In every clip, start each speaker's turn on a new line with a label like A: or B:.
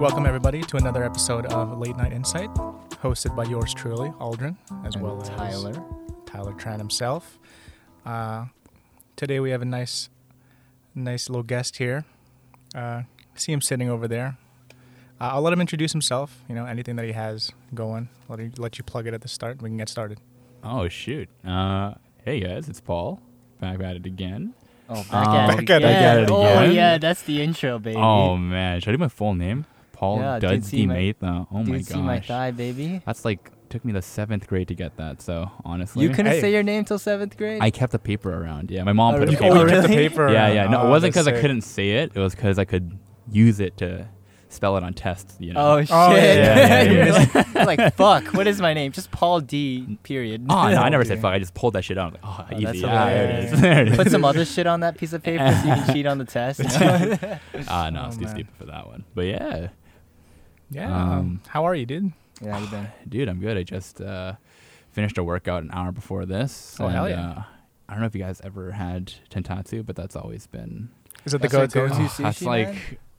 A: Welcome, everybody, to another episode of Late Night Insight, hosted by yours truly, Aldrin, as
B: And
A: well
B: Tyler.
A: as Tyler Tran himself. Uh, today we have a nice, nice little guest here. Uh, see him sitting over there. Uh, I'll let him introduce himself. You know, anything that he has going. Let you, let you plug it at the start. We can get started.
C: Oh shoot! Uh, hey guys, it's Paul. Back at it again.
B: Oh, back,
C: Um,
B: at,
A: back
B: it
A: at it
B: again.
C: again.
B: Oh yeah, that's the intro, baby.
C: Oh man, should I do my full name? Paul
B: Yeah,
C: yeah,
B: dude, see my-
C: Matha. Oh
B: Dude,
C: my
B: see my
C: gosh,
B: thigh, baby.
C: that's like took me the seventh grade to get that. So honestly,
B: You couldn't
A: Hey.
B: say your name till seventh grade.
C: I kept the paper around. Yeah, my mom
B: Oh,
C: put
B: really?
C: a
B: Oh,
C: paper.
A: you kept the
B: really?
A: paper.
C: Yeah, yeah. No,
A: around.
C: it
A: Oh,
C: wasn't
A: that's
C: because I
A: sick.
C: couldn't say it. It was because I could use it to spell it on tests. You know.
B: Oh shit!
A: yeah,
C: yeah, yeah,
B: You're like, like, fuck. What is my name? Just Paul D. Period.
C: Oh, no, I never
A: Okay.
C: said fuck. I just pulled that shit out. I was like, oh,
B: Oh, that's
C: easy. Yeah, there it
A: hilarious.
C: is. There it is.
B: Put some other shit on that piece of paper so you can cheat on the test.
C: Ah, no, I was
A: Oh,
C: too
A: man.
C: stupid for that one. But yeah,
A: Yeah.
C: Um,
A: how are you, dude?
B: Yeah, you been.
C: dude, I'm good. I just uh, finished a workout an hour before this.
A: Oh, hell yeah.
C: uh, I don't know if you guys ever had tentatsu, but that's always been
A: Is it the
B: That's
A: go-to?
B: like go-to.
A: Oh,
B: sushi,
C: that's like
B: man?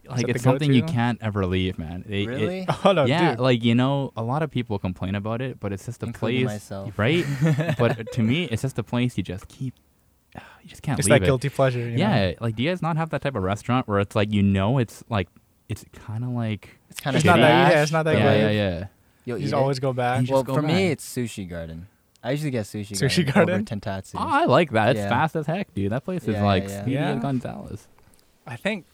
C: like
A: that
C: it's
A: the
C: something you
A: go-to?
C: can't ever leave, man. They- it-
B: Really?
A: Oh, no,
C: yeah,
A: dude.
C: like you know, a lot of people complain about it, but it's just a
B: Including
C: place,
B: myself.
C: right? but uh, to me, it's just a place you just keep. You just can't
A: it's
C: leave
A: that
C: it.
A: guilty pleasure. You
C: yeah,
A: Know?
C: like do you guys not have that type of restaurant where it's like you know it's like it's kind of like
B: It's kind of
A: It's not that. Yeah, it's not that
C: yeah,
A: good.
C: yeah, yeah.
B: You'll
A: You just
B: eat it?
A: always go back.
C: You just
B: Well,
C: go
B: for me,
C: back.
B: it's Sushi Garden. I usually get Sushi,
A: Sushi
B: Garden,
A: Garden?
B: over Tentatsu.
C: Oh, I like that. It's
B: Yeah.
C: fast as heck, dude. That place is
B: Yeah, yeah,
C: like
B: yeah.
C: Speedy
A: Yeah.
C: Gonzalez.
A: I think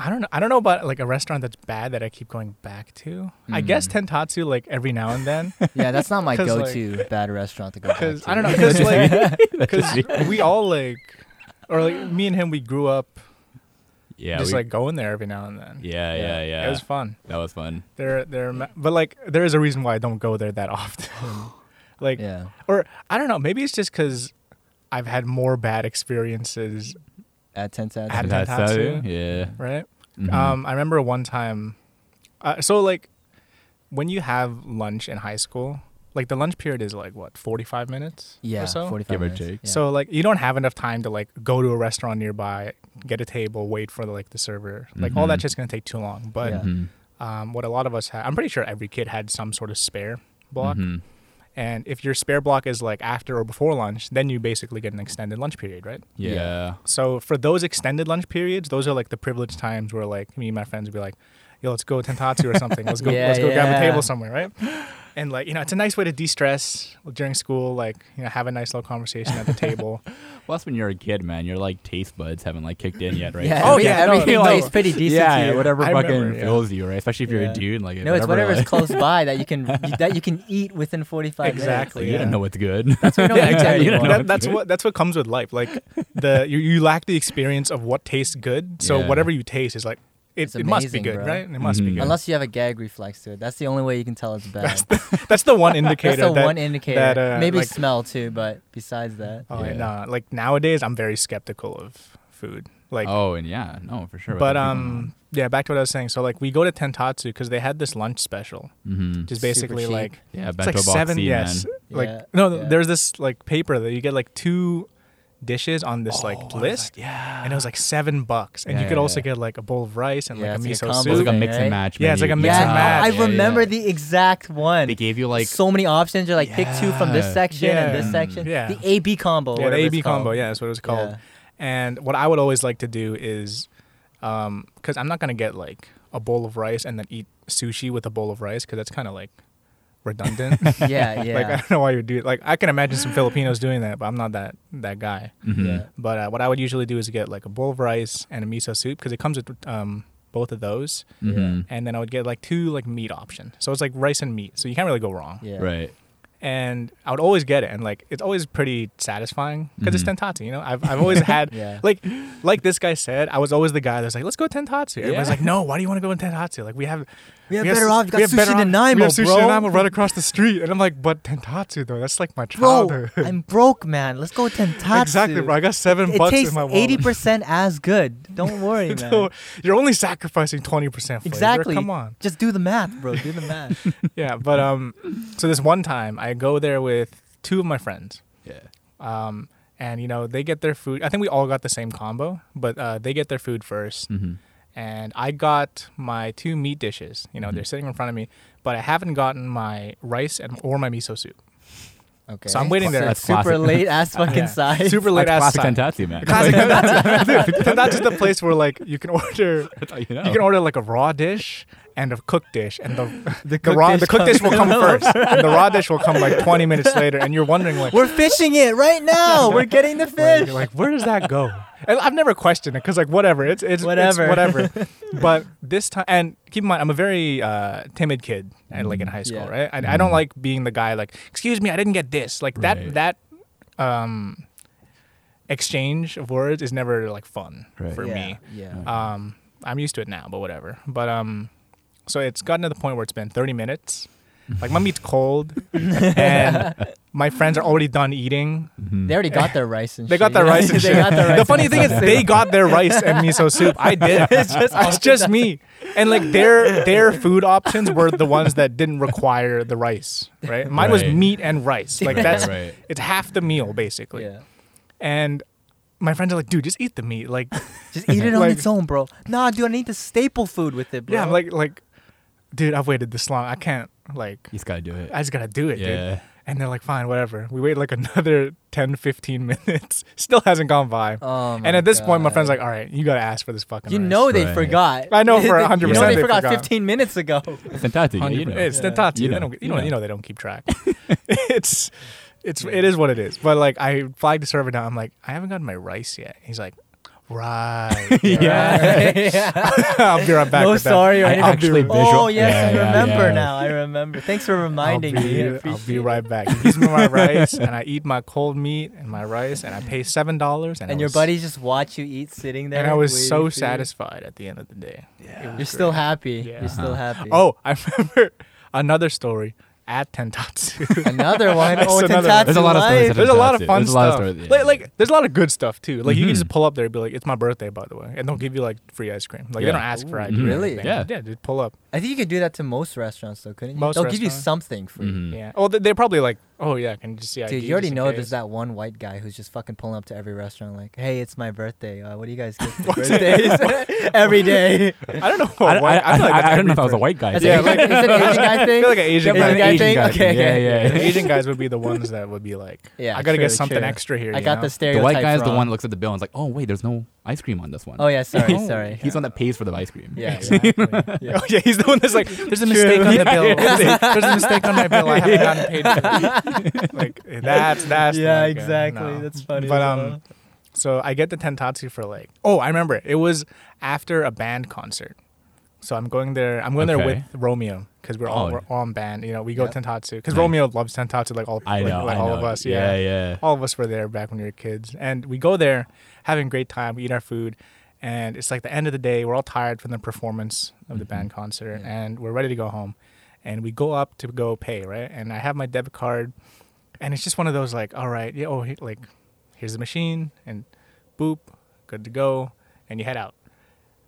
A: I don't know. I don't know about like a restaurant that's bad that I keep going back to. I guess
C: Hmm.
A: Tentatsu like every now and then
B: yeah, that's not my
A: 'Cause, like-
B: go-to bad restaurant to go back
A: because
B: to.
A: I don't know because like because we all like or like me and him we grew up
C: Yeah,
A: just
C: we-
A: like going there every now and then.
C: yeah, yeah, yeah.
A: It was fun.
C: that was fun.
A: There, there, ma- but like there is a reason why I don't go there that often. like,
B: Yeah.
A: or I don't know. Maybe it's just because I've had more bad experiences,
B: At Tentatsu.
A: At-
C: That's how-
A: Tatsu?
C: Yeah.
A: right?
B: Mm-hmm.
C: Mhm.
A: Um, I remember one time. Uh, so like, when you have lunch in high school, like the lunch period is like what forty five minutes.
B: yeah,
A: Or so?
B: 45
C: Give or
B: minutes.
C: take.
B: Yeah.
A: So like you don't have enough time to like go to a restaurant nearby, get a table, wait for like the server. Like all
C: Mhm.
A: that's just gonna take too long. But
B: Mm-hmm. Yeah.
C: Mhm.
A: um, what a lot of us had, I'm pretty sure every kid had some sort of spare block.
B: Mm-hmm.
C: Mhm.
A: And if your spare block is like after or before lunch, then you basically get an extended lunch period, right?
C: Yeah.
A: So for those extended lunch periods, those are like the privileged times where like me and my friends would be like, "Yo, let's go tentatsu or something. Let's go,
B: Yeah,
A: let's go grab a
B: yeah.
A: table somewhere, right?" And like you know, it's a nice way to de-stress during school. Like you know, have a nice little conversation at the table.
C: Well, that's when you're a kid, man. Your like taste buds haven't like kicked in yet, right?
B: Yeah,
A: Oh,
B: every-
A: yeah, no,
B: everything
A: no.
B: tastes pretty decent.
C: yeah.
B: here.
C: Whatever
A: I
C: fucking
A: remember, yeah.
C: fills you, right? Especially if you're
B: Yeah.
C: a dude, like
B: No, it's
C: whatever,
B: whatever's
C: like,
B: close by that you can that you can eat within 45
A: Exactly.
C: like,
B: minutes.
C: You
A: Yeah.
C: don't know what's good.
B: That's why you don't
C: Yeah,
B: eat
C: exactly. You
B: anymore.
A: that,
C: don't know what's
A: that's
C: good.
A: what that's what comes with life. Like the you, you lack the experience of what tastes good. So
C: Yeah.
A: whatever you taste is like it,
B: It's
A: it must be
B: amazing,
A: good,
B: bro.
A: right? It must be
C: Mhm.
A: good.
B: Unless you have a gag reflex to it. That's the only way you can tell it's bad. That's the,
A: that's the one indicator. that,
B: one indicator.
A: that, uh,
B: Maybe
A: like-
B: smell too, but besides that.
A: Oh,
C: Yeah.
A: nah, like nowadays, I'm very skeptical of food. Like
C: oh, and yeah, no, for sure.
A: But um, yeah, back to what I was saying. So like, we go to Tentatsu because they had this lunch special,
C: hmm
A: which is
B: Super
A: basically
B: cheap.
A: like
C: yeah,
A: it's
C: bento
A: like
C: box
A: seven.
C: C,
A: yes,
C: man.
A: like
B: Yeah,
A: no, th-
B: yeah.
A: there's this like paper that you get like two dishes on this
C: Oh, I
A: like
C: was
A: list,
C: yeah,
A: and it was like seven bucks, and
C: Yeah,
A: you could
C: yeah,
A: also
C: yeah.
A: get like a bowl of rice and
B: Yeah,
A: like a
B: it's
A: miso
B: like a combo
C: It was
A: soup.
C: like a
B: thing,
C: mix
B: right?
C: and match.
A: Yeah, it's like a
C: menu.
A: mix
B: yeah,
A: and match.
B: I
C: Yeah, yeah,
B: remember
C: yeah.
B: the exact one.
C: They gave you like
B: so many options. You're like, pick two from this
C: Yeah.
B: section and
A: Yeah.
B: this section.
A: Yeah.
B: The AB combo.
A: yeah,
B: whatever
A: the
B: it's
A: AB combo.
B: called.
A: Yeah, that's what it was called.
B: Yeah.
A: And what I would always like to do is, um, because I'm not gonna get like a bowl of rice and then eat sushi with a bowl of rice because that's kind of like redundant.
B: Yeah, yeah.
A: Like I don't know why you would do it. Like I can imagine some Filipinos doing that, but I'm not that that guy.
C: Mm-hmm.
B: yeah.
A: But uh, what I would usually do is get like a bowl of rice and a miso soup because it comes with um, both of those,
C: Mhm.
A: and then I would get like two like meat option. So it's like rice and meat, so you can't really go wrong.
B: Yeah.
C: Right.
A: And I would always get it, and like it's always pretty satisfying because
C: Mhm.
A: it's tentatsu. You know, I've I've always had
B: Mm-hmm. Yeah.
A: like like this guy said, I was always the guy that's like, let's go tentatsu. Everybody's
C: Yeah.
A: like, no, why do you want to go in tentatsu? Like we have
B: We have
A: have
B: better
A: s-
B: off.
A: we
B: Got
A: have better
B: sushi
A: off-
B: Nanaimo,
A: we have sushi
B: bro.
A: Nanaimo right across the street, and I'm like, but tentatsu though, that's like my
B: Bro,
A: childhood.
B: I'm broke, man. Let's go Tentatsu.
A: exactly, bro. I got seven
B: It
A: bucks
B: tastes
A: in my wallet.
B: eighty percent as good. Don't worry, man.
A: so you're only sacrificing twenty percent.
B: exactly.
A: Come on.
B: Just do the math, bro. Do the math.
A: Yeah, but um, so this one time I go there with two of my friends,
C: Yeah.
A: um, and you know they get their food. I think we all got the same combo, but uh, they get their food first,
C: Mm-hmm.
A: and I got my two meat dishes. You know,
B: Mm-hmm.
A: they're sitting in front of me, but I haven't gotten my rice and or my miso soup.
B: Okay.
A: So I'm waiting there.
C: That's
B: super
C: classic.
B: late ass fucking
A: Yeah.
B: size.
A: Super late ass.
C: classic
A: sign.
C: Tentatsu, man.
A: Classic Tentatsu. Dude, Tentatsu's the place where like you can order
C: That's how you know.
A: you
B: Oh.
A: can order like a raw dish and a cooked dish, and the the,
B: cooked
A: raw
B: dish
A: the cooked dish will
B: comes-
A: come first, and the raw dish will come like 20 minutes later, and you're wondering like.
B: We're fishing it right now. Oh, We're getting the
A: where-
B: fish.
A: you're like, where does that go? And I've never questioned it because, like, whatever, it's it's whatever,
B: Whatever.
A: it's whatever. but this time, and keep in mind, I'm a very uh, timid kid, and like in high school,
B: Mm, Yeah. Mm.
A: right? And I don't like being the guy like, excuse me, I didn't get this. Like
C: Right.
A: that that um, exchange of words is never like fun
C: Right.
A: for
B: yeah.
A: me.
B: Yeah.
A: Um, I'm used to it now, but whatever. But um, so it's gotten to the point where it's been 30 minutes. Like my meat's cold, and my friends are already done eating.
C: Mm-hmm.
B: They already got their rice and
A: They
B: shit.
A: got their
B: you know?
A: rice and
B: they
A: shit.
B: got their rice
A: the funny
B: and
A: thing is,
B: stuff.
A: they got their rice and miso soup. I did. it's just, me. And like their their food options were the ones that didn't require the rice, right? Mine was
C: Right.
A: meat and rice. Like
C: Right,
A: that's
C: right.
A: it's half the meal basically.
B: Yeah.
A: And my friends are like, dude, just eat the meat. Like
B: Just eat it on
A: Like-
B: its own, bro. Nah, dude, I need the staple food with it, bro.
A: Yeah, I'm like like, dude, I've waited this long. I can't like
C: You just gotta do it.
A: I just gotta do it, dude.
C: yeah.
A: And they're like, fine, whatever. We wait like another 10, 15 minutes. Still hasn't gone by.
B: Oh my
A: and at this point, my
B: God.
A: friend's like, all right, you gotta ask for this fucking
B: You
A: rice."
B: know they
C: Right.
B: forgot.
A: I know for
B: You
A: 100%
B: know
A: they
B: they forgot
A: forgot.
B: 15 minutes ago.
C: It's Tentatsu, man, you
A: 100%.
C: know.
A: It's
B: Yeah.
A: Tentatsu.
C: You
A: they
C: know.
A: don't, you,
C: You
A: know,
C: know.
A: you know they don't keep track. it's it's it is what it is. But like I flagged the server down. I'm like, I haven't gotten my rice yet. He's like, right.
B: Yeah.
A: I'll be right back.
B: No
A: with that.
B: sorry or
C: I
B: anything.
C: actually visual.
B: Oh yes,
C: Yeah,
B: I
C: yeah,
B: remember
C: yeah.
B: now. I remember. Thanks for reminding
A: I'll
B: me. I
A: be, I'll
B: appreciate
A: be
B: it.
A: right back. He gives me my rice, and I eat my cold meat and my rice, and I pay seven dollars. And, I
B: And your
A: was-
B: buddies just watch you eat sitting there.
A: And I was
B: waiting
A: so
B: for you.
A: satisfied at the end of the day. Yeah.
B: You're still happy.
A: Yeah.
B: You're still
C: Uh-huh.
B: happy.
A: Oh, I remember another story at Tentatsu.
B: another one.
A: That's
B: Oh, it's
A: another one.
C: There's a lot of
B: Tattoo Life.
C: stories that-
A: there's a lot of
C: Tentatsu.
A: fun
C: There's a
A: stuff.
C: lot of stories, yeah.
A: like, like, there's a lot of good stuff too. Like, you can
C: Mhm.
A: just pull up there and be like, "It's my birthday, by the way," and they'll give you like free ice cream. Like, they
C: Yeah.
A: don't ask for
B: Ooh,
A: ID. or
B: really?
A: anything.
C: Yeah.
A: yeah. Just pull up.
B: I think you could do that to most restaurants, though, couldn't you?
A: Most
B: They'll give you
A: restaurants.
B: something free.
C: Mhm.
A: Yeah. Oh, they- they're probably like, "Oh yeah, can you just see ID?"
B: Dude, you already
A: just in
B: know
A: case?"
B: there's that one white guy who's just fucking pulling up to every restaurant like, "Hey, it's my birthday. Uh, what do you guys get for birthdays every day?day?"
A: I don't know.
C: I,
A: why-
C: I, I,
A: feel like that's
C: Oh, I, don't
A: every
C: know if I was
A: person.
C: a white guy.
B: That's
A: Yeah,
B: an Asian,
A: like-
B: is it an Asian guy thing?
A: I feel like an Asian
B: Is it
A: guy.
B: an
A: thing.
B: guy thing?
C: Asian guy
B: okay,
C: thing. Yeah,
B: okay.
C: yeah,
A: The Asian guys would be the ones that would be like,
B: Yeah,
A: I gotta
B: true,
A: get something
B: true.
A: extra here.
B: I
A: you
B: got
A: know?
B: the
C: the
B: stereotype.
C: white guy is the
B: wrong.
C: one that looks at the bill and is like, oh wait, there's no ice cream on this one.
B: Oh yeah, sorry,
C: Oh,
B: sorry.
C: He's the one that pays for the ice cream.
B: Yeah,
A: Exactly.
B: Yeah.
A: Oh yeah, he's the one that's like, there's a
B: True.
A: mistake on the
B: Yeah,
A: bill.
B: yeah.
A: There's a mistake on my bill. I haven't gotten paid. For it." like that's that's
B: yeah,
A: not good.
B: exactly.
A: No.
B: That's funny.
A: But
B: as
A: um,
B: well.
A: so I get the tentatsu for like, oh, I remember it. It was after a band concert. So I'm going there. I'm going there
C: Okay.
A: with Romeo because we're all
C: Oh.
A: we're all in band. You know, we go
B: Yep.
A: tentatsu because
C: Nice.
A: Romeo loves tentatsu like all
C: I
A: like,
C: know.
A: like
C: I
A: all
C: know.
A: of us.
C: Yeah, yeah.
A: all of us were there back when we were kids and we go there having a great time we eat our food and it's like the end of the day we're all tired from the performance of the band
C: Mm-hmm.
A: concert
B: Yeah.
A: and we're ready to go home and we go up to go pay right and i have my debit card and it's just one of those like all right yeah oh he- like here's the machine and boop good to go and you head out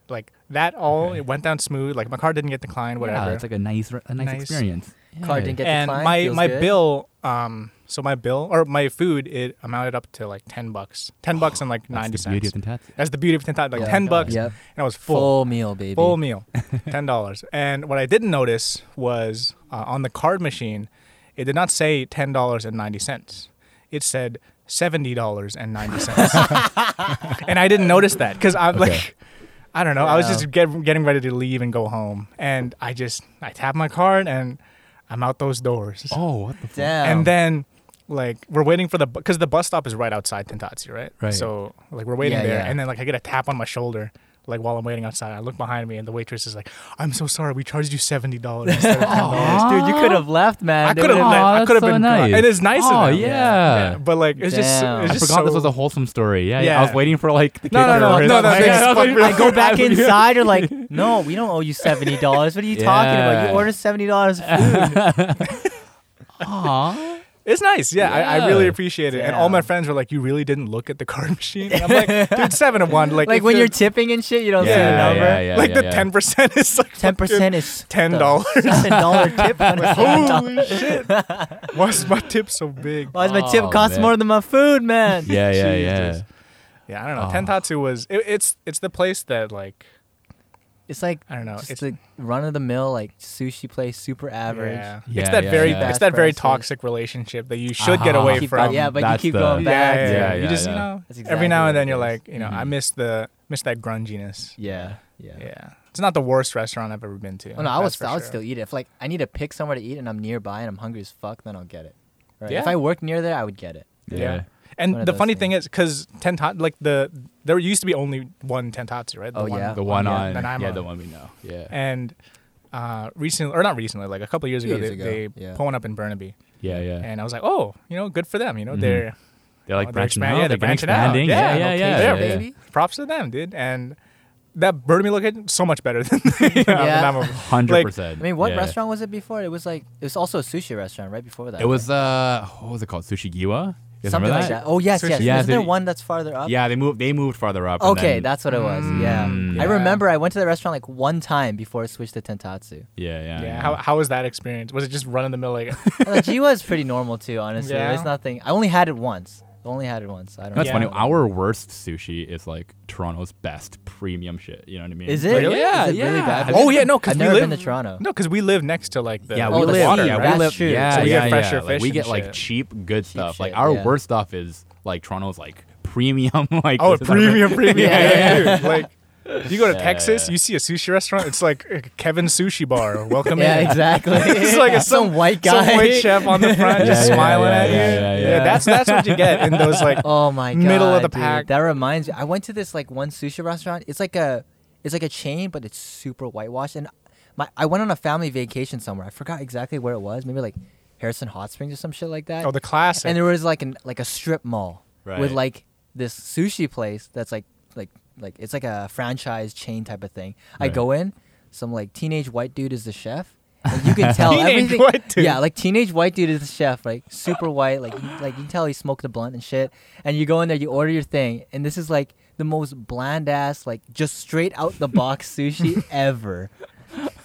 A: like that all
C: Okay.
A: it went down smooth like my card didn't get declined whatever
C: Yeah, it's like a nice, a nice,
A: Nice.
C: experience. Yeah.
B: Car didn't get
A: and
B: declined.
A: my
B: Feels
A: my
B: good.
A: bill um so my bill or my food it amounted up to like 10 bucks 10 bucks and like
C: That's
A: 90
C: the beauty
A: cents
C: of Tentatsu.
A: that's the beauty of tentat like
B: Yeah.
A: 10 bucks
B: Yep.
A: and i was
B: Full,
A: full
B: meal, baby.
A: full meal 10 dollars and what i didn't notice was uh, on the card machine it did not say 10 dollars and 90 cents it said Seventy dollars and ninety cents, and I didn't notice that because I'm
C: Okay.
A: like, I don't know. I was
B: Yeah.
A: just get, getting ready to leave and go home, and I just I tap my card and I'm out those doors
C: Oh, what the fuck?
B: Damn.
A: and then like we're waiting for the because the bus stop is right outside Tentatsu, right?
C: Right.
A: So like we're waiting
B: Yeah,
A: there,
B: yeah.
A: and then like I get a tap on my shoulder. Like while I'm waiting outside, I look behind me and the waitress is like, "I'm so sorry, we charged you seventy dollars instead of ten dollars."
B: Oh, dude, you could have left, man.
A: Oh. I
B: They
A: could have,
B: would've-
C: Aw,
A: I
C: Oh, that's
A: could have
C: so
A: been
C: nice.
A: nice. and it's nice. of
C: Oh,
A: them.
C: yeah.
A: but like it's just,
B: Damn.
A: it's
C: I
A: just
C: forgot this
A: so-
C: was a wholesome story. Yeah,
A: Yeah.
C: I was waiting for like the
A: No, no,
C: kicker
A: no,
C: or-
A: no, no,
C: Yeah,
A: thanks.
C: I was waiting for-
B: I go back inside or like, no, we don't owe you seventy dollars. What are you talking about?
C: Yeah.
B: You ordered seventy dollars food.
C: Aw.
A: It's nice. Yeah, I, I really
C: Yeah.
A: appreciate it. And all my
B: Damn.
A: friends were like, "You really didn't look at the card machine?" And I'm like, "Dude, seven of one." Like,
B: Like, when you're
A: ten
B: tipping and shit, you don't
A: Yeah,
B: see the number.
C: yeah,
A: like the
C: yeah.
A: ten percent is like
B: Ten
A: fucking
B: percent is
A: ten
B: the
A: dollars.
B: Seven dollar tip.
A: Holy shit! Why is my tip so big?
B: Why does my tip
C: Oh,
B: cost
C: man.
B: more than my food, man?
C: Yeah, yeah,
A: Jesus.
C: yeah.
A: Yeah, I don't know.
C: Oh.
A: Tentatsu was it, it's it's the place that like
B: It's like
A: I don't know.
B: just
A: It's
B: the run of the mill like sushi place, super average.
A: Yeah.
C: Yeah,
A: it's that
C: yeah,
A: very
C: yeah.
A: it's that very
B: Fast prices.
A: toxic relationship that you should get
C: Ah.
A: away
B: Keep
A: from.
B: going- yeah, but you
C: That's
B: keep
C: the-
A: yeah,
B: going back.
A: yeah,
C: Yeah,
A: You
C: yeah,
A: just you
C: yeah.
A: know
B: That's
A: every
B: exactly
A: now
B: what
A: and then
B: it
A: you're
B: is.
A: like you know I
C: Mhm.
A: miss the miss that grunginess.
B: Yeah, yeah.
A: Yeah. it's not the worst restaurant I've ever been to.
B: Oh, no, I
A: that's
B: would,
A: for
B: I would
A: sure.
B: still eat it. If like I need to pick somewhere to eat and I'm nearby and I'm hungry as fuck, then I'll get it. Right? If
A: Yeah.
B: I worked near there, I would get it.
A: Yeah.
C: Yeah.
A: And
B: One of
A: the
B: those
A: funny thing is, because tentat like the there used to be only one tentatsu, right? The
B: Oh,
A: one-
B: yeah.
C: The one
A: yeah,
C: on,
A: that I'm
C: yeah,
A: on.
C: the one we know. Yeah,
A: And uh, recently, or not recently, like a couple years ago,
B: Years
A: they,
B: ago,
A: they
B: yeah.
A: put one up in Burnaby,
C: yeah, yeah.
A: and I was like, oh, you know, good for them. You know,
C: Mhm.
A: they're
C: They're
A: Oh,
C: like
A: they're
C: branching
A: expand-
C: out.
A: yeah,
C: they're
A: they're branching out.
C: expanding. Yeah,
A: Yeah,
C: yeah, yeah.
B: location,
C: yeah,
A: there,
C: yeah.
B: baby.
A: props to them, dude. And that Burnaby location so much better than the
B: Yeah.
A: Nanaimo.
C: Hundred
A: Like,
B: I
C: percent.
B: mean, what
C: Yeah.
B: restaurant was it before? It was like it was also a sushi restaurant right before that.
C: It was uh, what was it called? Sushigiwa. You guys remember
B: something like that. Oh yes,
A: Sushi.
B: yes.
C: Yeah,
B: Isn't there
C: they-
B: one that's farther
A: Oh,
B: up?
C: Yeah, they moved. They moved farther up. and
B: Okay,
C: then-
B: that's what it was.
C: Mm,
B: yeah. I
A: yeah.
B: remember I went to the restaurant like one time before I switched to Tentatsu.
C: Yeah, yeah.
A: Yeah, how how was that experience? Was it just run in the mill like?
B: And the Jiwa is pretty normal too, honestly.
A: Yeah.
B: There's nothing. I only had it once. I only had it once. I don't.
C: That's
A: Yeah.
C: funny.
B: know.
C: Our worst sushi is like Toronto's best premium shit. You know what I mean?
B: Is it?
A: Really?
B: Yeah, Is it really
C: yeah.
B: bad?
C: I've
A: oh yeah, no, because
B: I've
A: we
B: never
A: live
B: been to Toronto.
A: no, because we live next to like the
C: Yeah,
B: Oh,
C: we
B: the
C: live.
A: water,
B: sea,
C: yeah,
A: right?
B: that's
C: we live.
B: true.
C: Yeah,
A: So we
C: yeah,
A: get fresher
C: yeah.
A: fish
C: Like, we
A: and
C: get like
A: shit.
C: cheap good stuff. like
B: shit,
C: our
B: yeah.
C: worst stuff is like Toronto's like premium. Like
A: Oh,
C: this is our-
A: premium, premium,
B: Yeah,
A: yeah, dude. Like, you go to
C: Yeah,
A: Texas,
C: yeah.
A: you see a sushi restaurant, it's like uh, Kevin Sushi Bar. Welcome
B: Yeah,
A: in.
B: exactly.
A: It's like a-
B: some, white guy.
A: Some white chef on the front
C: Yeah,
A: just
C: yeah,
A: smiling
C: yeah,
A: at you.
C: yeah, yeah, yeah.
A: that's that's what you get in those like.
B: Oh my god.
A: Middle of the
B: dude.
A: pack.
B: That reminds me. I went to this like one sushi restaurant. It's like a it's like a chain, but it's super whitewashed. And my I went on a family vacation somewhere. I forgot exactly where it was. Maybe like Harrison Hot Springs or some shit like that.
A: Oh, the classic.
B: and there was like an like a strip mall
C: Right.
B: with like this sushi place that's like like like it's like a franchise chain type of thing. I
C: Right.
B: go in, some like teenage white dude is the chef. And you can tell
A: Teenage
B: everything.
A: white dude.
B: Yeah, like teenage white dude is the chef, like super white, like you, like you can tell he smoked a blunt and shit. And you go in there, you order your thing, and this is like the most bland ass, like just straight out the box sushi ever.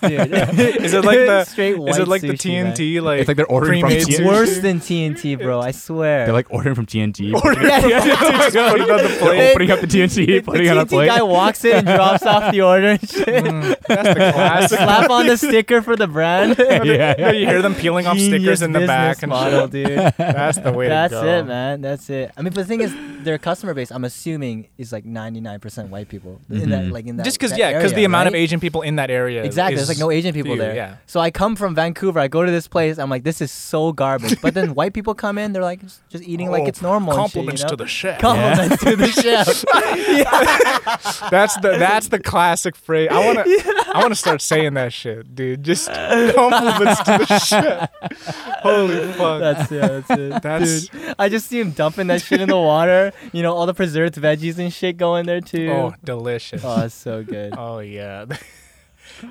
B: Dude.
A: is it like the
B: straight
A: is it
B: white
A: like the
B: sushi, man.
A: TNT like
C: It's like they're ordering from
A: pre-made
B: It's
C: TNT.
A: sushi?
B: worse than TNT, bro. I swear.
C: They're like ordering from TNT.
A: Ordering
B: Yeah,
A: from
B: yeah.
A: TNT, just put it on the
C: They're
A: plate.
C: opening up the TNT,
B: the
C: putting it on a
B: TNT
C: plate.
B: guy walks in and drops off the order and shit.
A: Mm, that's the classic.
B: Slap on the sticker for the brand.
C: yeah,
A: you hear them peeling off stickers
B: Genius
A: in the
B: business
A: back and
B: model,
A: shit.
B: dude.
A: That's the way
B: That's
A: to go.
B: it, man. That's it. I mean, but the thing is, their customer base, I'm assuming, is like 99% white people. In that,
C: Mhm.
B: like in that,
A: Just because
B: that
A: yeah, because
B: area,
A: the amount of
B: right?
A: Asian people in that area
B: Exactly.
A: Is
B: There's like no Asian people
A: few,
B: there.
A: Yeah,
B: So I come from Vancouver. I go to this place. I'm like, this is so garbage. But then white people come in. They're like, just just eating like
A: Oh,
B: it's normal. and shit,
A: compliments
B: you know?
A: to the chef.
B: Compliments to the chef.
A: That's the that's the classic phrase. I wanna I wanna start saying that shit, dude. Just compliments to the chef. Holy fuck.
B: That's it. That's it.
A: That's-
B: Dude, I just see him dumping that shit in the water. You know, all the preserved veggies and shit go in there too.
A: oh,
B: Oh,
A: delicious.
B: it's so good.
A: oh yeah.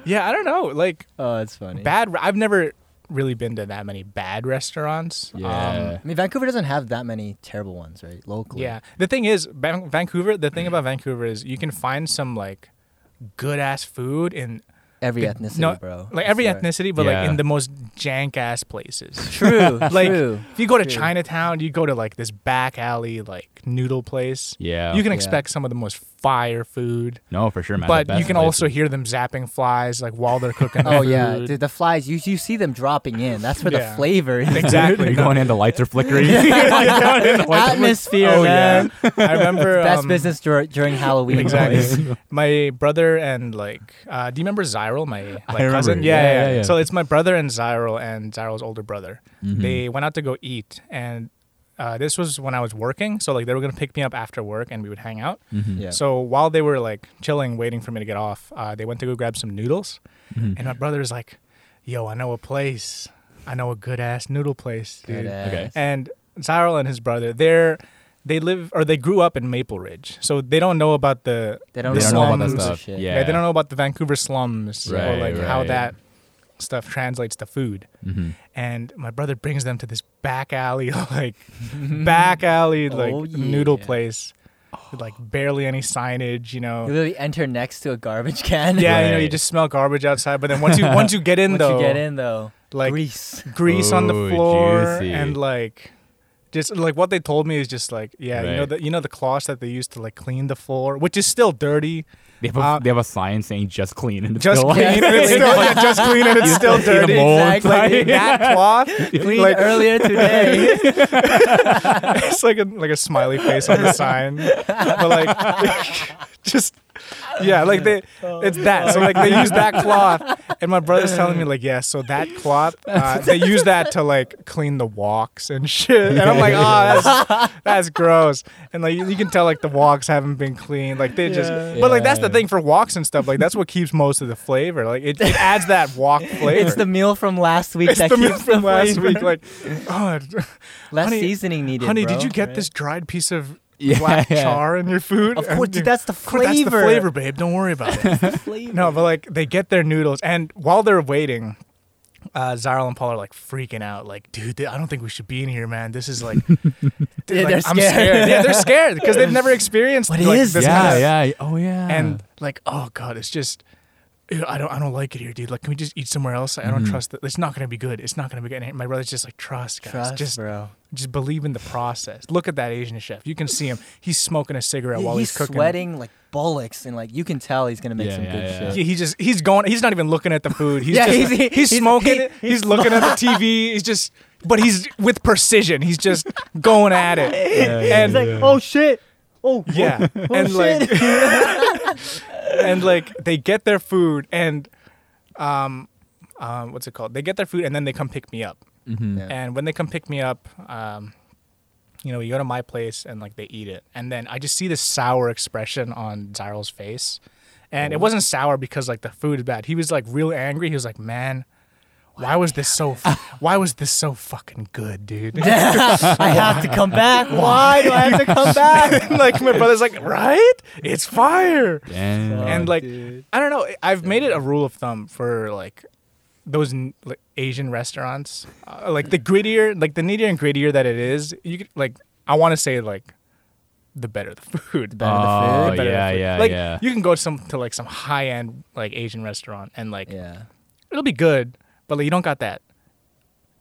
A: yeah, I don't know. Like
B: Oh, it's funny.
A: bad re- I've never really been to that many bad restaurants. Um,
C: Yeah.
B: I mean, Vancouver doesn't have that many terrible ones, right? Locally.
A: Yeah. The thing is, Van- Vancouver, the thing about Vancouver is you can find some like good ass food in
B: Every
A: the-
B: ethnicity,
A: no,
B: bro.
A: Like
B: I
A: every
B: swear.
A: ethnicity, but like
C: Yeah.
A: in the most jank ass places.
B: True.
A: Like
B: true.
A: if you go to
B: True.
A: Chinatown, you go to like this back alley like noodle place.
C: yeah.
A: You can
B: Yeah.
A: expect some of the most fire food,
C: no, for sure, man.
A: but
C: The best
A: you can
C: place
A: also
C: is-
A: hear them zapping flies like while they're cooking. the
B: Oh yeah,
A: food.
B: dude, the flies. You you see them dropping in. That's where
A: Yeah.
B: the flavor is.
A: exactly.
C: You're going in, the lights are flickering.
B: Atmosphere,
A: oh
B: man.
A: yeah, I remember
B: Best
A: um,
B: business dur- during Halloween. boys.
A: Exactly. my brother and like, uh, do you remember Zyril, my like,
C: remember.
A: cousin?
C: Yeah,
A: yeah,
C: yeah, yeah.
A: So it's my brother and Zyril and Zyril's older brother.
C: Mhm.
A: They went out to go eat, and uh, this was when I was working. So like, they were gonna pick me up after work, and we would hang out.
C: Mhm.
B: Yeah.
A: So while they were like chilling, waiting for me to get off, uh, they went to go grab some noodles,
C: Mhm.
A: and my brother's like, "Yo, I know a place. I know a good ass noodle place, dude."
B: Good ass.
C: Okay.
A: and Cyril and his brother, they're they live or they grew up in Maple Ridge, so they don't know about the
B: They
C: They
B: don't
A: the
C: don't know about that
A: slums.
C: stuff.
B: Shit.
C: Yeah.
A: Yeah. they don't know about the Vancouver slums or
C: Right,
A: like how
C: right.
A: that stuff translates to food.
C: Mm-hmm.
A: And my brother brings them to this back alley, like back alley, like
B: Oh,
A: noodle
B: yeah.
A: place, with like barely any signage, you
B: You
A: know.
B: literally enter next to a garbage can.
A: Yeah, you know, you
C: Right.
A: just smell garbage outside. But then once you once you get in
B: Once
A: though,
B: you get in though,
A: like
B: grease.
A: grease on the
C: Ooh,
A: floor
C: juicy.
A: and like just like what they told me is just like yeah you know
C: Right.
A: the you know the cloths that they use to like clean the floor which is still dirty
C: They have, a,
A: Uh,
C: they have a sign saying just clean and it's
A: just
C: still
A: clean
C: like,
A: and it's still yeah, just clean and it's still
C: still see the
A: dirty
C: mold,
A: It's like
C: right?
A: that cloth
B: Cleaned
A: like
B: earlier today.
A: it's like a like a smiley face on the sign but like just yeah like they
B: Oh.
A: it's that so like they use that cloth and my brother's telling me like yeah so that cloth uh, they use that to like clean the walks and shit and i'm like oh that's that's gross and like you, you can tell like the walks haven't been cleaned like they just
B: Yeah.
A: but like that's the
C: Yeah.
A: thing for walks and stuff like that's what keeps most of the flavor like it, it adds that walk flavor
B: it's the meal from last week
A: It's
B: that
A: the meat
B: keeps
A: from
B: the
A: last
B: flavor.
A: week like oh
B: Less
A: Honey-
B: seasoning needed.
A: honey
B: bro.
A: did you get
B: Right.
A: this dried piece of
C: Yeah,
A: black
C: yeah.
A: char in your food
B: Of course,
A: And
B: dude,
A: you-
B: that's the
A: of course,
B: flavor.
A: that's the flavor babe don't worry about it
B: Flavor.
A: no but like they get their noodles and while they're waiting uh Zyril and Paul are like freaking out like dude I don't think we should be in here man this is like,
B: Yeah,
A: like,
B: they're
A: I'm
B: scared.
A: scared yeah they're scared because they've never experienced
B: What
A: like,
B: is
A: this
C: yeah,
A: kind of-
C: yeah. Oh, yeah.
A: and like oh god it's just ew, I don't I don't like it here dude like can we just eat somewhere else I don't
B: Mm-hmm.
C: Mhm.
A: trust that it's not gonna be good it's not gonna be good and my brother's just like trust guys
B: Trust,
A: just
B: bro.
A: just believe in the process. Look at that Asian chef. You can see him. He's smoking a cigarette
B: He-
A: while he's,
B: he's
A: cooking.
B: sweating like bullocks, and like you can tell he's gonna make
C: Yeah,
B: some
C: yeah,
B: good
C: yeah.
B: shit.
A: He, he just he's going. He's not even looking at the food. He's
B: Yeah,
A: just,
B: he's-
A: he's,
B: he- he's-
A: smoking
B: he-
A: it. He's, looking at the TV. He's just but he's with precision. He's just going at it. and
B: He's like, oh shit, oh
A: yeah, and like and like they get their food and um um what's it called? They get their food and then they come pick me up.
C: Mhm.
B: Yeah.
A: And when they come pick me up, um, you know, you go to my place and like they eat it. And then I just see this sour expression on Zyril's face. And
B: Oh.
A: it wasn't sour because like the food is bad. He was like real angry. He was like, man, why was this so why was this so fucking good, dude?
B: I have to come back. Why do I have to come back?
A: like my brother's like, right? It's fire.
C: Damn.
A: and like
B: dude.
A: I don't know. I've made it a rule of thumb for like those n- like, Asian restaurants. Uh, like the grittier, like the neatier and grittier that it is, you could like I want to say like the better the food. The
B: better the
C: Oh,
B: food,
A: better the
C: yeah,
A: food.
C: yeah,
A: Like
C: yeah.
A: you can go to some to like some high end like Asian restaurant and like
B: Yeah.
A: it'll be good, but like you don't got that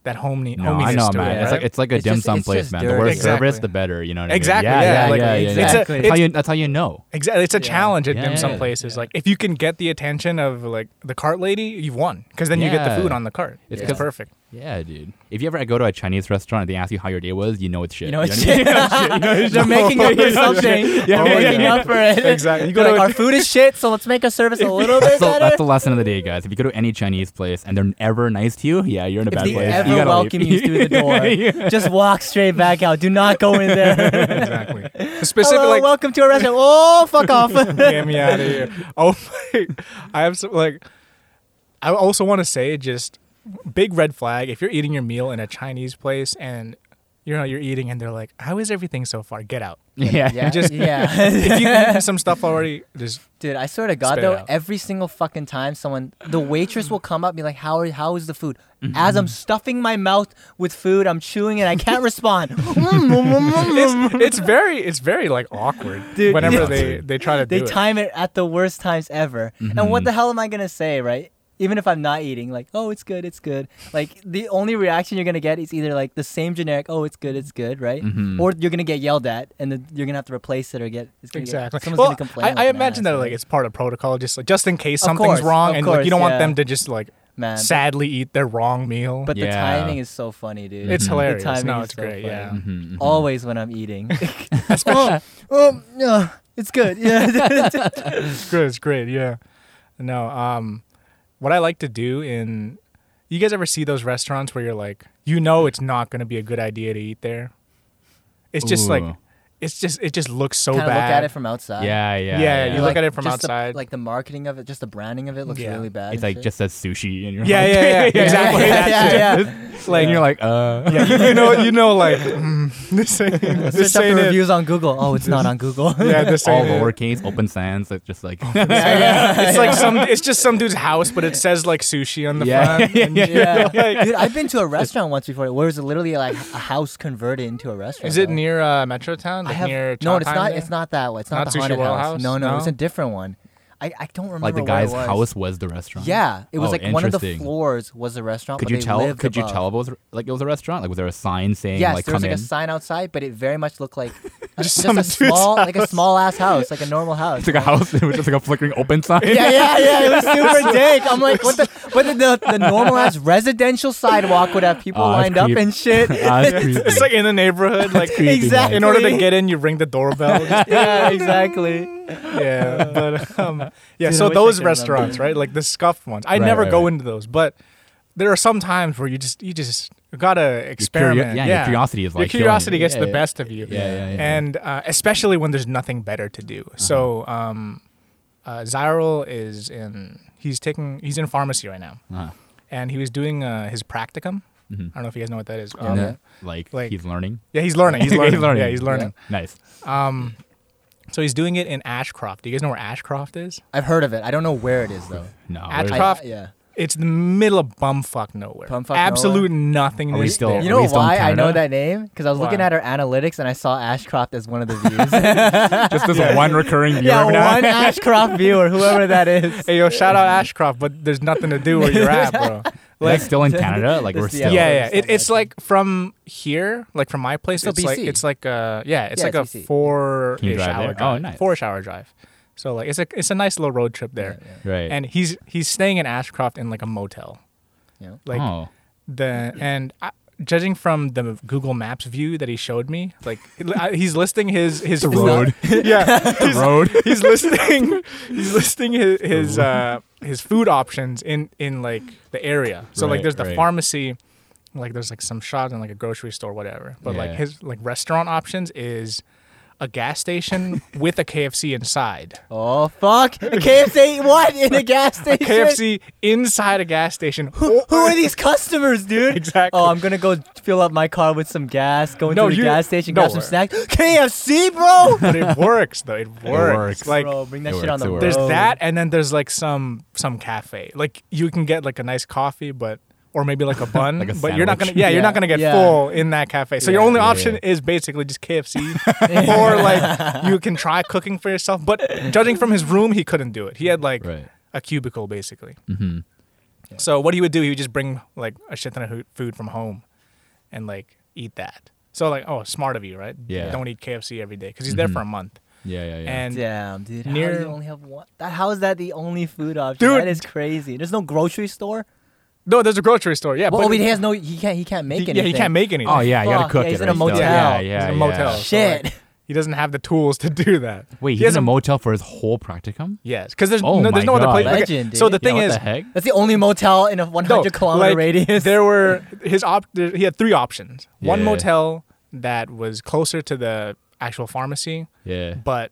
A: that home ne-
C: no,
A: hominess
C: I know,
A: to
C: man.
A: It,
C: It's
A: right?
C: like it's like a
B: It's
C: dim
B: just-
C: sum
B: it's
C: place,
B: just
C: man. The worse
A: dirty.
C: service,
A: Exactly.
C: the better. You know what
A: Exactly,
C: I mean?
A: yeah,
C: Yeah, yeah,
A: like,
C: yeah, yeah,
B: it's
C: yeah.
B: a-
C: That's how you. That's how you know.
A: Exactly, it's a
B: Yeah.
A: challenge at
C: Yeah,
A: dim sum
C: yeah,
A: places.
B: yeah.
A: Like if you can get the attention of like the cart lady, you've won because then you get the
C: Yeah.
A: food on the cart.
C: It's
A: It's,
C: 'cause-
A: perfect.
C: Yeah, dude. If you ever go to a Chinese restaurant and they ask you how your day was, you know it's shit.
B: You know it's
C: what I mean?
B: shit. They're making up for something. They're
A: yeah,
B: making
A: yeah.
B: up for it.
A: Exactly. You
B: They're
A: go
B: like,
A: to a-
B: our food is shit, so let's make our service a little bit
C: That's the,
B: better.
C: that's the lesson of the day, guys. If you go to any Chinese place and they're ever nice to you, yeah, you're in a
B: if
C: bad
B: they
C: place.
B: ever
C: you gotta
B: welcome
C: leave.
B: you through the door, just walk straight back out. Do not go in there.
A: exactly.
B: Hello,
A: Specifically, like,
B: welcome to our restaurant. Oh, fuck off.
A: get me out of here. Oh my! I have some like. I also want to say just big red flag if you're eating your meal in a Chinese place and you know you're eating and they're like, "How is everything so far?" Get out.
C: yeah.
B: yeah,
A: just-
B: yeah.
A: If you eat some stuff already, just
B: Dude, I swear to God,
A: Spit it
B: though,
A: out.
B: every single fucking time someone, the waitress will come up and be like, "How are, how is the food?"
A: Mm-hmm.
B: As I'm stuffing my mouth with food, I'm chewing and I can't respond. Mm, mm, mm, mm, mm.
A: it's, it's very it's very like awkward
B: Dude,
A: whenever
C: yeah.
A: they they try to
B: they
A: do it. Mm-hmm.
B: time it at the worst times ever. And what the hell am I gonna say, right? Even if I'm not eating, like, "Oh, it's good, it's good." Like the only reaction you're gonna get is either like the same generic, "Oh, it's good, it's good," right?
A: Mm-hmm.
C: Mhm.
B: Or you're gonna get yelled at, and then you're gonna have to replace it or get it's gonna
A: Exactly.
B: Get, someone's
A: well,
B: gonna complain.
A: I,
B: like
A: I
B: an
A: imagine that
B: asshole.
A: like it's part of protocol, just like just in case
B: Of
A: something's
B: course,
A: wrong,
B: of
A: and like
B: course,
A: you don't
B: yeah.
A: want them to just like
B: man. but-
A: sadly eat their wrong meal.
B: But the
C: Yeah.
B: timing is so funny, dude.
A: it's
C: Mhm.
A: hilarious.
B: The timing
A: no,
B: is
A: it's
B: so
A: great.
B: funny.
A: Yeah. Mm-hmm.
B: Mm-hmm.
C: Mhm, mhm.
B: Always when I'm eating. oh, oh, no, it's good. Yeah.
A: It's great. It's great. Yeah. No. Um, what I like to do in, you guys ever see those restaurants where you're like, you know, it's not going to be a good idea to eat there. It's just like,
C: Ooh.
A: it's just it just looks so
B: kind of
A: bad.
B: look at it from outside.
C: yeah, yeah,
A: Yeah,
C: yeah.
A: you look at it from
B: just the-
A: outside.
B: like the marketing of it, just the branding of it looks
A: Yeah.
B: really bad.
C: it's
B: and
C: like
B: shit.
C: just says sushi, and you're
A: yeah,
C: like,
A: yeah, yeah,
B: Yeah,
A: exactly.
B: yeah, yeah,
A: That's
B: yeah.
A: it. It's like
C: and you're like, uh,
A: you, you know, you know, like mm, this ain't this
B: Search up
A: ain't
B: the
A: it.
B: reviews on Google. Oh, it's not on Google.
A: Yeah, this
C: all
A: ain't it.
C: lowercase, open sans. It's just like,
A: It's like some. It's just some dude's house, but it says like sushi on the
C: Yeah.
A: front. and
C: Yeah.
A: you're like-
B: Dude, I've been to a restaurant once before where it was literally like a house converted into a restaurant.
A: Is it
B: though.
A: near uh, Metro Town?
B: I
A: Like
B: have
A: near
B: no. It's
A: Chinatown
B: not.
A: there?
B: It's not that one. It's not,
A: Not
B: the
A: Sushi
B: haunted
A: Royal
B: house.
A: House?
B: No, no,
A: No?
B: it's a different one. I, I don't remember.
C: like the
B: where it
C: guy's
B: was.
C: house was the restaurant.
B: Yeah, it was
C: Oh,
B: like one of the
C: interesting.
B: floors was a
A: Oh,
B: restaurant.
C: Could
B: but
C: you
B: they
C: tell?
B: lived
C: Could you
B: above.
C: tell it was like it was a restaurant? Like was there a sign saying
B: Yes,
C: like
B: there was
C: come
B: like
C: in?
B: a sign outside, but it very much looked like a,
A: Just
B: just,
A: some
B: a
A: dude's
B: small, like a
A: house.
B: small ass house, like a normal house.
C: It's like a house. It was just like a flickering open sign.
B: yeah, yeah, yeah. It was super dick. I'm like, what the? But the the, the normal ass residential sidewalk would have people
C: Oh, that's
B: lined up
C: creep.
B: and shit.
C: Ah, it's creepy.
A: It's like in the neighborhood. Like
B: exactly.
A: In order to get in, you ring the doorbell. Just-
B: yeah, exactly.
A: yeah, but um, yeah.
B: Dude, I
A: so
B: wish
A: those
B: I could remember.
A: restaurants, right? Like the scuffed ones. I
C: Right,
A: never
C: right,
A: go
C: right.
A: into those, but there are some times where you just you just gotta
C: Your curio-
A: experiment.
C: yeah,
A: yeah,
C: your curiosity is
A: Your
C: like killing
A: curiosity
C: you.
A: gets
C: Yeah,
A: the
C: yeah,
A: best of you.
C: Yeah, yeah, yeah. Uh-huh.
A: and uh, especially when there's nothing better to do. So um, uh, Zyral is in. He's taking. He's in pharmacy right now,
C: uh
A: and he was doing uh, his practicum.
C: hmm
A: I don't know if you guys know what that is.
C: and
A: Um,
C: then, like,
A: like-
C: he's learning.
A: yeah, he's learning. He's
C: He's
A: learning.
C: learning.
A: Yeah, he's learning.
C: Nice.
A: Um, so he's doing it in Ashcroft. Do you guys know where Ashcroft is?
B: I've heard of it. I don't know where it is though.
C: No.
A: At
C: where's-
A: Pro- Croft-
B: I, yeah.
A: It's the middle of bumfuck nowhere.
B: Bumfuck
A: Absolute nothing.
C: Are we still-
B: You
C: At
B: know
C: least on
B: why I know
C: Canada?
B: that name? Because I was looking
A: Why?
B: at our analytics and I saw Ashcroft as one of the views.
C: just this one recurring viewer.
B: yeah,
C: every now
B: one Ashcroft viewer, whoever that is.
A: Hey yo, shout out Ashcroft, but there's nothing to do where you're at, bro.
C: like
A: Like,
C: still in Canada, like we're
B: This-
C: still.
A: yeah,
B: we're
A: yeah.
B: still
A: It, it's
B: matching.
A: like from here, like from my place.
B: Still
A: It's like
B: BC.
A: it's like uh yeah, it's
B: Yeah,
A: like
B: it's
A: a
B: BC.
A: four
C: Can you
A: ish
C: drive
A: hour
C: there?
A: drive.
C: Oh, nice.
A: Four ish hour drive. So like it's a it's a nice little road trip there.
C: Right.
A: And he's he's staying in Ashcroft in like a motel.
B: Yeah.
A: Like
C: oh,
A: the and I, judging from the Google Maps view that he showed me, like I- he's listing his his
C: The
A: floor-
C: road.
A: yeah,
C: the road.
A: he's listing he's listing his his uh his food options in in like the area. So like
C: Right,
A: there's the
C: right.
A: pharmacy, like there's like some shop and like a grocery store, whatever. But like
C: Yeah.
A: his like restaurant options is a gas station with a KFC inside.
B: Oh fuck! A KFC what in a gas station?
A: KFC inside a gas station.
B: Who, who are these customers, dude?
A: Exactly.
B: Oh, I'm gonna go fill up my car with some gas. Go into
A: No,
B: the
A: you-
B: gas station,
A: no.
B: grab some snacks. KFC, bro.
A: but it works though. It works.
C: works.
A: Like
B: bro, bring that
C: It
B: shit on
C: works,
B: the
C: it
B: road.
C: works.
A: There's that, and then there's like some some cafe. Like you can get like a nice coffee, but or maybe like a bun,
C: Like a
A: but you're not gonna
C: sandwich.
A: yeah, you're
B: Yeah,
A: not gonna get
B: yeah.
A: full in that cafe. So your
B: Yeah.
A: only
C: Yeah,
A: option is basically just KFC, or like you can try cooking for yourself. But judging from his room, he couldn't do it. He had like
C: Right.
A: a cubicle basically.
C: Mm-hmm.
A: So what he would do, he would just bring like a shit ton of hoo- food from home, and like eat that. So like oh, smart of you, right?
C: Yeah.
A: Don't eat KFC every day because he's there
C: Mhm.
A: for a month.
C: Yeah, yeah, yeah.
A: And
B: Damn, dude. how
A: near-
B: do you only have one? That, how is that the only food option?
A: Dude.
B: that is crazy. There's no grocery store.
A: no, there's a grocery store. Yeah,
B: Well,
A: but
B: I mean, he has no. He can't. He can't make
A: he,
B: anything.
A: yeah, he can't make anything.
C: oh yeah, you
B: Fuck,
C: gotta cook
B: yeah,
C: it.
B: he's in a
C: right?
B: motel.
C: Yeah,
B: He's
C: yeah,
A: in a
C: yeah.
A: motel.
B: Shit.
A: he doesn't have the tools to do that.
C: Wait,
A: He
C: he's in a
A: hasn't-
C: motel for his whole practicum.
A: Yes, because there's
C: Oh
A: no, there's
C: my
A: no other
C: God.
A: place. like,
B: Legend,
A: so
B: dude.
A: the
C: Yeah,
A: thing
C: what
A: is,
C: the heck?
B: That's the only motel in a 100
A: no,
B: kilometer
A: like,
B: radius.
A: There were his op. There, he had three options. One
C: Yeah.
A: motel that was closer to the actual pharmacy,
C: Yeah.
A: but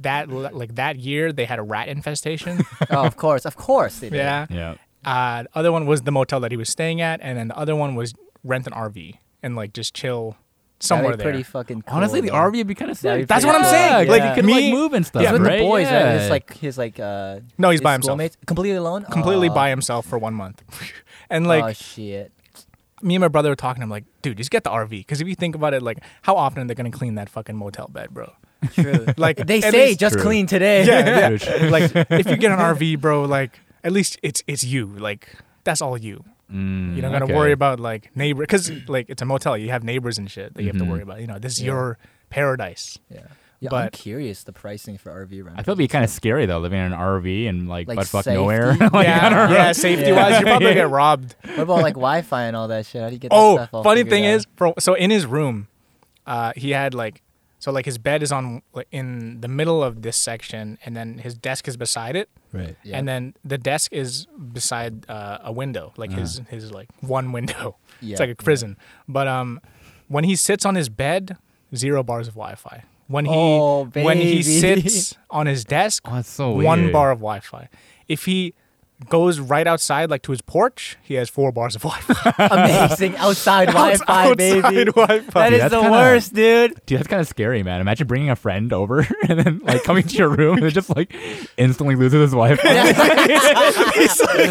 A: that like that year they had a rat infestation.
B: oh, of course, of course. They did.
A: yeah.
C: Yeah.
A: Uh, the other one was the motel that he was staying at, and then the other one was rent an RV and like just chill
B: That'd be
A: somewhere there.
B: Pretty fucking. Cool,
C: Honestly, the
B: though.
C: RV would be kind of
B: That'd be
C: sick.
A: That's what I'm
B: Yeah,
A: saying.
B: yeah.
A: Like
B: Yeah.
A: you could
C: me,
A: me,
C: move and stuff.
A: Yeah.
B: With
C: right?
B: the boys,
C: yeah.
B: right? His like his like uh
A: No, he's
B: his
A: by himself.
B: schoolmates- completely alone?
A: completely
B: Aw.
A: by himself for one month, and like
B: Oh shit.
A: me and my brother were talking. I'm like, dude, just get the RV. Because if you think about it, like, how often are they gonna clean that fucking motel bed, bro?
B: True.
A: Like
B: they
A: at
B: say
A: least-
B: just
C: True.
B: clean today.
A: yeah,
C: Huge.
A: yeah. like if you get an RV, bro, like at least it's it's you. Like that's all you.
C: Mm,
A: You're not gonna
C: okay.
A: worry about like neighbor, because like it's a motel. You have neighbors and shit that you have
C: Mhm.
A: to worry about. You know, this is
B: Yeah.
A: your paradise.
B: Yeah. Yeah, I'm
A: But-
B: curious the pricing for RV rental.
C: I feel it'd be kind of scary though, living in an RV and like,
B: Like
C: butt fuck
B: safety?
C: nowhere. like,
A: yeah,
C: I don't know.
A: yeah. Safety wise, you probably get robbed.
B: What about like Wi-Fi and all that shit? How do you get? that
A: Oh,
B: stuff all
A: funny
B: figured
A: thing
B: out?
A: is, bro, so in his room, uh, he had like, so like his bed is on like, in the middle of this section, and then his desk is beside it,
C: Right.
B: Yeah.
A: and then the desk is beside uh, a window, like his his like one window.
B: Uh-huh. Yeah,
A: It's like a
B: yeah.
A: prison. But um, when he sits on his bed, zero bars of Wi-Fi. When he
B: Oh,
A: when he
B: baby.
A: sits on his desk,
C: Oh,
A: one
C: that's so weird.
A: bar of Wi-Fi. If he goes right outside, like to his porch, he has four bars of Wi-Fi.
B: Amazing outside
A: Outs-
B: Wi-Fi, baby.
A: outside Wi-Fi.
B: That is
C: That's
B: the
C: kinda-
B: worst, dude.
C: Dude, that's kind of scary, man. Imagine bringing a friend over and then like coming to your room and just like instantly loses his wife.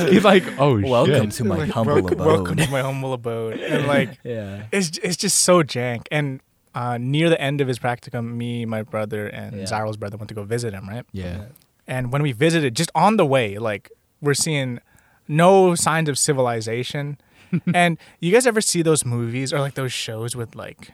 C: He's like, oh
B: Welcome
C: shit.
B: to my
A: Like,
B: humble
A: welcome,
B: abode.
A: welcome to my humble abode. And like,
B: Yeah.
A: it's j- it's just so jank. And uh, near the end of his practicum, me, my brother, and
B: Yeah.
A: Zyro's brother went to go visit him, right?
C: Yeah.
A: And when we visited, just on the way, like we're seeing no signs of civilization. and you guys ever see those movies or like those shows with like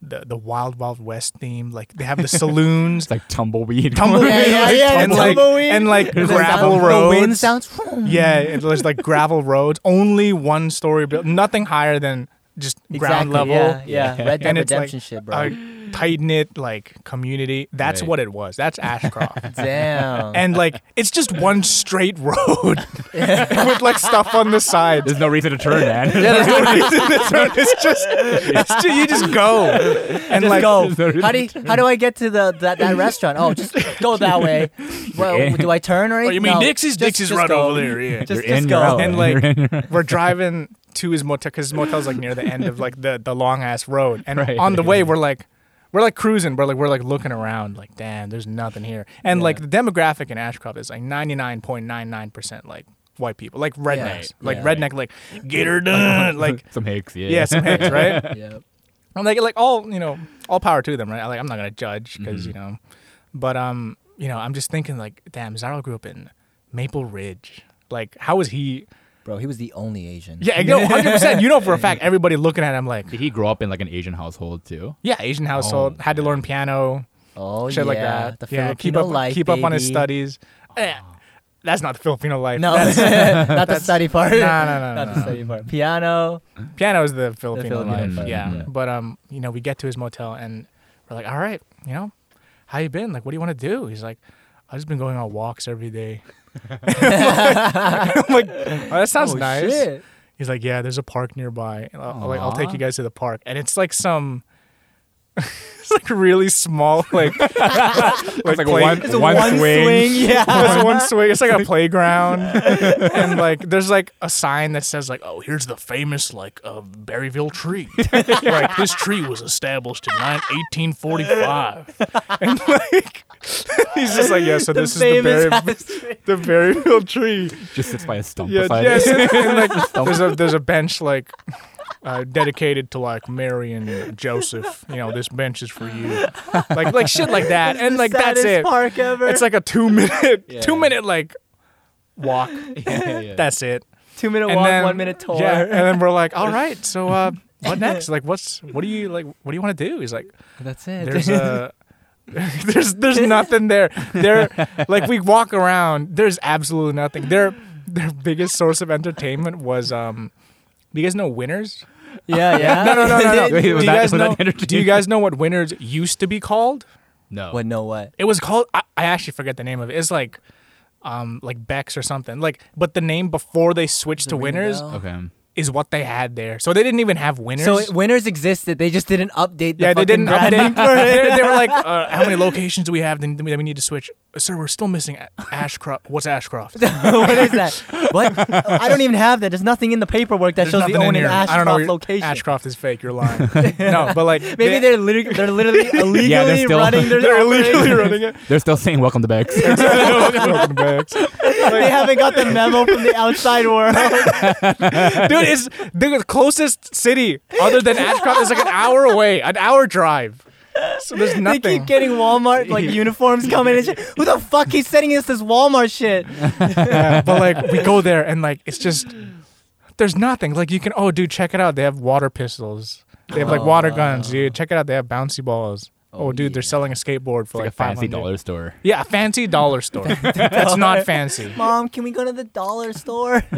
A: the the Wild Wild West theme? Like they have the saloons.
C: It's like tumbleweed.
A: Tumbleweed,
B: Yeah, yeah, yeah,
A: and like
B: tumbleweed.
A: and like
B: The
A: gravel
B: sound- The wind
A: roads.
B: sounds.
A: yeah, and there's like gravel roads. Only one story built, nothing higher than just ground
B: Exactly,
A: level
B: Yeah, yeah. Red Dead
A: and it's
B: Redemption
A: like
B: shit, bro.
A: a tight knit like community. That's
C: Right.
A: what it was. That's Ashcroft.
B: Damn.
A: and like it's just one straight road with like stuff on the sides.
C: There's no reason to turn, man.
B: yeah, let's
A: it's just it's just you just go and
B: just
A: like
B: go.
C: there's no
B: How do you, how do I get to the that, that restaurant? Oh, just go that way. Well,
C: Yeah.
B: do I turn or
A: Oh, you mean
B: no,
A: Dixie's?
B: just-
A: Dixie's
B: just
A: right
B: go.
A: over there. Yeah.
B: Just,
C: You're
B: just
C: in,
B: go.
C: Oh, you're out.
A: and like we're driving to his motel because his motel's like near the end of like the the long ass road. And
C: Right.
A: on the way, we're like. We're like cruising. We're like we're like looking around. Like, damn, there's nothing here. And like the demographic in Ashcroft is like 99.99% like white people, like rednecks, like
B: Yeah.
A: redneck, like get her done, like
C: some hicks, yeah.
A: yeah, some hicks, right?
B: yeah.
A: I'm like like all you know, all power to them, right? Like I'm not gonna judge because
C: Mm-hmm.
A: you know, but um, you know, I'm just thinking like, damn, Zaro grew up in Maple Ridge. Like, how was he?
B: Bro, he was the only Asian.
A: Yeah, no, hundred percent. You know for a fact, everybody looking at him like,
C: Did he grow up in like an Asian household too?
A: yeah, Asian household, had to learn piano,
B: Oh
A: shit
B: yeah.
A: like that.
B: The
A: yeah,
B: Filipino
A: keep up,
B: life.
A: keep up on his
B: baby.
A: studies. Eh, that's not the Filipino life.
B: No,
A: That's-
B: not the study part.
A: no, no, no,
B: Not
A: no,
B: the
A: no.
B: study part. Piano.
A: piano is the Filipino,
B: Filipino
A: life.
B: life,
A: Yeah.
C: yeah.
A: But um, you know, we get to his motel and we're like, all right, you know, how you been? Like, what do you want to do? He's like, I've just been going on walks every day. I'm like, oh, that sounds
B: Oh,
A: nice.
B: shit.
A: He's like, yeah, there's a park nearby. And I'll, I'll, like, I'll take
C: Aw.
A: you guys to the park, and it's like some. It's like really small, like like,
C: like
A: play-
C: one-
B: It's a one
C: swing.
B: Yeah.
A: there's one swing. It's like a playground, and like there's like a sign that says like, "Oh, here's the famous like uh, Berryville tree. like this tree was established in nine- 1845." And like he's just like, "Yeah, so this is the
B: famous
A: Berry- the Berryville tree."
C: Just sits by a stump
A: Yeah,
C: beside
A: yes.
C: it.
A: and like there's a there's a bench like. Uh, dedicated to like Mary and Joseph, you know this bench is for you, like like shit like that, and like that's
B: Saddest
A: it.
B: Park ever.
A: It's like a two minute,
C: Yeah.
A: two minute like walk.
C: Yeah, yeah.
A: That's it.
B: two minute walk, one minute tour.
A: Yeah, and then we're like, all right, so uh, what next? Like, what's what do you like? What do you want to do? He's like,
B: That's it.
A: there's a. there's there's nothing there. There like we walk around. There's absolutely nothing. Their their biggest source of entertainment was um. Do you guys know Winners?
B: yeah, yeah.
A: No, no, no, no, no.
C: Wait,
A: do,
C: was
A: you
C: that-
A: guys
C: was that
A: know, do you
C: entertainment?
A: guys know what Winners used to be called?
C: No.
B: What? No, what?
A: It was called. I, I actually forget the name of it. It's like, um, like Bex or something. Like, but the name before they switched to
B: ring a
A: Winners
B: bell?
C: Okay.
A: is what they had there. So they didn't even have Winners.
B: So it, winners existed. They just didn't update. The
A: yeah, they
B: fucking
A: didn't
B: brand
A: update.
B: name for it.
A: they, they were like, uh, "How many locations do we have? Then that we need to switch." Uh, Sir, we're still missing A- Ashcroft. What's Ashcroft? There's
B: what is that? What? I don't even have that. There's nothing in the paperwork that shows
A: nothing
B: the
A: in
B: owning
A: here.
B: Ashcroft
A: I don't know. you're-
B: location.
A: Ashcroft is fake. You're lying. no, but like
B: Maybe they, are literally they're literally illegally
C: Yeah, they're still-
B: running their
A: they're illegally
B: operation.
A: running it.
C: They're still saying welcome to Bex.
A: Welcome back.
B: they haven't got the memo from the outside world.
A: dude it's the closest city other than ashcroft is like an hour away an hour drive so there's
B: they
A: nothing
B: keep getting Walmart like uniforms coming and shit. Who the fuck keeps sending us this Walmart shit?
A: Yeah, but like we go there and like it's just there's nothing like you can oh dude check it out they have water pistols they have like water guns dude check it out they have bouncy balls oh,
B: Oh,
A: dude they're
B: yeah.
A: selling a skateboard for
C: like a
A: like,
C: fancy
A: 500.
C: dollar store.
A: yeah a fancy dollar store that's not fancy
B: Mom, can we go to the dollar store?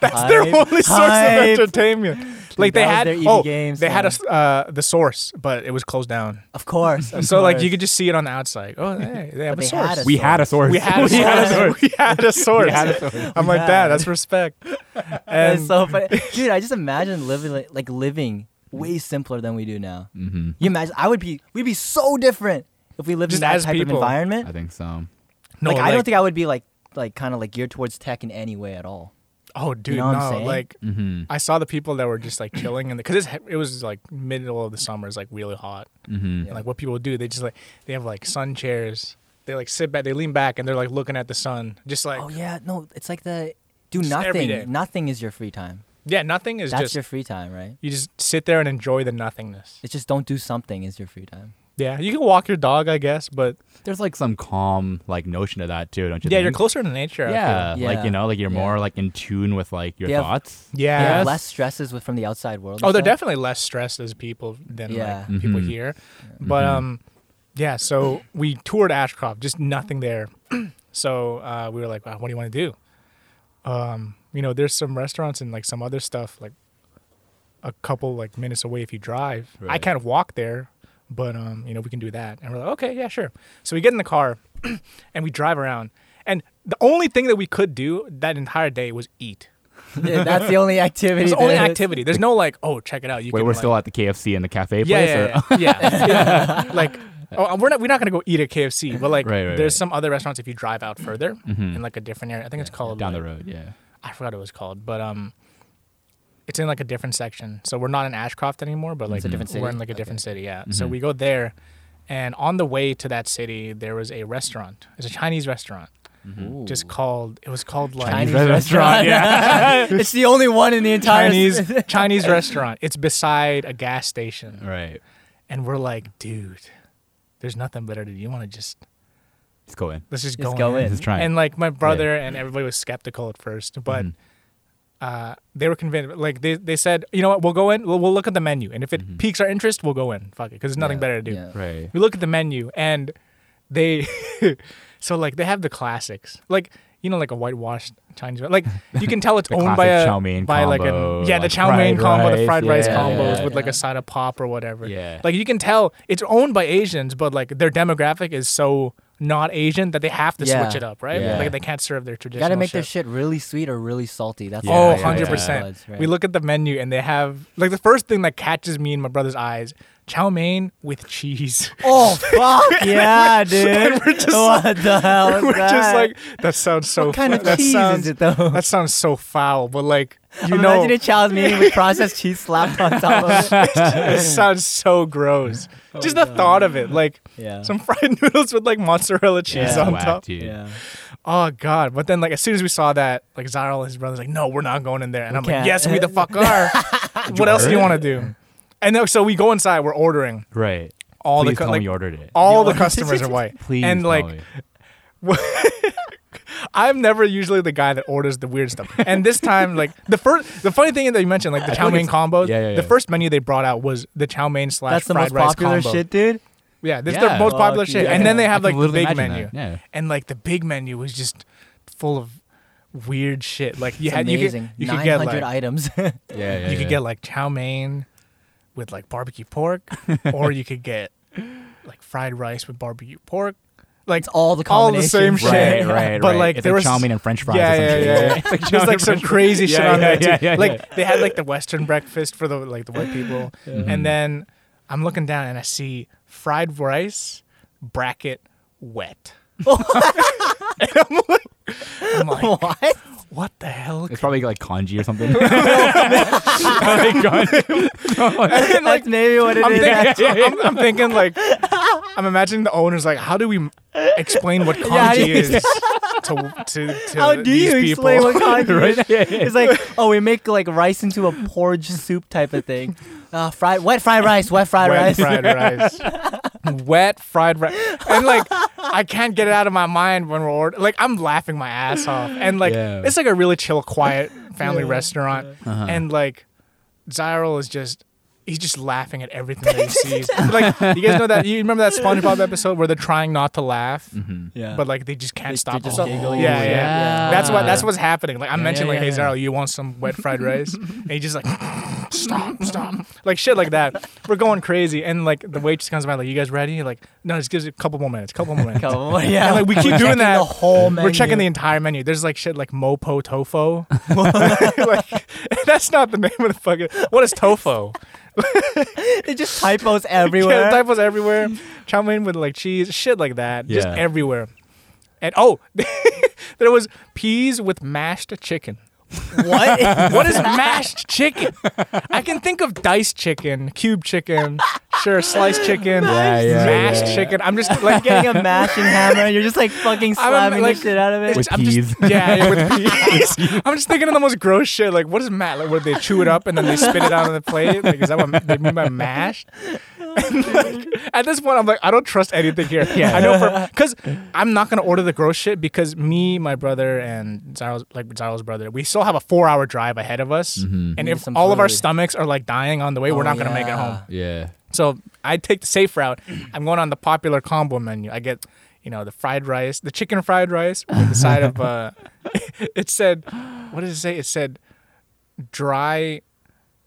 A: That's their
B: Hype.
A: only source
B: Hype.
A: of entertainment. Like they
B: that was
A: had,
B: their ED
A: oh,
B: games,
A: they had a
B: man.
A: s- uh, the source, but it was closed down.
B: Of course. of
A: So like you
B: course.
A: could just see it on the outside. Oh, hey, they have a
B: But they
A: source.
B: had a
C: We had a source.
A: We had a
B: We had a
A: source. We had a source. I'm like,
B: Yeah.
A: Dad, that's respect.
B: That's
A: And
B: so funny, dude. I just imagine living like, like living way simpler than we do now.
C: hmm
B: You imagine? I would be. We'd be so different if we lived
A: Just
B: in that
A: as
B: type
A: people.
B: of environment.
C: I think so.
A: No,
B: like, I don't think I would be like like kind of like geared towards tech in any way at all.
A: Oh, dude,
B: know what I'm
A: no.
B: saying?
A: Like,
C: hmm
A: I saw the people that were just like chilling, and because it was like middle of the summer, it's like really hot.
C: hmm
A: And, like what people do, they just like they have like sun chairs. They like sit back, they lean back, and they're like looking at the sun, just like
B: oh yeah, no, it's like the do
A: Just every day.
B: nothing. Nothing is your free time.
A: yeah, nothing is
B: That's
A: just
B: your free time, right?
A: you just sit there and enjoy the nothingness.
B: It's just don't do something is your free time.
A: Yeah, you can walk your dog, I guess, but
C: There's like some calm like notion to that too, don't you?
A: yeah,
C: think?
A: you're closer to nature. I feel.
C: Yeah, like
B: Yeah.
C: you know, like you're
B: Yeah.
C: more like in tune with like your
B: They have-
C: thoughts.
A: yeah.
B: You have
C: Yes.
B: less stresses with from the outside world. and
A: Oh, they're
B: stuff.
A: definitely less stressed as people than
B: Yeah.
A: like people
C: Mhm.
A: here. But
C: Mhm.
A: um, yeah. So we toured Ashcroft, just nothing there. so uh, we were like, wow, what do you want to do? Um, you know, there's some restaurants and like some other stuff like a couple like minutes away if you drive. I
C: Right.
A: can't walk there, but um, you know, we can do that. And we're like, okay, yeah, sure. So we get in the car and we drive around. And the only thing that we could do that entire day was eat.
B: Yeah, That's the only activity.
A: It's the only
B: there is.
A: activity. There's no like, oh, check it out. You
C: Wait,
A: can,
C: we're
A: like-
C: still at the KFC and the cafe place. or-
A: yeah, yeah, yeah, yeah. Yeah. Like, oh, we're not we're not gonna go eat at KFC, but like,
C: Right, right,
A: there's
C: right.
A: some other restaurants if you drive out further
C: Mhm.
A: in like a different area. I think it's called
C: down the
A: like-
C: road. Yeah.
A: I forgot what it was called, but um, it's in like a different section. So we're not in Ashcroft anymore, but like
B: It's a different
A: We're in
B: city?
A: like a different city. Yeah. So
C: Mhm.
A: we go there, and on the way to that city, there was a restaurant. It's a Chinese restaurant, just
B: Ooh.
A: called. It was called like
B: Chinese
C: Chinese
B: restaurant. Yeah, it's the only one in the entire.
A: Chinese Chinese restaurant. It's beside a gas station.
C: Right.
A: And we're like, dude, there's nothing better to do. You want to just
C: Let's go in.
A: let's just,
B: Just
A: go,
B: go
A: in.
B: in.
C: Let's try. it.
A: And like my brother and everybody was skeptical at first, but
B: Mm-hmm.
C: Mhm.
A: uh, they were convinced. Like they, they said, you know what, we'll go in. We'll, we'll look at the menu, and if it
C: Mhm.
A: piques our interest, we'll go in. Fuck it, because there's nothing
B: Mm-hmm. Yeah,
A: better to do.
B: yeah.
C: right.
A: We look at the menu, and they, so like they have the classics, like you know, like a whitewashed Chinese, like you can tell it's
C: The
A: owned by
C: classic
A: a
C: chow mein
A: by
C: combo,
A: like a yeah, the
C: like
A: chow mein
C: fried
A: combo, the
C: rice,
A: fried rice
C: yeah,
A: combos
B: yeah,
A: with like
B: yeah.
A: a side of pop or whatever.
C: Yeah.
A: Like you can tell it's owned by Asians, but like their demographic is so not Asian that they have to
B: Yeah.
A: switch it up, right?
C: Yeah.
A: Like they can't serve their traditional.
B: Gotta make
A: shit.
B: their shit really sweet or really salty. That's
C: Yeah,
A: oh,
C: yeah,
A: 100%. We look at the menu and they have like the first thing that catches me and my brother's eyes, chow mein with cheese.
B: Oh fuck yeah, dude! what the hell? is
A: We're
B: that?
A: just like that sounds so
B: what kind
A: fu-
B: of
A: that
B: cheese
A: sounds
B: is it though?
A: that sounds so foul, but like you know
B: Imagine a child's meal with processed cheese slapped on top of it.
A: it sounds so gross.
C: Oh,
A: just the thought of it, like
B: Yeah.
A: some fried noodles with like mozzarella cheese
B: Yeah.
A: on
C: Whack,
A: top.
C: dude.
B: yeah.
A: Oh god! But then, like, as soon as we saw that, like Zyril and his brother's like, "No, we're not going in there." And I'm like,
B: can't.
A: "Yes, we the fuck are." what else do you want to do? And then, so we go inside. We're ordering
C: Right.
A: all
C: Please
A: the cu-
C: tell me
A: like
C: you ordered it.
A: all the customers are white.
C: Please.
A: and
C: tell
A: like,
C: me.
A: I'm never usually the guy that orders the weird stuff. And this time, like the first, the funny thing that you mentioned, like the chow mein combos.
C: yeah, yeah,
A: The
C: yeah.
A: first menu they brought out was the chow mein slash
B: That's the
A: fried
B: most
A: rice
B: popular
A: combo.
B: shit, dude.
A: Yeah, that's
C: Yeah.
A: their most popular
B: Fuck
A: shit.
B: yeah.
A: And then they
C: I
A: have
C: can
A: like the
C: literally
A: big
C: imagine
A: menu.
C: that, yeah.
A: And like the big menu was just full of weird shit. Like you
B: It's
A: had
B: amazing.
A: you could you could get
B: 900
A: like
B: items.
C: Yeah. yeah
A: you
C: yeah.
A: could get like chow mein with like barbecue pork, or you could get like fried rice with barbecue pork. Like
B: it's all the
A: All the
B: combinations.
A: same
C: Right,
A: shit.
C: right, right.
A: But, like,
C: it's
A: there was-
C: chow mein and French fries.
A: yeah,
C: or some
A: yeah, yeah,
C: shit.
A: yeah.
C: It's chow
A: There's
C: mein
A: like
C: and
A: some
C: French fries.
A: crazy shit
C: Yeah,
A: on
C: yeah,
A: there too.
C: yeah, yeah,
A: like
C: yeah.
A: they had like the Western breakfast for the like the white people, and then I'm looking down and I see fried rice bracket wet. and I'm like, I'm like,
B: What?
A: what the hell?
C: It's probably like kanji or something. Probably kanji. No, like-
A: And, like,
B: That's maybe what it
A: I'm
B: is.
A: thinking, I'm, I'm thinking like, I'm imagining the owner's like, how do we explain what
B: how do
A: kanji
B: you-
A: is to to, to
B: How do
A: these
B: you
A: people?
B: explain what kanji
C: Right?
B: is?
C: Yeah, yeah, yeah.
B: It's like, oh, we make like rice into a porridge soup type of thing. Uh, fried, wet fried rice, wet fried
A: wet
B: rice.
A: fried rice. wet fried rice. And like, I can't get it out of my mind when we're ordering. Like, I'm laughing my ass off. And like,
C: Yeah.
A: it's like a really chill, quiet family restaurant. And like, Zyril is just. He's just laughing at everything that he sees. like you guys know that you remember that SpongeBob episode where they're trying not to laugh,
B: Yeah.
A: but like they just can't
B: They-
A: stop
B: they're just
A: themselves.
B: giggling.
A: Yeah, yeah,
C: Yeah.
A: That's what that's what's happening. Like I
B: Yeah,
A: mentioned,
B: yeah,
A: like,
B: yeah,
A: hey
B: yeah.
A: Zaro, you want some wet fried rice? and he just like stop, stop, like shit like that. We're going crazy, and like the waitress comes by, like, you guys ready? Like, no, just gives it a couple more minutes, couple more minutes.
B: Come on, yeah.
A: And, like we keep
B: We're
A: doing
B: checking
A: that.
B: The whole menu.
A: We're checking the entire menu. There's like shit like Mopo Tofo. like, that's not the name of the fucking. What is Tofo?
B: It just typos everywhere.
A: Yeah, typos everywhere. Chow mein with like cheese, shit like that, just
C: Yeah.
A: everywhere. And oh, there was peas with mashed chicken.
B: what?
A: What is mashed chicken? I can think of diced chicken, cube chicken, sure, sliced chicken,
C: Yeah, yeah,
A: mashed
C: yeah.
A: chicken. I'm just like
B: Getting a mashing hammer, you're just like fucking slamming the shit out of it.
C: With
A: I'm
C: peas.
A: Just, yeah, yeah, with peas. I'm just thinking of the most gross shit. Like, what is mash? Like, where they chew it up and then they spit it out on the plate? Like, is that what they mean by mashed? And, like, at this point, I'm like, I don't trust anything here. Yeah, I know for because I'm not gonna order the gross shit because me, my brother, and Zyro's like Zyro's brother, we still have a four hour drive ahead of us, and
C: Mm-hmm.
B: Need
A: if
B: some
A: all of our
B: food.
A: stomachs are like dying on the way, we're
B: Oh,
A: not gonna make it
B: yeah.
A: home.
C: Yeah.
A: So I take the safe route. I'm going on the popular combo menu. I get, you know, the fried rice, the chicken fried rice with the side of uh it said what did it say? It said dry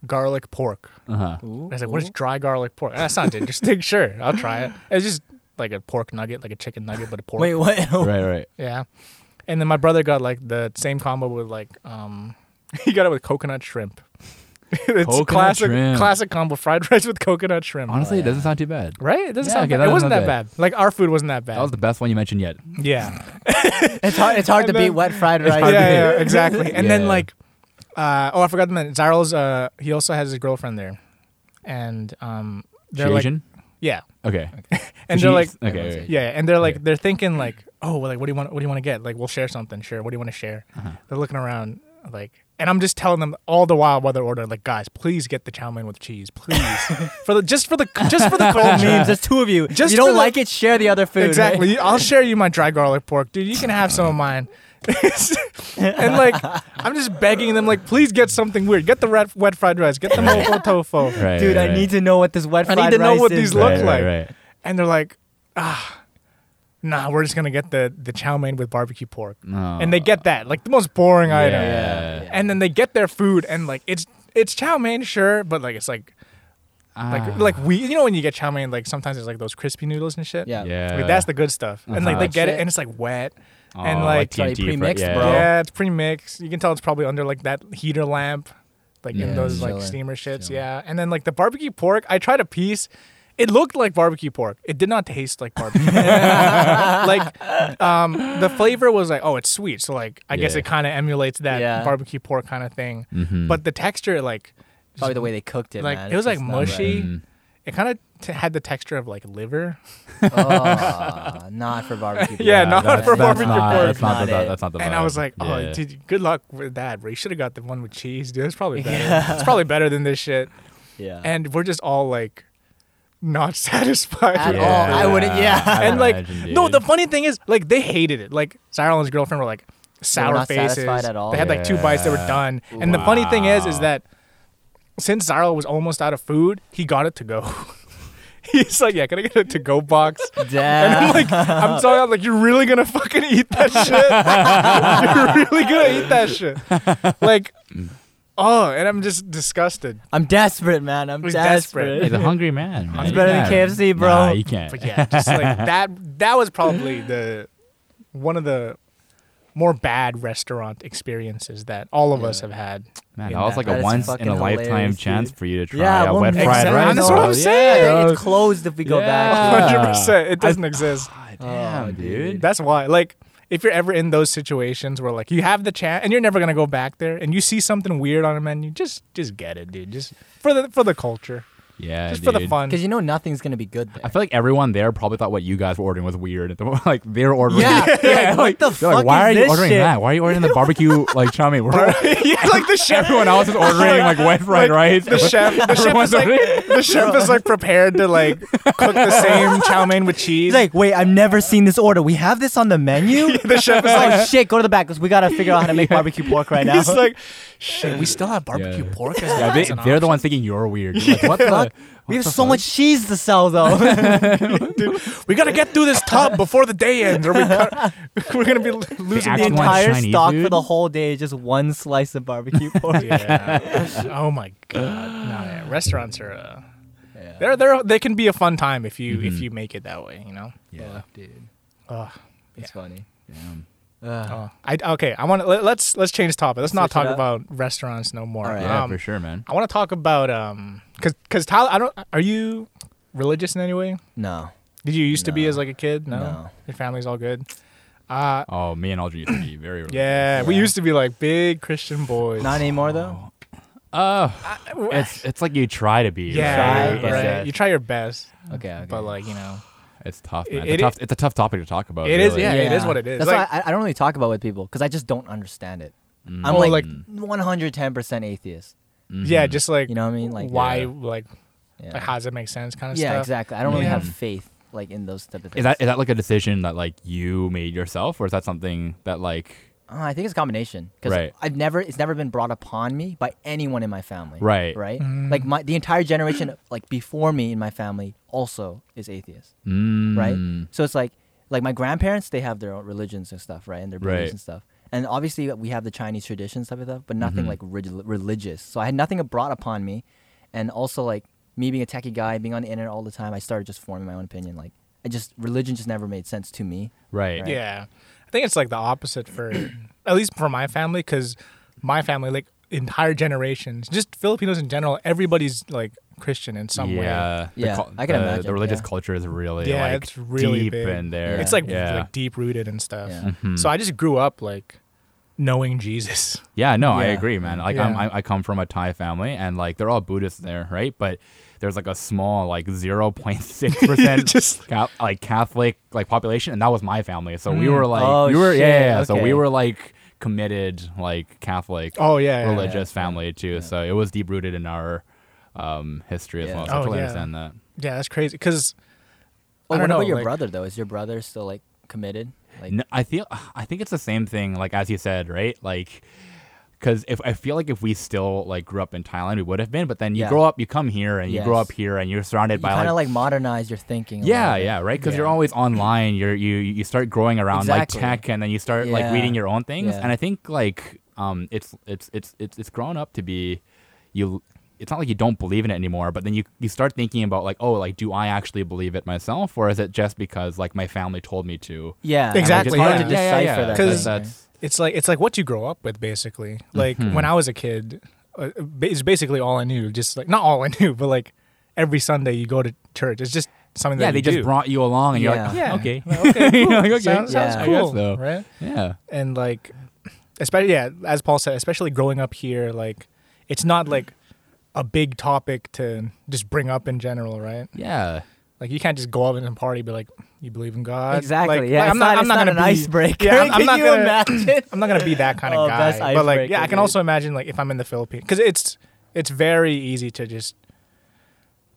A: garlic pork.
C: Uh
B: Uh-huh.
A: I
C: huh.
A: was like, what is dry garlic pork? That sounds interesting. sure, I'll try it. It's just like a pork nugget, like a chicken nugget, but a pork.
B: Wait, what?
C: Right. Right.
A: Yeah. And then my brother got like the same combo with like um he got it with coconut shrimp. it's
C: Coconut
A: classic
C: shrimp.
A: classic combo fried rice with coconut shrimp.
C: Honestly,
B: yeah.
C: it doesn't sound too bad.
A: Right? It doesn't
C: Yeah,
A: sound
C: okay,
A: bad.
C: that
A: It
C: was
A: wasn't
C: not
A: that bad.
C: bad.
A: Like our food wasn't that bad.
C: That was the best one you mentioned yet.
A: yeah.
B: It's hard. It's hard to
A: And
B: beat
A: then-
B: wet fried rice.
A: yeah, yeah, exactly. And then
C: Yeah.
A: like uh oh I forgot the man. Zyrel's uh he also has his girlfriend there. And um they're
C: She
A: like
C: Asian?
A: Yeah.
C: Okay.
A: And
C: She-
A: they're like
C: okay, okay.
A: Yeah, and they're like
C: Okay.
A: they're thinking like, Oh, well, like what do you want what do you want to get? Like we'll share something, sure. What do you want to share?
C: Uh-huh.
A: They're looking around like and I'm just telling them all the while while they're ordering, like, guys, please get the chow mein with cheese, please, for the just for the just for the cold
B: Memes,
A: memes.
B: there's two of you.
A: Just
B: you
A: for
B: don't
A: the-
B: like it, share the other
C: eh?
B: food. right?
A: Exactly. I'll share you my dry garlic pork, dude. You can have some of mine. and like, I'm just begging them, like, please get something weird. Get the red, wet fried rice. Get the mofo tofu.
C: Right.
B: Dude, I need to know what this wet
A: I
B: fried
A: need to know
B: rice
A: what
B: is.
A: these look
C: Right, right,
A: like.
C: right.
A: And they're like, ah, nah, we're just gonna get the the chow mein with barbecue pork. And they get that, like, the most boring item.
C: Yeah.
A: And then they get their food, and like, it's it's chow mein, sure, but like, it's like. Ah. Like,
C: Ah.
A: like we, you know, when you get chow mein, like sometimes it's like those crispy noodles and shit.
B: Yeah.
C: Yeah.
A: Like, that's the good stuff. And like
C: Uh-huh.
A: they get it
B: Shit.
A: and it's like wet.
C: Oh,
A: and like,
B: like
C: TNT for-
B: pre-mixed,
C: yeah.
B: bro.
A: yeah, it's pre-mixed. You can tell it's probably under like that heater lamp, like in
B: Yeah,
A: those like
B: chilling,
A: steamer shits.
B: chilling.
A: Yeah. And then like the barbecue pork, I tried a piece. It looked like barbecue pork. It did not taste like barbecue. like um, the flavor was like, oh, it's sweet. So like I guess
C: Yeah.
A: it kind of emulates that
B: Yeah. Mm-hmm.
A: barbecue pork kind of thing.
C: Mhm.
A: But the texture like
B: Probably the way they cooked it.
A: like
B: man.
A: it was like
B: It's just not right.
A: mushy. It kind of t- had the texture of like liver.
B: Oh, not for barbecue.
A: Yeah, not
C: that's,
A: for
C: that's
A: barbecue
C: not,
A: pork.
C: That's not, the-
B: Not it.
C: that's not the
A: And I
C: vibe.
A: was like, oh,
C: Yeah.
A: dude, good luck with that, bro. You should have got the one with cheese, dude. It's probably better. It's probably better than this shit.
B: Yeah.
A: And we're just all like, not satisfied
B: At
A: at
B: all.
A: all.
B: I wouldn't- yeah.
C: I
A: and like,
C: imagine,
A: no,
C: dude.
A: the funny thing is, like, they hated it. Like, Cyril and his girlfriend were like sour
B: not
A: faces.
B: satisfied at all?
A: They had like two bites. They were
C: Yeah.
A: done. And the funny thing is, is
C: Wow.
A: that since Cyril was almost out of food, he got it to go. He's like, yeah, can I get a to go box? And
B: Damn.
A: I'm like, I'm sorry, I'm like, you're really gonna fucking eat that shit? you're really gonna eat that shit? Like, oh, and I'm just disgusted.
B: I'm desperate, man. I'm
A: He's
B: desperate.
A: desperate.
C: He's a hungry man. man.
A: It's
C: You
B: better than
C: can't.
B: KFC, bro.
C: Nah, you can't.
A: But yeah, just like that. That was probably the one of the more bad restaurant experiences that all of us
B: Yeah.
A: have had.
C: Man,
A: in
C: that was like a
B: is
C: once in
B: fucking
C: a lifetime
B: hilarious,
C: chance
B: dude.
C: for you to try
B: Yeah,
C: a
B: we'll
C: wet
B: never
C: fried
A: know.
C: rice.
A: That's what I'm
C: Yeah,
A: saying.
C: bro.
B: It's closed if we go
C: Yeah.
B: back.
A: 100%. It doesn't exist.
C: Ah,
B: Oh,
C: Damn,
B: dude.
C: dude.
A: That's why, like, if you're ever in those situations where like you have the chance and you're never gonna go back there, and you see something weird on a menu, just just get it, dude. Just for the for the culture,
C: Yeah,
A: just
C: dude.
A: for the fun.
B: Because you know nothing's gonna be good
C: I
B: there.
C: feel like everyone there probably thought what you guys were ordering was weird. like they were ordering.
B: Yeah, yeah. What the
C: They're
B: fuck
C: like, why
B: is
C: are you
B: this
C: ordering
B: shit?
C: that? Why are you ordering the barbecue like chow mein? We're-
A: yeah, like the chef.
C: Everyone else is ordering like wet fried rice.
A: The chef, the chef is
C: Everyone's
A: like, the chef is like prepared to like cook the same chow mein with cheese.
B: He's like, wait, I've never seen this order. We have this on the menu.
A: the chef is like,
B: oh shit, go to the back. 'cause We gotta figure out how to make barbecue pork right now.
A: he's like, shit, we still have barbecue
C: Yeah.
A: pork. As
C: Yeah,
A: as
C: they,
A: an
C: they're the ones thinking you're weird. Like, what the? What
B: we have
C: the
B: so
C: fuck?
B: much cheese to sell though.
A: option. We gotta get through this tub before the day ends, or we cut, we're gonna be lo- losing
B: the
C: Actually,
A: money.
C: want
B: entire
C: Chinese
B: stock for
C: food?
B: the whole day is just one slice of barbecue pork.
A: Yeah. oh my god. No, yeah. Restaurants are. Uh, They're, they're, they can be a fun time if you if you make it that way, you know.
C: Yeah,
B: dude,
A: Ugh.
B: it's funny.
C: damn.
B: Ugh.
A: Oh, I okay. I want to let, let's let's change topic. Let's not
B: Switch it
A: talk
B: up?
A: about restaurants no more.
B: All right.
C: Yeah,
A: Um,
C: for sure, man.
A: I want to talk about um, cause cause Tyler, I don't. Are you religious in any way?
B: no,
A: Did you used to be
B: No.
A: as like a kid? No.
B: No.
A: Your family's all good. Uh,
C: Oh, me and Aldrin used to be very religious.
A: yeah, we
B: Yeah.
A: used to be like big Christian boys.
B: not anymore though.
C: Oh, it's it's like you try to be.
A: yeah,
B: right,
A: right.
C: It's, uh,
B: yeah.
A: You try your best,
B: Okay, okay.
A: but like you know,
C: it's tough, man.
A: It-
C: It's, a tough, it's a tough topic to talk about.
A: It
C: It
A: is,
C: is,
A: yeah. it is what it is.
B: That's
A: Like-
B: why I, I don't really talk about it with people because I just don't understand it. I'm
A: Oh, like-
B: like 110 percent atheist.
C: Mm-hmm.
A: yeah, just like
B: Mm-hmm. You know what I mean? Like
A: why,
C: Yeah.
A: like,
B: Yeah,
A: like, how does it make sense, kind of
B: Yeah,
A: stuff.
B: exactly. I don't really have
C: Yeah.
B: faith like in those type of things.
C: Is that is that like a decision that like you made yourself, or is that something that like
B: Uh, I think it's a combination because
C: Right.
B: I've never it's never been brought upon me by anyone in my family.
C: Right.
B: Right. Like my the entire generation like before me in my family also is atheist.
C: mm,
B: Right. So it's like like my grandparents they have their own religions and stuff right and their beliefs
C: Right.
B: and stuff. And obviously we have the Chinese traditions type of stuff, but
C: Mm-hmm.
B: nothing like rig- religious. So I had nothing brought upon me, and also like me being a techie guy, being on the internet all the time, I started just forming my own opinion. Like I just religion just never made sense to me.
C: Right.
B: Right.
A: Yeah, I think it's like the opposite for at least for my family because my family, like entire generations, just Filipinos in general, everybody's like Christian in some way.
C: Yeah. the
B: Yeah, I can
C: the,
B: imagine,
C: The religious
B: yeah.
C: culture is really
A: Yeah,
C: like
A: it's really big.
C: deep in there.
B: Yeah.
A: It's like,
C: yeah.
A: deep rooted and stuff.
B: Yeah.
A: So I just grew up like knowing Jesus.
C: Yeah, no, I
B: Yeah.
C: agree, man. Like I'm,
A: Yeah.
C: I, I come from a Thai family, and like they're all Buddhists there, right? But there's like a small, like zero point six percent
A: Just-
C: like Catholic like population, and that was my family. So we
A: Mm.
C: were like,
B: Oh,
C: we were yeah,
B: shit,
C: yeah, yeah. So
B: okay.
C: we were like committed, like Catholic,
A: Oh yeah, yeah,
C: religious family too. So it was deep rooted in our um, history as
B: Yeah.
C: well. So I
A: Oh,
C: totally
A: yeah.
C: understand that.
A: yeah. That's crazy because
B: Oh,
A: I
B: what
A: don't
B: about
A: know,
B: your
A: like-
B: brother though? Is your brother still like committed? Like
C: No, I feel I think it's the same thing. Like as you said, right? Like because if I feel like if we still like grew up in Thailand, we would have been. But then you
B: Yeah.
C: grow up, you come here, and you grow
B: Yes.
C: up here, and you're surrounded
B: you
C: by
B: kind of
C: like.
B: like, modernize your thinking. a
C: yeah,
B: little bit.
C: yeah, right. Because you're
B: Yeah.
C: always online. You're you you start growing around
B: Exactly.
C: like tech, and then you start like
B: Yeah.
C: reading your own things.
B: Yeah.
C: And I think like um, it's it's it's it's it's grown up to be you. It's not like you don't believe in it anymore, but then you you start thinking about like, oh, like do I actually believe it myself, or is it just because like my family told me to?
B: Yeah,
A: Exactly,
B: It's hard
A: yeah.
B: to decipher that.
A: 'Cause- uh,
B: kind of
C: that's
A: it's like it's like what you grow up with basically. Like
B: Mm-hmm.
A: when I was a kid, uh, ba- it's basically all I knew. Just like not all I knew, but like every Sunday you go to church. It's just something
C: yeah.
A: that
C: They
A: you
C: just
A: do.
C: brought you along, and you're like,
A: Yeah.
C: okay,
A: Well, okay,
C: You
A: cool.
C: know, like, okay,
A: Sounds, sounds
B: yeah. I
A: cool,
C: guess so.
A: right?
C: yeah,
A: And like, especially yeah, as Paul said, especially growing up here, like, it's not like a big topic to just bring up in general, right?
C: yeah.
A: Like, you can't just go out and party and be like, "You believe in God?"
B: Exactly.
A: Like,
B: yeah,
A: like,
B: it's not, it's not an
A: gonna be-
B: icebreaker.
A: Yeah, I'm, I'm
B: Can
A: not
B: you
A: gonna.
B: imagine?
A: I'm not gonna be that kind of
B: Oh,
A: guy.
B: best
A: But like, yeah, I
B: icebreaker,
A: can also
B: dude.
A: imagine like if I'm in the Philippines, because it's it's very easy to just.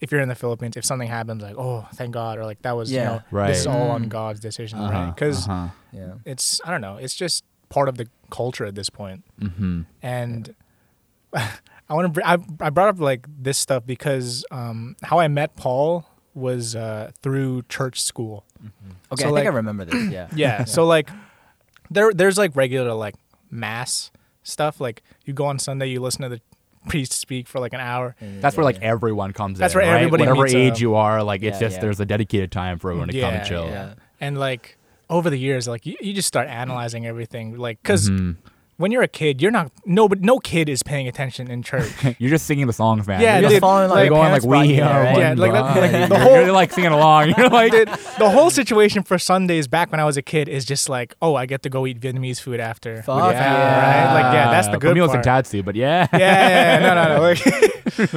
A: If you're in the Philippines, if something happens, like oh, thank God, or like that was, you
B: Yeah.
A: know,
C: Right.
A: this is all on
B: Mm.
A: God's decision,
C: Uh-huh,
A: right? Because
C: uh-huh.
B: yeah.
A: it's I don't know. It's just part of the culture at this point.
C: Mhm.
A: And I want to. Br- I I brought up like this stuff because um, how I met Paul was uh, through church school.
B: Okay,
A: So,
B: I think
A: like-
B: I remember this. Yeah.
A: Yeah. so like, there there's like regular like mass stuff. Like you go on Sunday, you listen to the priest speak for like an hour.
C: Mm-hmm. That's
B: Yeah,
C: where like
B: yeah.
C: everyone comes
A: That's
C: in.
A: where
C: right?
A: everybody
C: Whatever
A: meets
C: age
A: up.
C: you are, like it's
B: Yeah,
C: just
B: yeah.
C: there's a dedicated time for everyone to come and chill.
B: yeah.
A: And like over the years, like you, you just start analyzing everything. Like because
C: Mhm.
A: when you're a kid, you're not no but no kid is paying attention in church.
C: You're just singing the songs, man.
A: Yeah,
B: You're
C: You're
A: dude,
B: just
C: just
B: following
A: like,
B: like,
A: your
C: going like we are
A: right?
C: one
A: Yeah, like, that-
C: body.
A: like, the
C: You're-
A: whole-
C: you're like singing along. You're like,
A: Dude, the whole situation for Sundays back when I was a kid is just like, oh, I get to go eat Vietnamese food after. with
B: Fuck
A: the family, Right? Like, yeah, that's the good
C: meals
A: part.
C: and tatsu, but yeah,
A: yeah, yeah, yeah, no, no, no.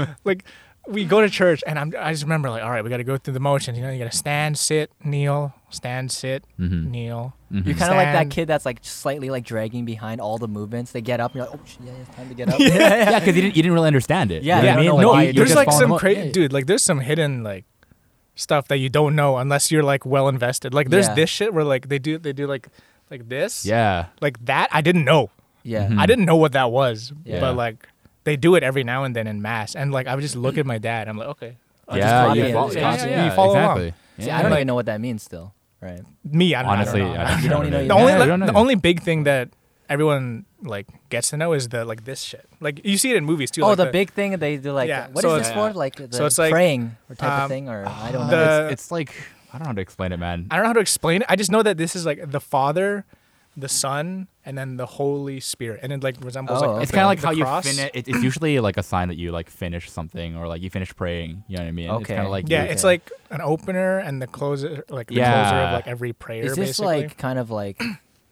A: Like, like we go to church, and I'm, I just remember like, all right, we got to go through the motions. You know, you got to stand, sit, kneel, stand, sit,
C: Mhm.
A: kneel.
B: You're kind of like that
A: Stand.
B: kid that's like slightly like dragging behind all the movements. They get up and you're like, oh, shit, yeah, it's time to get up.
C: yeah, because you didn't you didn't really understand it.
B: Yeah,
C: you know
B: yeah,
C: what I mean?
B: no,
C: Like,
B: I-
C: you're
A: there's
C: just
A: like
C: following
A: some
C: along.
A: crazy
C: Yeah.
A: dude. Like there's some hidden like stuff that you don't know unless you're like well invested. Like there's
B: Yeah.
A: this shit where like they do they do like like this.
C: Yeah,
A: Like that I didn't know.
B: Yeah.
A: I didn't know what that was,
B: Yeah.
A: but like they do it every now and then in mass, and like I would just look at my dad. I'm like, oh, okay, I'll just
C: yeah,
A: copy
C: you
A: it.
C: follow-
B: Just
C: yeah,
B: copy it.
C: yeah,
A: You follow along.
C: exactly.
B: See,
C: Yeah.
B: I don't
A: Like-
B: even know what that means still, right?
A: me. I don't,
C: Honestly,
A: I don't know.
C: I
B: You don't
C: know.
B: know
A: the
B: Yeah,
A: only
C: I
A: like,
C: don't
A: the
C: know.
A: only big thing that everyone like gets to know is the like this shit. Like you see it in movies too.
B: oh,
A: like
B: the, big thing that they do like,
A: Yeah,
B: what is
A: so
B: this
A: it's-
B: for? Like the
A: it's like,
B: praying or type
A: um,
B: of thing, or I don't
A: the-
B: know.
C: it's, it's like I don't know how to explain it, man.
A: I don't know how to explain it. I just know that this is like the father the Son, and then the Holy Spirit, and it like resembles
B: Oh,
A: like
C: It's
B: okay.
C: kind of like
A: the
C: how
A: cross.
C: you finish. It, it's usually like a sign that you like finish something or like you finish praying. You know what I mean? It's
B: Okay.
C: kind of like
A: Yeah,
C: you-
A: it's like an opener and the closer, like the closer of
C: Yeah.
A: like every prayer.
B: Is this
A: basically.
B: like kind of like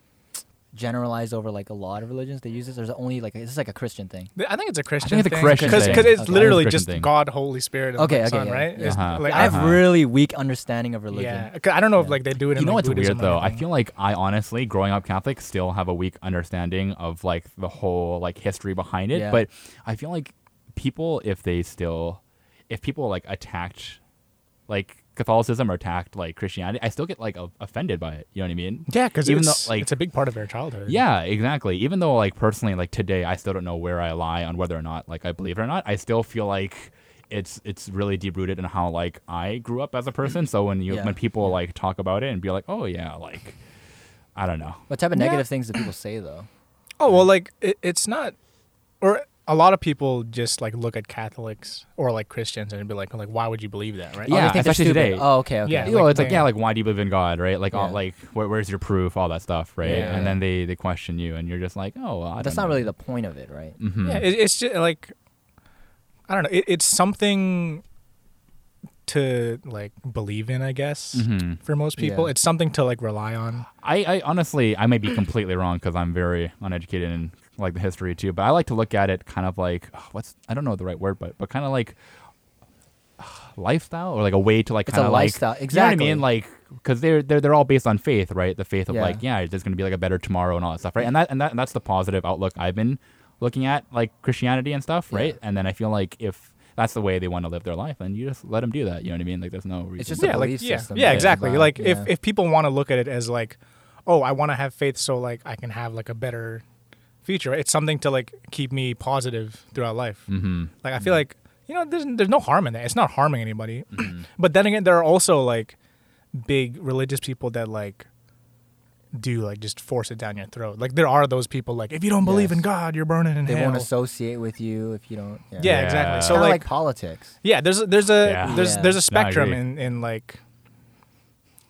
B: generalized over like a lot of religions they use this, or is it only like is this like a Christian thing?
A: Th- I think it's a Christian.
C: it's a Christian
A: because
C: thing.
A: it's
B: Okay.
A: literally
C: It's a Christian
A: just
C: thing.
A: God, Holy Spirit, and
B: Okay,
A: like,
B: okay,
A: Son,
B: yeah.
A: right? It's,
C: Uh-huh.
A: Like,
B: I have
C: Uh-huh.
B: really weak understanding of religion.
A: yeah, 'Cause I don't know if
B: Yeah.
A: like they do it.
C: You
A: in,
C: know
A: like,
C: what's
A: Buddhism
C: weird
A: or
C: though? I
A: anything.
C: feel like I honestly, growing up Catholic, still have a weak understanding of like the whole like history behind it.
B: Yeah.
C: But I feel like people, if they still, if people like attacked, like Catholicism or attacked like Christianity, I still get like o- offended by it. You know what I mean?
A: yeah, because
C: even
A: even
C: though,
A: it's,
C: like-
A: it's a big part of their childhood.
C: Yeah, exactly. Even though like personally like today I still don't know where I lie on whether or not like I believe it or not, I still feel like it's it's really deep rooted in how like I grew up as a person. So when you
B: Mm-hmm. Yeah.
C: when people like talk about it and be like, "Oh yeah, like I don't know."
B: What type of
A: Yeah.
B: negative things do people say though?
A: Oh well, like it, it's not, or a lot of people just like look at Catholics or like Christians and be like, like why would you believe that, right?
B: Oh, they
C: Yeah,
B: think they're
C: especially
B: stupid.
C: today.
B: Oh, okay, okay.
A: Yeah.
C: you know,
A: like,
C: it's like
A: they-
C: yeah, like why do you believe in God, right? Like all,
B: Yeah.
C: like where, where's your proof, all that stuff, right?
B: Yeah.
C: And then they they question you, and you're just like, oh, well, I
B: That's not really the point of it, right?
C: hmm
A: Yeah, it, it's just like I don't know. It, it's something to like believe in, I guess.
C: Mhm.
A: For most people,
B: Mm-hmm. Yeah.
A: it's something to like rely on.
C: I, I honestly, I may be completely wrong because I'm very uneducated in like the history too. But I like to look at it kind of like ugh, what's I don't know the right word, but but kind of like ugh, lifestyle or like a way to like
B: It's
C: kind
B: a
C: of like
B: lifestyle.
C: You know what I
B: Exactly.
C: mean? Like because they're they're they're all based on faith, right? The faith of
B: Yeah.
C: like yeah, there's gonna be like a better tomorrow and all that stuff, right? And that and that and that's the positive outlook I've been looking at like Christianity and stuff,
B: Yeah.
C: right? And then I feel like if that's the way they want to live their life, then you just let them do that. You know what I mean? Like there's no reason.
B: just
C: to-
B: a
A: yeah, like
B: belief
A: yeah,
B: system
A: yeah,
B: that
A: exactly.
B: you
A: Like
B: buy,
A: if
B: yeah.
A: if people want to look at it as like, oh, I want to have faith so like I can have like a better future. It's something to like keep me positive throughout life.
C: Mhm.
A: Like I feel like you know, there's there's no harm in that. It's not harming anybody. but then again, there are also like big religious people that like do like just force it down your throat. Like there are those people like if you don't believe in
B: Yes.
A: God, you're burning in
B: They
A: hell.
B: won't associate with you if you don't. Yeah,
A: yeah,
C: Yeah.
A: exactly. So
B: Kind of
A: like,
B: like, politics.
A: yeah, there's a- there's a
C: Yeah.
A: there's
B: Yeah.
A: there's
B: No,
A: a
C: I
A: spectrum
C: agree.
A: in in like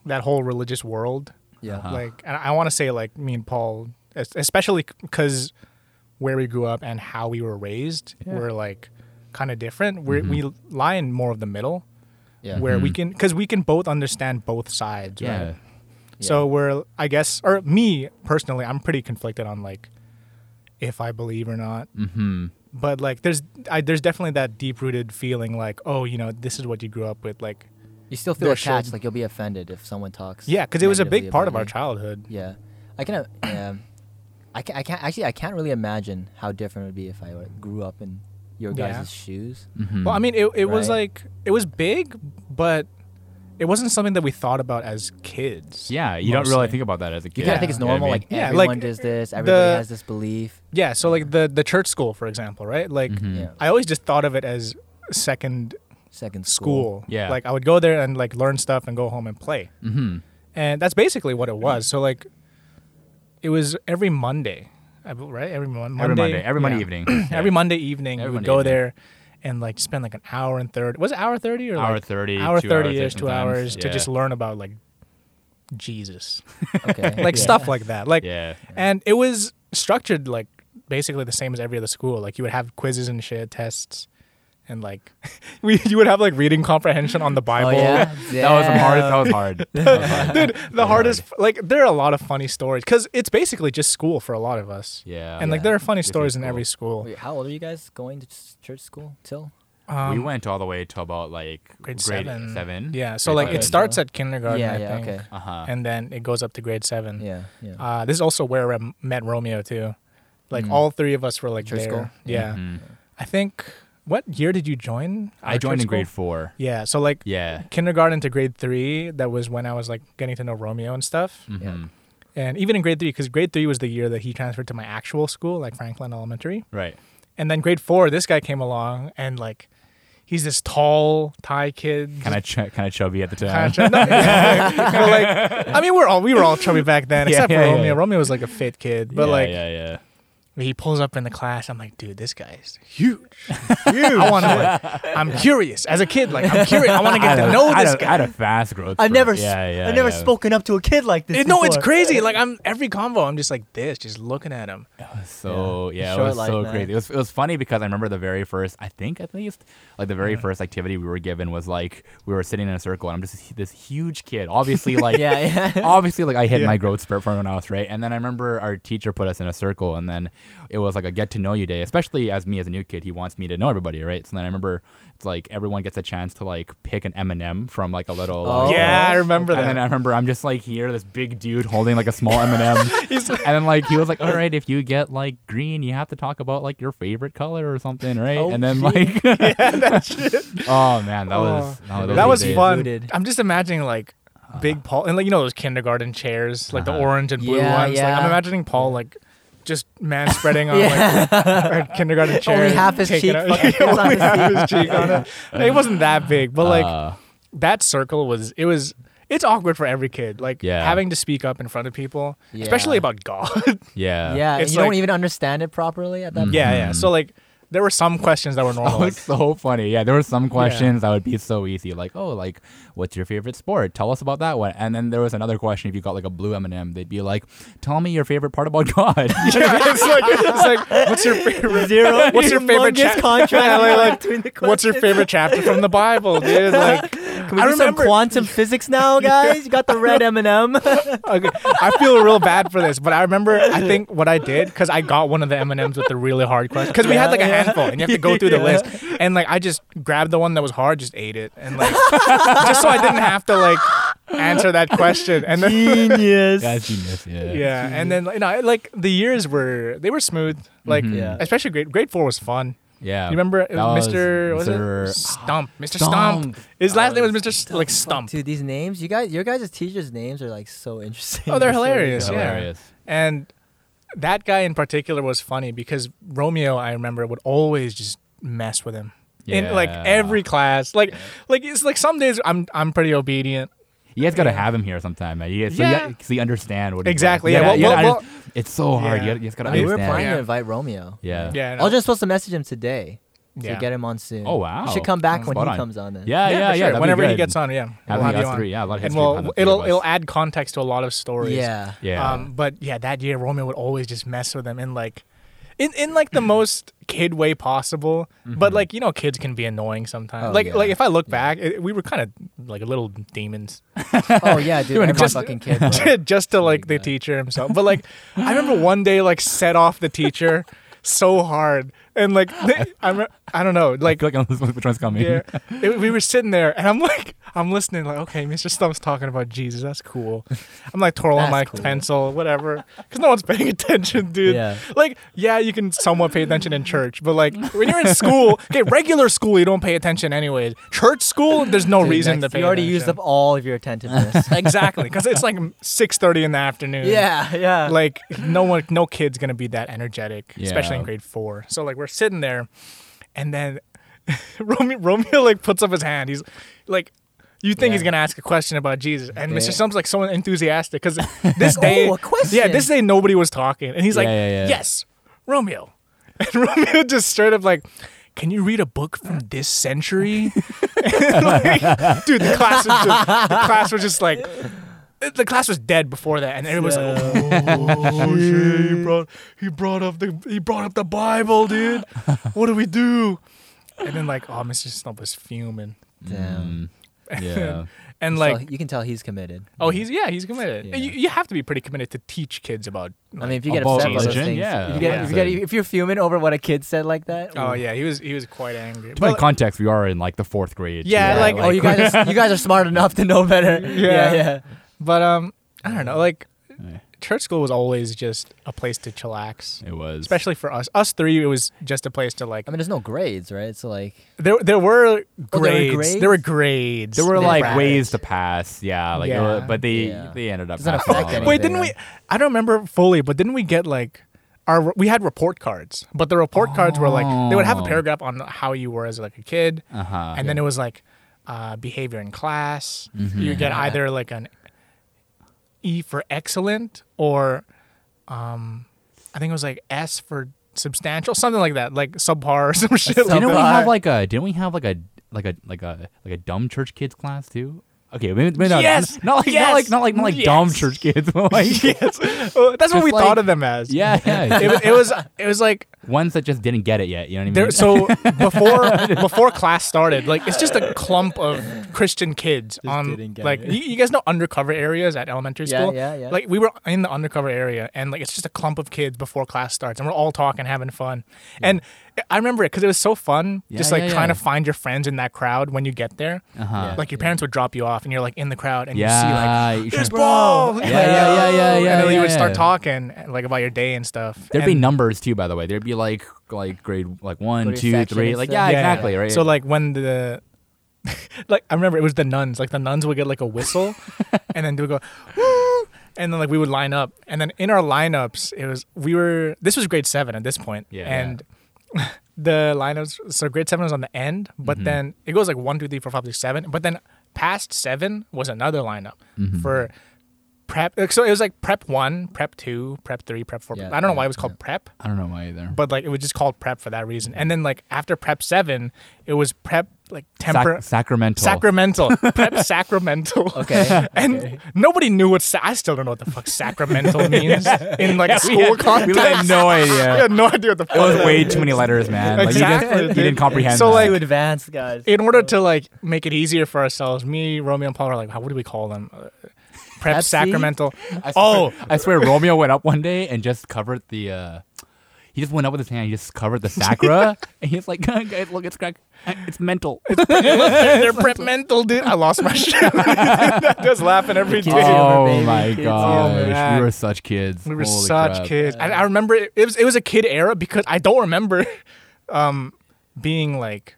A: that whole religious world.
B: Yeah.
C: Uh-huh.
A: Like, and I want to say like me and Paul, es- especially because where we grew up and how we were raised,
C: Yeah.
A: were like kind of different. We're, We lie in more of the middle
B: Yeah.
A: where we
C: Mhm.
A: can because we can both understand both sides.
C: yeah.
A: Right?
B: Mm-hmm.
A: So we're, I guess, or me personally, I'm pretty conflicted on like if I believe or not.
C: Mm-hmm.
A: But like, there's, I, there's definitely that deep rooted feeling like, oh, you know, this is what you grew up with. Like,
B: you still feel
A: there should-
B: attached. Like you'll be offended if someone talks.
A: yeah, because it was a
B: negatively
A: big part of
B: about
A: our
B: you.
A: childhood.
B: Yeah, I can. Yeah, I can. I can't actually. I can't really imagine how different it would be if I were- grew up in your
A: Yeah.
B: guys' shoes.
C: Mm-hmm.
A: Well, I mean, it, it was
B: Right.
A: like, it was big, but it wasn't something that we thought about as kids.
C: Yeah, you don't
A: mostly.
C: really think about that as a kid.
B: You kind
A: Yeah.
B: of think it's
C: You know what I
B: normal,
C: mean?
B: like
A: Yeah,
B: everyone
A: like,
B: does this, everybody
A: the-
B: has this belief.
A: Yeah. So like the, the church school, for example, right? Like,
C: Mhm.
B: Yeah,
A: I always just thought of it as second
B: second school.
A: school.
C: Yeah.
A: Like I would go there and like learn stuff and go home and play.
C: Mhm.
A: and that's basically what
C: Mm.
A: it was. So like, it was every Monday, I bel- right? Every mon- Monday,
C: every Monday, every Monday
A: yeah.
C: evening,
A: every Monday evening,
C: Every
A: we would
C: Monday
A: go
C: evening.
A: there and like spend like an hour and thirty. Was it hour thirty or
C: hour
A: like
C: thirty,
A: hour
C: two
A: thirty
C: hours
A: ish, two
C: sometimes.
A: hours to
C: Yeah.
A: just learn about like Jesus,
B: Okay,
A: like
B: yeah.
A: stuff like that. Like,
C: Yeah,
A: and it was structured like basically the same as every other school. Like you would have quizzes and shit, tests. And like, we you would have like reading comprehension on the Bible,
B: Oh, yeah?
C: that was the
B: Damn.
C: hardest. That was hard. That was hard.
A: dude the hardest like there are a lot of funny stories because it's basically just school for a lot of us
C: Yeah,
A: and like
B: Yeah.
A: there are funny
C: Different
A: stories in
C: school.
A: every school
B: Wait, how old are you guys going to s- church school till?
A: um,
C: we went all the way to about like
A: grade,
C: seven.
A: seven. yeah so
C: Grade
A: like
C: seven.
A: it starts at kindergarten
B: yeah,
A: I
B: yeah,
A: think,
B: okay,
C: Uh huh.
A: and then it goes up to grade seven
B: yeah, yeah.
A: uh, this is also where i met romeo too like
B: Mm.
A: all three of us were like
B: Church
A: there.
B: school?
A: yeah i think what year did you join
C: Mm-hmm. I
A: our
C: joined
A: church
C: in grade
A: school?
C: four.
A: yeah so like
C: Yeah.
A: kindergarten to grade three that was when i was like getting to know romeo and stuff
C: Mhm.
B: Yeah.
A: and even in grade three because grade three was the year that he transferred to my actual school like franklin elementary
C: Right.
A: And then grade four, this guy came along and like he's this tall Thai kid.
C: Kind of ch- kind of chubby at the
A: kinda
C: time.
A: ch- no, but, like I mean we're all we were all chubby back then,
C: Yeah,
A: except
C: yeah,
A: for
C: yeah,
A: Romeo.
C: yeah.
A: Romeo was like a fit kid. But
C: yeah,
A: like
C: yeah, yeah.
A: He pulls up in the class. I'm like, dude, this guy is huge. huge. I want to. Like, I'm curious as a kid. Like, I'm curious. I want to get to know
C: I had
A: this
C: a- I had
A: guy.
C: a fast growth.
B: I've
C: spurt.
B: never,
C: Yeah, yeah,
B: I've never
C: yeah.
B: spoken up to a kid like this.
A: It- Eh, no, it's
B: before.
A: crazy. Like, I'm every convo. I'm just like this, just looking at him.
C: So
B: Yeah.
C: yeah, it
B: Short
C: was
B: life,
C: so
B: man.
C: crazy. It was it was funny because I remember the very first, I think at least, like the very first activity we were given was like we were sitting in a circle and I'm just this huge kid, obviously like
B: Yeah, yeah.
C: obviously like I hit
A: Yeah.
C: my growth spurt from when I was right. And then I remember our teacher put us in a circle and then it was like a get to know you day, especially as me as a new kid, he wants me to know everybody, right? So then I remember it's like everyone gets a chance to like pick an M&M from like a little
B: Oh.
C: uh,
A: Yeah, I remember
C: and then I
A: that.
C: remember I'm just like here, this big dude holding like a small M and m and then like he was like, "All right, if you get like green, you have to talk about like your favorite color or something, right?"
B: Oh,
C: and then
B: shit.
C: like, oh man, that
A: Oh.
C: was that was,
A: That was
C: days.
A: fun.
B: Rooted.
A: I'm just imagining like big Paul and like you know those kindergarten chairs, like the
C: Uh-huh.
A: orange and blue
B: Yeah,
A: ones. Like, I'm
B: yeah.
A: imagining Paul like just man spreading on
B: Yeah.
A: like a kindergarten chair.
B: Only
A: and
B: half his
A: taking
B: cheek
A: out-
B: fucking
A: Yeah,
B: fits on
A: only
B: his
A: half his cheek on it. It wasn't that big, but like
C: Uh,
A: that circle was it was it's awkward for every kid like
C: Yeah. Mm-hmm.
A: having to speak up in front of people especially
B: Yeah.
A: about god
C: yeah,
B: Yeah, and
A: It's
B: you don't
A: like-
B: even understand it properly at that. point.
A: yeah yeah so like there were some questions that were normal
C: That was
A: like,
C: so funny. Yeah, there were some questions that would be so easy, like, "Oh, like, what's your favorite sport? Tell us about that one." And then there was another question. If you got like a blue M and m they'd be like, "Tell me your favorite part about God."
A: yeah, it's like it's like what's your favorite
B: Zero.
A: What's your favorite
B: humongous
A: cha-
B: contrast
A: Yeah, like- like,
B: between the questions?
A: what's your favorite chapter from the bible dude like can
B: We do some quantum physics now, guys. You got the red M and M.
A: okay, I feel real bad for this, but I remember I think what I did because I got one of the M and M's with the really hard question because we had like a handful and you have to go through the
B: Yeah.
A: list and like I just grabbed the one that was hard, just ate it and like just so I didn't have to like answer that question and then
B: Genius.
C: That's genius. Yeah.
A: yeah and then you know like the years were they were smooth like
C: Mhm.
B: Yeah.
A: especially grade grade four was fun.
C: Yeah.
A: You remember it
C: That
A: was Mr.
C: was
A: Was it
C: Mr.
A: Stump? Mr.
C: Stump.
A: Stump. His last
C: Oh,
A: name was Mr. St- like Stump.
B: Dude, these names, you guys, your guys' teachers' names are like so interesting.
A: Oh, they're
B: It's really
A: hilarious.
B: good.
A: Yeah.
C: Hilarious.
A: And that guy in particular was funny because Romeo, I remember, would always just mess with him. In like
C: Yeah.
A: every class. Like like it's like some days I'm I'm pretty obedient.
C: You guys got to have him here sometime, man. You guys, so
A: Yeah.
C: you, got- so you understand what he's
A: Exactly,
C: like.
A: yeah,
C: You gotta-
A: well,
C: you
A: well,
C: gotta under- it's so hard.
A: Yeah.
C: You, gotta- you just got to
A: I mean,
B: We were
C: understand.
B: planning
A: Yeah.
B: to invite Romeo.
C: yeah.
A: Yeah.
B: I
A: no.
B: was just supposed to message him today to
A: Yeah.
B: get him on soon.
C: Oh wow.
B: You should come back when
C: Spot
B: he
C: on.
B: comes on then.
C: uh, Yeah,
A: for
C: yeah, yeah.
A: sure.
C: that'd be
A: Whenever he
C: good.
A: gets on, yeah.
C: I
A: We'll
C: think
A: have you
C: us
A: on.
C: three. Yeah, a lot of
A: And
C: history
A: we'll,
C: behind the three of
A: it'll
C: us.
A: it'll add context to a lot of stories.
B: Yeah.
C: Yeah.
A: Um, but yeah, that year Romeo would always just mess with them in like, in, in like the most kid way possible. But
C: Mm-hmm.
A: like you know, kids can be annoying sometimes.
B: Oh,
A: like
B: yeah.
A: like if I look back, it, we were kind of like little demons,
B: Oh yeah, dude. Every
A: just-
B: fucking kid. bro.
A: just to like the teacher himself. But like I remember one day like set off the teacher so hard, and like they, I'm I don't know
C: I
A: like
C: feel like I'm listening which one's coming.
A: yeah, It- we were sitting there, and I'm like, I'm listening, like, okay, Mr. Stump's talking about Jesus. That's cool. I'm like twirling
B: That's
A: my
B: cool.
A: pencil, whatever, because no one's paying attention, dude.
B: Yeah.
A: Like, yeah, you can somewhat pay attention in church, but like when you're in school, okay, regular school, you don't pay attention anyways. Church school, there's no
B: Dude,
A: reason
B: next-
A: to pay.
B: You already used up
A: attention.
B: all of your attentiveness.
A: exactly because it's like 6:30 in the afternoon.
B: yeah, yeah.
A: Like no one, no kid's gonna be that energetic, especially in
C: Yeah.
A: grade four. So like we're sitting there, and then Romeo, Romeo like puts up his hand. He's like, you think he's
B: Yeah.
A: gonna ask a question about Jesus, and
B: Yeah. Oh,
A: Mr. Stump's like so enthusiastic because this day,
B: a question.
A: yeah, this day nobody was talking, and he's like,
C: Yeah, yeah, yeah.
A: yes, Romeo, and Romeo just straight up like. Can you read a book from this century? And, like, dude, the class, was just, the class was just like, the class was dead before that, and everyone was like, "Oh shit, he brought he brought up the he brought up the Bible, dude. What do we do?" And then like, oh, Mr. Snub was fuming,
B: Damn.
C: Mm, yeah.
A: and
B: So
A: like,
B: you can tell he's committed.
A: oh, he's yeah, he's committed.
B: Yeah.
A: You, you have to be pretty committed to teach kids about.
B: I mean, if you get
C: About
B: upset about those
C: religion,
B: things,
C: yeah.
B: if, you get,
A: Yeah.
B: if, you get, if you're fuming over what a kid said like that,
A: oh
B: ooh.
A: yeah, he was he was quite angry.
C: To put
A: But,
C: context, we are in like the fourth grade.
A: Yeah,
C: too,
A: like-
B: oh, you guys, are, you guys are smart enough to know better.
A: Yeah.
B: Yeah, yeah.
A: but um, I don't know. Like,
C: Yeah.
A: church school was always just a place to chillax.
C: it was
A: oh, Especially for us, us three, it was just a place to like.
B: I mean, there's no grades, right? So like,
A: There, there were grades.
B: Oh, there were grades?
A: There were grades.
C: There were
B: Yeah.
C: like
A: Right.
C: ways to pass, yeah. Like, it
A: Yeah.
C: wa- but they
B: Yeah.
C: they ended up.
B: Does that
C: passing
B: affect
C: all of
B: anything?
A: Wait, didn't we? I don't remember fully, but didn't we get like our we had report cards, but the report cards were like they would have a
C: Oh.
A: paragraph on how you were as like a kid,
C: it. Uh-huh.
A: and then it was like uh, behavior in class. You get either like an E for excellent or um, I think it was like S for substantial, something like that, like subpar or some shit.
B: sub-
A: like
C: Didn't we
B: God.
C: have like a? Didn't we have like a like a like a like a dumb church kids class too? Okay, maybe, maybe not,
A: Yes!
C: not like
A: Yes!
C: not like not like not like dumb church kids, but like
A: yes, Uh, that's what
C: Just
A: we
C: like-
A: thought of them as.
C: yeah,
A: it,
C: yeah,
A: was- it was it was like
C: ones that just didn't get it yet. You know what I mean?
A: there. So before before class started, like it's just a clump of Christian kids on
B: didn't get
A: like
B: it.
A: you, you guys know undercover areas at elementary
B: Yeah,
A: school.
B: yeah, yeah.
A: Like we were in the undercover area, and like it's just a clump of kids before class starts, and we're all talking, having fun. And I remember it because it was so fun,
C: Yeah,
A: just like
C: yeah,
A: trying
C: yeah.
A: to find your friends in that crowd when you get there.
C: uh-huh.
A: Like your parents would drop you off, and you're like in the crowd, and you see like
C: yeah, you
A: there's
C: should-
A: ball.
C: Yeah, yeah, yeah, yeah, yeah,
A: And then
C: yeah,
A: you would start
C: yeah.
A: talking like about your day and stuff.
C: there'd
A: and,
C: be numbers too. By the way, there'd be like like grade like one,
B: Grade
C: two,
B: section
C: three,
B: and
C: like yeah,
B: stuff.
A: Yeah.
C: exactly, right.
A: So like when the like I remember it was the nuns. Like the nuns would get like a whistle, and then they would go, "Woo!" and then like we would line up, and then in our lineups it was we were this was grade seven at this point,
C: Yeah.
A: and. The lineups. So grade seven was on the end, but
C: Mm-hmm.
A: then it goes like one, two, three, four, five, six, seven. But then past seven was another lineup
C: Mm-hmm.
A: for prep. like, So it was like prep one, prep two, prep three, prep four.
B: Yeah,
A: I don't know
B: yeah,
A: why it was called prep,
C: I don't know why either.
A: but like it was just called prep for that reason. And then like after prep seven, it was prep like
C: Sac-
A: temper
C: sacramental.
A: sacramental prep sacramental.
B: Okay.
A: And nobody knew what sa- I still don't know what the fuck sacramental means in like a
C: we
A: school
C: had, we
A: context.
C: had no
A: I
C: idea.
A: had no idea what the fuck.
C: It was
A: that
C: way
A: meant.
C: too many letters, man. Like, you,
A: Exactly,
C: didn't, you
A: dude.
C: didn't comprehend.
A: So,
C: that.
A: like,
B: Too advanced, guys.
A: In order to like make it easier for ourselves, me, Romeo, and Paul are like, how what do we call them? Uh, prep
B: Pepsi?
A: sacramental.
C: Oh,
A: Oh,
C: I swear Romeo went up one day and just covered the. Uh, he just went up with his hand. He just covered the sacra, and he's like, "Guys, look, it's crack. It's mental."
A: they're prep mental, dude. I lost my shit. I was laughing every
B: Kids
A: day.
B: were
C: oh
B: baby
C: my
B: kids, yeah.
C: gosh,
A: Yeah.
C: we were such kids.
A: We were
C: Holy
A: such
C: crap.
A: kids. And I remember it, it was it was a kid era because I don't remember um being like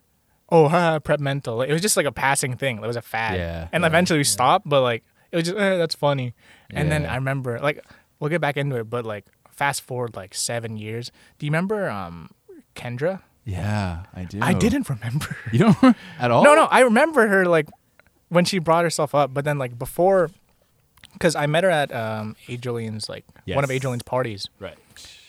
A: oh huh, prep mental. It was just like a passing thing. It was a fad.
C: Yeah,
A: and
C: yeah,
A: eventually we stopped, but like it was just eh, that's funny. And then
C: Yeah.
A: I remember like we'll get back into it, but like fast forward like 7 years. Do you remember um Kendra?
C: Yeah, I do.
A: I didn't remember.
C: You don't at all.
A: No, no, I remember her like when she brought herself up, but then like before because I met her at um, Adrian's, like one of
C: Yes.
A: Adrian's parties,
C: Right.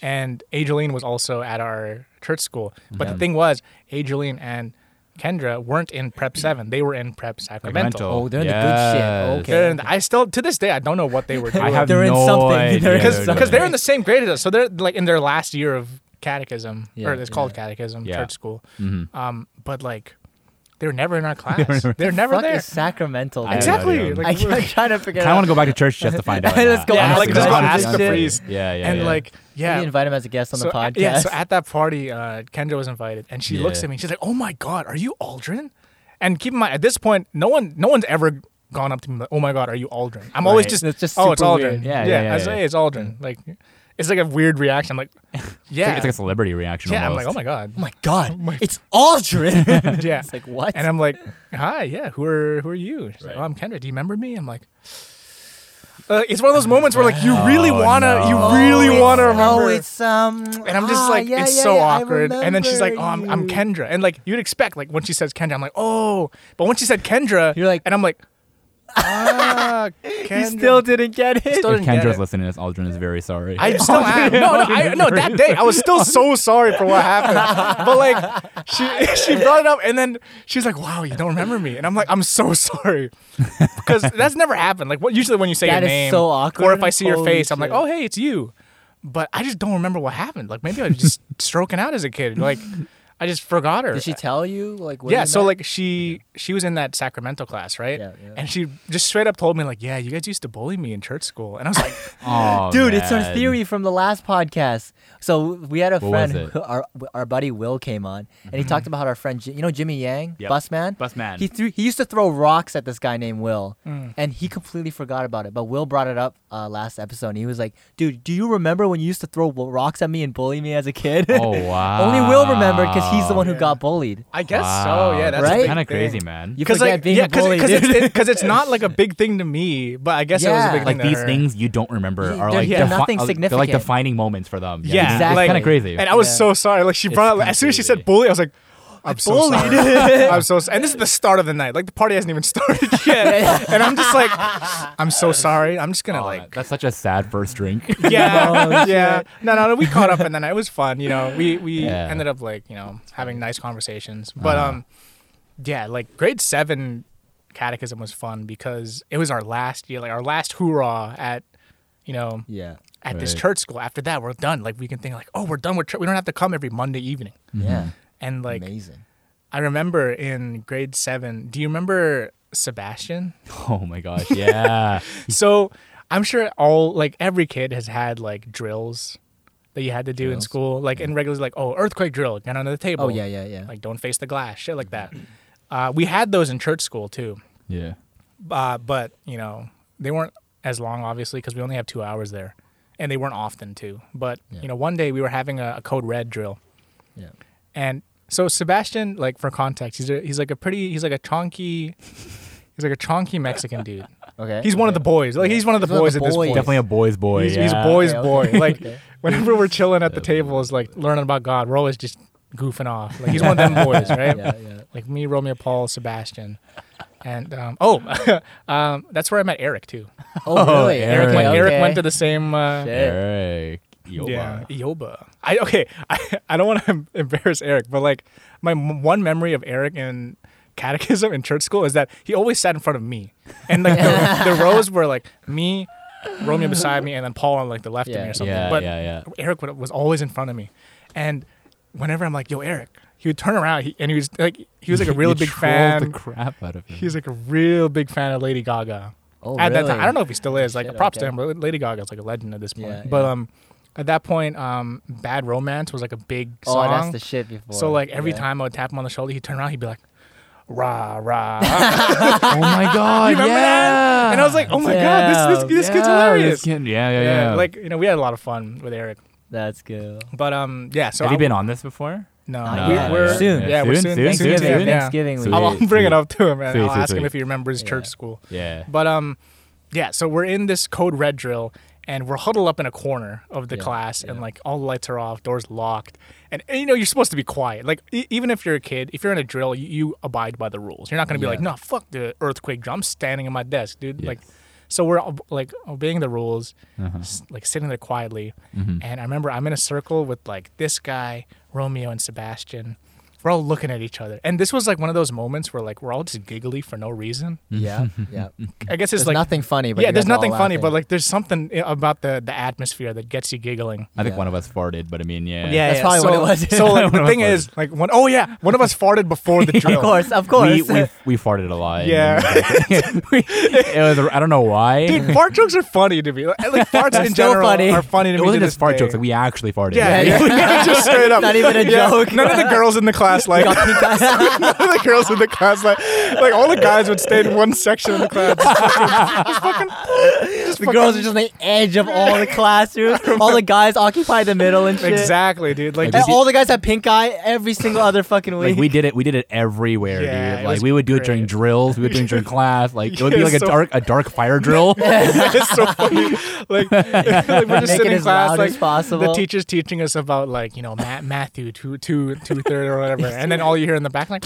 A: and Adrienne was also at our church school. But
B: Yeah.
A: the thing was, Adrienne and Kendra weren't in Prep Seven; they were in Prep Sacramento.
B: Oh, they're in the good shit. Okay.
A: And I still, to this day, I don't know what they were doing.
C: I have
B: They're in
C: no
B: something.
C: idea,
B: They're in
C: dude.
A: because
B: something.
A: because they're in the same grade as us, so they're like in their last year of catechism,
B: Yeah,
A: or it's called
B: yeah.
A: catechism,
C: Yeah.
A: church school.
C: Mhm.
A: Um, but like, they were never in our class. they're never
B: Fuck
A: there.
B: is Sacramento.
C: I
B: dude?
C: don't know.
A: Exactly.
C: I
B: I,
A: Like,
B: am trying to figure it
C: Kind of want
B: out.
C: to go back to church just to find out.
B: Let's go
A: yeah,
B: ask
A: like
B: the
A: just go
B: questions.
A: ask the
B: Yeah.
A: priest.
C: Yeah, yeah,
A: And
C: yeah.
A: like,
B: Yeah.
A: yeah,
B: We invite him as a guest on the
A: uh,
B: podcast.
A: Yeah, so at that party, uh, Kendra was invited, and she looks
C: Yeah.
A: at me. and She's like, "Oh my god, are you Aldrin?" And keep in mind, at this point, no one, no one's ever gone up to me like, "Oh my god, are you Aldrin?" I'm always
C: Right.
A: just,
B: That's just
A: "Oh, it's
B: super
A: Aldrin."
B: weird.
C: Yeah, yeah, yeah,
A: I say
C: yeah.
A: it's Aldrin. Like, it's like a weird reaction. I'm like,
C: It's
A: yeah,
C: like- it's like a celebrity reaction.
A: yeah. I'm
C: almost.
A: like, oh my god,
B: oh my god, it's Aldrin.
A: yeah.
B: it's like what?
A: And I'm like, hi, yeah. Who are who are you? She's like,
C: Right.
A: oh, I'm Kendra. Do you remember me? I'm like. Uh, it's one of those moments where like you really
C: Oh,
A: wanna
C: no.
A: you really
B: it's-
A: wanna remember
B: Oh, it's um.
A: And I'm just
B: ah,
A: like,
B: yeah,
A: it's
B: yeah,
A: so
B: yeah, I
A: awkward. And then she's like,
B: remember
A: oh, I'm, I'm
B: you.
A: Kendra. And like, you'd expect, like, when she says Kendra, I'm like, oh. But when she said Kendra,
B: You're like-
A: and I'm like, ah, Kendra.
B: You still didn't get it.
A: Still
C: If
A: didn't get
C: Kendra's
A: it.
C: listening to this, Aldrin is very sorry.
A: I still am. No, no, I, no. That day, I was still so sorry for what happened. But like, she she brought it up, and then she's like, "Wow, you don't remember me," and I'm like, "I'm so sorry," because that's never happened. Like, what usually when you say
B: That
A: your
B: is
A: name,
B: so
A: or
B: awkward.
A: if I see your
B: Holy
A: face, I'm like,
B: shit.
A: "Oh, hey, it's you," but I just don't remember what happened. Like, maybe I was just stroking out as a kid. Like, I just forgot her.
B: Did she tell you like? When
A: Yeah,
B: you
A: so
B: met?
A: like she she was in that Sacramento class, right?
B: Yeah, yeah.
A: And she just straight up told me like, "Yeah, you guys used to bully me in church school," and I was like,
C: Oh,
B: Dude, it's our
C: man.
B: theory from the last podcast. So we had a
C: What
B: friend,
C: was
B: who, our our buddy Will came on, and
A: Mm-hmm.
B: he talked about our friend, Ji- you know Jimmy Yang,
C: Yep.
B: busman.
C: Busman.
B: He threw he used to throw rocks at this guy named Will, and he completely forgot about it. But Will brought it up uh, last episode. And he was like, "Dude, do you remember when you used to throw wo- rocks at me and bully me as a kid?"
C: Oh wow.
B: Only Will remembered because he's the one who
A: Yeah.
B: got bullied.
A: "I guess so." Oh, Yeah, that's
B: Right?
A: kind
C: Kind of crazy, man.
B: You
A: Because
B: forget
A: like
B: being
A: yeah,
B: a bully.
A: because
B: dude.
A: it's, it- 'cause it's not like a big thing to me, but I guess it was a
B: Yeah.
A: big
C: like
A: thing. to
C: these
A: her.
C: these things you don't remember
B: Yeah,
C: are
B: they're-
C: like
B: they're nothing
C: They're like
B: significant.
C: defining moments for them.
A: Yeah,
C: it's
B: Exactly.
C: kind of crazy.
A: And I was
B: Yeah.
A: so sorry. Like she
C: It's
A: brought up
C: kinda
A: as soon as she
C: crazy.
A: said bully, I was like, I'm so sorry. I'm so sorry. And this is the start of the night. Like the party hasn't even started yet. and I'm just like, I'm so sorry. I'm just gonna
C: Aw,
A: like,
C: that's such a sad first drink.
A: yeah, yeah. No, no, no. We caught up in the night. It was fun. You know, we we
C: Yeah.
A: ended up like you know having nice conversations. But um, yeah, like grade seven catechism was fun because it was our last year, like our last hoorah at you know
B: yeah.
A: at this
C: Right.
A: church school. After that, we're done. Like we can think like, oh, we're done with church. We don't have to come every Monday evening.
B: Yeah.
A: And Mm-hmm. like
B: Amazing.
A: I remember in grade seven. Do you remember Sebastian?
C: oh my gosh, yeah.
A: so I'm sure all like every kid has had like drills that you had to do in
B: Drills? Mm.
A: school, like in regular, like oh earthquake drill, get under the table.
B: Oh yeah, yeah, yeah.
A: Like don't face the glass, shit like that. Uh, we had those in church school too,
C: yeah.
A: uh, but you know they weren't as long obviously because we only have two hours there, and they weren't often too. But
B: Yeah.
A: you know one day we were having a, a code red drill,
B: yeah.
A: and so Sebastian, like for context, he's a, he's like a pretty he's like a chonky, he's like a chonky Mexican dude.
B: Okay.
A: He's one of the boys. Like he's one of the
B: He's one of
A: boys
B: the
A: at this
B: boys.
A: point.
C: Definitely a boy's boy.
A: He's,
C: yeah.
A: he's a boy's
B: Okay,
A: boy.
B: okay,
A: Like
B: okay.
A: whenever we're chilling at the table, is like learning about God. We're always just goofing off. Like he's one of them boys, right?
B: Yeah, yeah.
A: Like me, Romeo, Paul, Sebastian, and um, oh, um, that's where I met Eric too.
B: Oh, really?
A: Eric,
C: Eric,
A: went, Eric
B: okay.
A: went to the same. Uh,
B: Shit.
C: Eric. Yoba.
A: yeah, Yoba. I okay. I, I don't want to embarrass Eric, but like my m- one memory of Eric in catechism in church school is that he always sat in front of me, and like the, the rows were like me, Romeo beside me, and then Paul on like the left of me
B: Yeah.
A: or something.
C: Yeah,
A: but
C: yeah, yeah.
A: Eric would, was always in front of me, and whenever I'm like, "Yo, Eric," he would turn around he, and he was like, he was like a
C: You
A: real big
C: trolled
A: fan.
C: The crap out of him.
A: He's like a real big fan of Lady Gaga
B: Oh,
A: at that
B: really?
A: time. I don't know if he still is. Like
B: Shit,
A: props to
B: okay.
A: him. but Lady Gaga's like a legend at this point.
B: Yeah,
A: but
B: yeah.
A: um, at that point, um, Bad Romance was like a big
B: Oh,
A: song.
B: that's the shit before.
A: so like every
B: Yeah.
A: time I would tap him on the shoulder, he'd turn around, he'd be like, rah rah. rah."
C: oh my god,
A: you remember that?
C: yeah.
A: And I was like, oh my god, this this, this kid's
C: Yeah,
A: hilarious.
C: this kid- yeah, yeah, yeah.
A: like you know, we had a lot of fun with Eric.
B: That's cool.
A: But um, yeah. So
C: have you
A: I-
C: been on this before?
A: No,
B: Not
A: we,
B: yet.
A: we're
B: Soon.
A: Yeah, we're soon.
C: Soon, soon,
A: soon, soon,
C: soon, soon.
A: yeah.
B: Thanksgiving.
C: Sweet.
B: we-
A: I'll, I'll bring it
C: Sweet.
A: up to him and
C: Sweet,
A: I'll
C: sweet,
A: ask him
C: sweet.
A: if he remembers
B: Yeah.
A: church school.
C: Yeah.
A: But um, yeah. So we're in this code red drill, and we're huddled up in a corner of the
B: Yeah,
A: class, and
B: yeah.
A: like all the lights are off, doors locked, and, and, you know you're supposed to be quiet. Like e- even if you're a kid, if you're in a drill, you, you abide by the rules. You're not gonna be
B: Yeah.
A: like, no, fuck the earthquake drill. I'm standing in my desk, dude.
C: Yes.
A: Like, so we're ob- like obeying the rules,
C: Uh-huh.
A: s- like sitting there quietly.
B: Mm-hmm.
A: And I remember I'm in a circle with like this guy, Romeo and Sebastian. We're all looking at each other, and this was like one of those moments where like we're all just giggly for no reason.
B: Yeah, yeah.
A: I guess it's
B: There's
A: like
B: nothing funny. But
A: yeah,
B: you
A: there's
B: guys are all
A: nothing funny,
B: laughing.
A: but like there's something i- about the the atmosphere that gets you giggling.
C: I think
B: Yeah.
C: one of us farted, but I mean, yeah.
B: That's probably
A: so,
B: what it was.
A: so like
C: One
A: the
C: of
A: thing
C: us
A: is, like one oh yeah, one of us farted before the drill.
B: of course, of
C: We,
B: course.
C: we, we farted a lot.
A: Yeah.
C: it was, I don't know why.
A: Dude, fart jokes are funny to me. Like, like, farts in
B: still
A: general
B: funny.
A: are funny to
C: it
A: me.
C: wasn't
A: to
C: just
A: this
C: fart
A: day.
C: jokes. Like, we actually farted.
A: yeah,
B: Yeah,
A: yeah, just straight up.
B: Not even a
A: Yeah.
B: joke.
A: None of the girls in the class like. None of the girls in the class like. Like all the guys would stay in one section of the class. Just fucking- just
B: the
A: fucking-
B: girls are just on the edge of all the classrooms. all the guys occupy the middle and shit.
A: exactly, dude. Like
B: And all the guys have pink eye every single other fucking week.
C: Like we did it, we did it everywhere,
A: Yeah, it
C: dude.
A: was
C: Like we would do it during
A: great.
C: drills, we would do it during class. Like it would be
A: Yeah,
C: like a
A: so-
C: dark, a dark fire drill.
A: it's so funny. Like, like we're just
B: Make it
A: sitting in
B: as
A: class,
B: loud
A: like
B: as possible.
A: the teacher's teaching us about like you know Matt Matthew two two two third or whatever, and then all you hear in the back like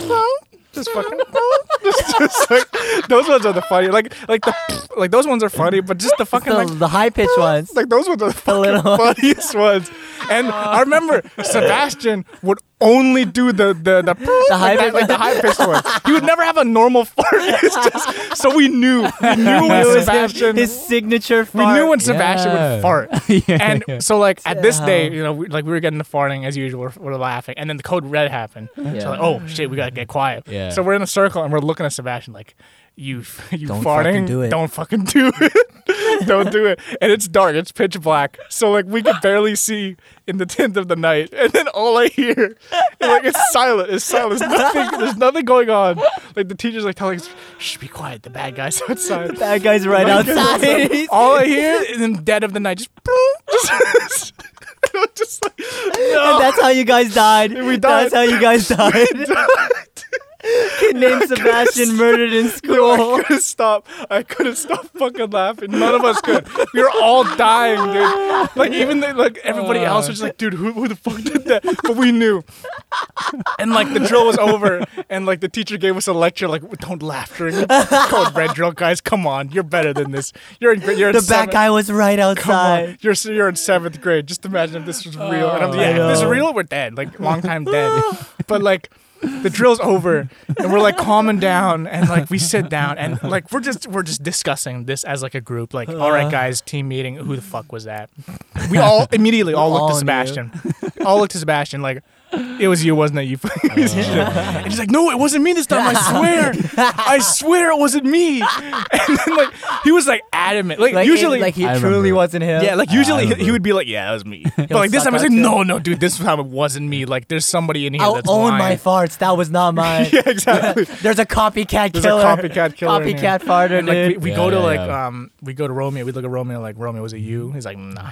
A: just fucking just, just like those ones are the funny like like the like those ones are funny, but just the fucking
B: the,
A: like
B: the high pitched ones.
A: like those were the fucking
B: little
A: funniest ones. And I remember Sebastian would only do the the the,
B: high
A: like, that-
B: pitch-
A: like the high pitched one. He would never have a normal fart. It's just so we knew we knew
B: It
A: when
B: was his-
A: Sebastian
B: his signature.
A: we
B: fart.
A: knew when Sebastian would
C: Yeah.
A: fart. and so like at this day,
B: Yeah.
A: you know, we, like we were getting the farting as usual, we're, we're laughing, and then the code red happened.
B: Yeah.
A: So like, oh shit, we gotta get quiet.
C: Yeah.
A: So we're in a circle and we're looking at Sebastian like, you, f- you
B: Don't
A: farting,
B: fucking do it.
A: don't fucking do it, don't do it. And it's dark, it's pitch black, so like we could barely see in the tint of the night. And then all I hear, and, like it's silent, it's silent. There's nothing, there's nothing going on. Like the teacher's like telling us, shh, be quiet, the bad guys outside.
B: That guy's right outside. He's-
A: All I hear is in dead of the night, just, just, just like, no.
B: And that's how you guys died.
A: We died.
B: That's how you guys died. Can named Sebastian murdered in
A: No, I
B: school.
A: couldn't stop. I couldn't stop fucking laughing. None of us could. We were all dying, dude. Like even the, like everybody else was just like, dude, who, who the fuck did that? But we knew. And like the drill was over, and like the teacher gave us a lecture, like don't laugh during code red drill, guys. Come on, you're better than this. You're in, you're in
B: The
A: seventh-
B: bad guy was right
A: Come on,
B: outside.
A: you're s- you're in seventh grade. Just imagine if this was real. And I'm
C: Oh,
A: like, yeah, if this is
B: no.
A: real, we're dead. Like long time dead. but like. The drill's over, and we're like calming down, and like we sit down, and like we're just we're just discussing this as like a group.
B: Uh-huh.
A: Like, all right, guys, team meeting. Who the fuck was that? We all immediately all looked
B: all
A: to
B: knew.
A: Sebastian. all looked to Sebastian. Like, it was you, wasn't it? You.
B: Uh-huh.
A: piece of shit." and he's like, no, it wasn't me this time. I swear, I swear it wasn't me. And then like he was like adamant. Like,
B: Like,
A: usually,
B: like he
C: I
B: truly
C: remember.
B: wasn't him.
A: yeah, like
C: I
A: usually he- he
C: remember.
A: would be like, "Yeah, that was me," but like this
B: suck
A: time I was
B: up
A: like,
B: to it.
A: "No, no, dude, this time it wasn't me. Like, there's somebody in here
B: I'll
A: that's
B: own
A: lying."
B: my farts. That was not mine.
A: yeah, exactly.
B: There's a copycat
A: There's a
B: killer.
A: copycat killer in here.
B: Copycat farter,
A: And like we,
B: dude.
A: we
C: Yeah,
A: go to
C: yeah,
A: like
C: yeah.
A: um we go to Romeo. We look at Romeo like Romeo, was it you? He's like, "Nah,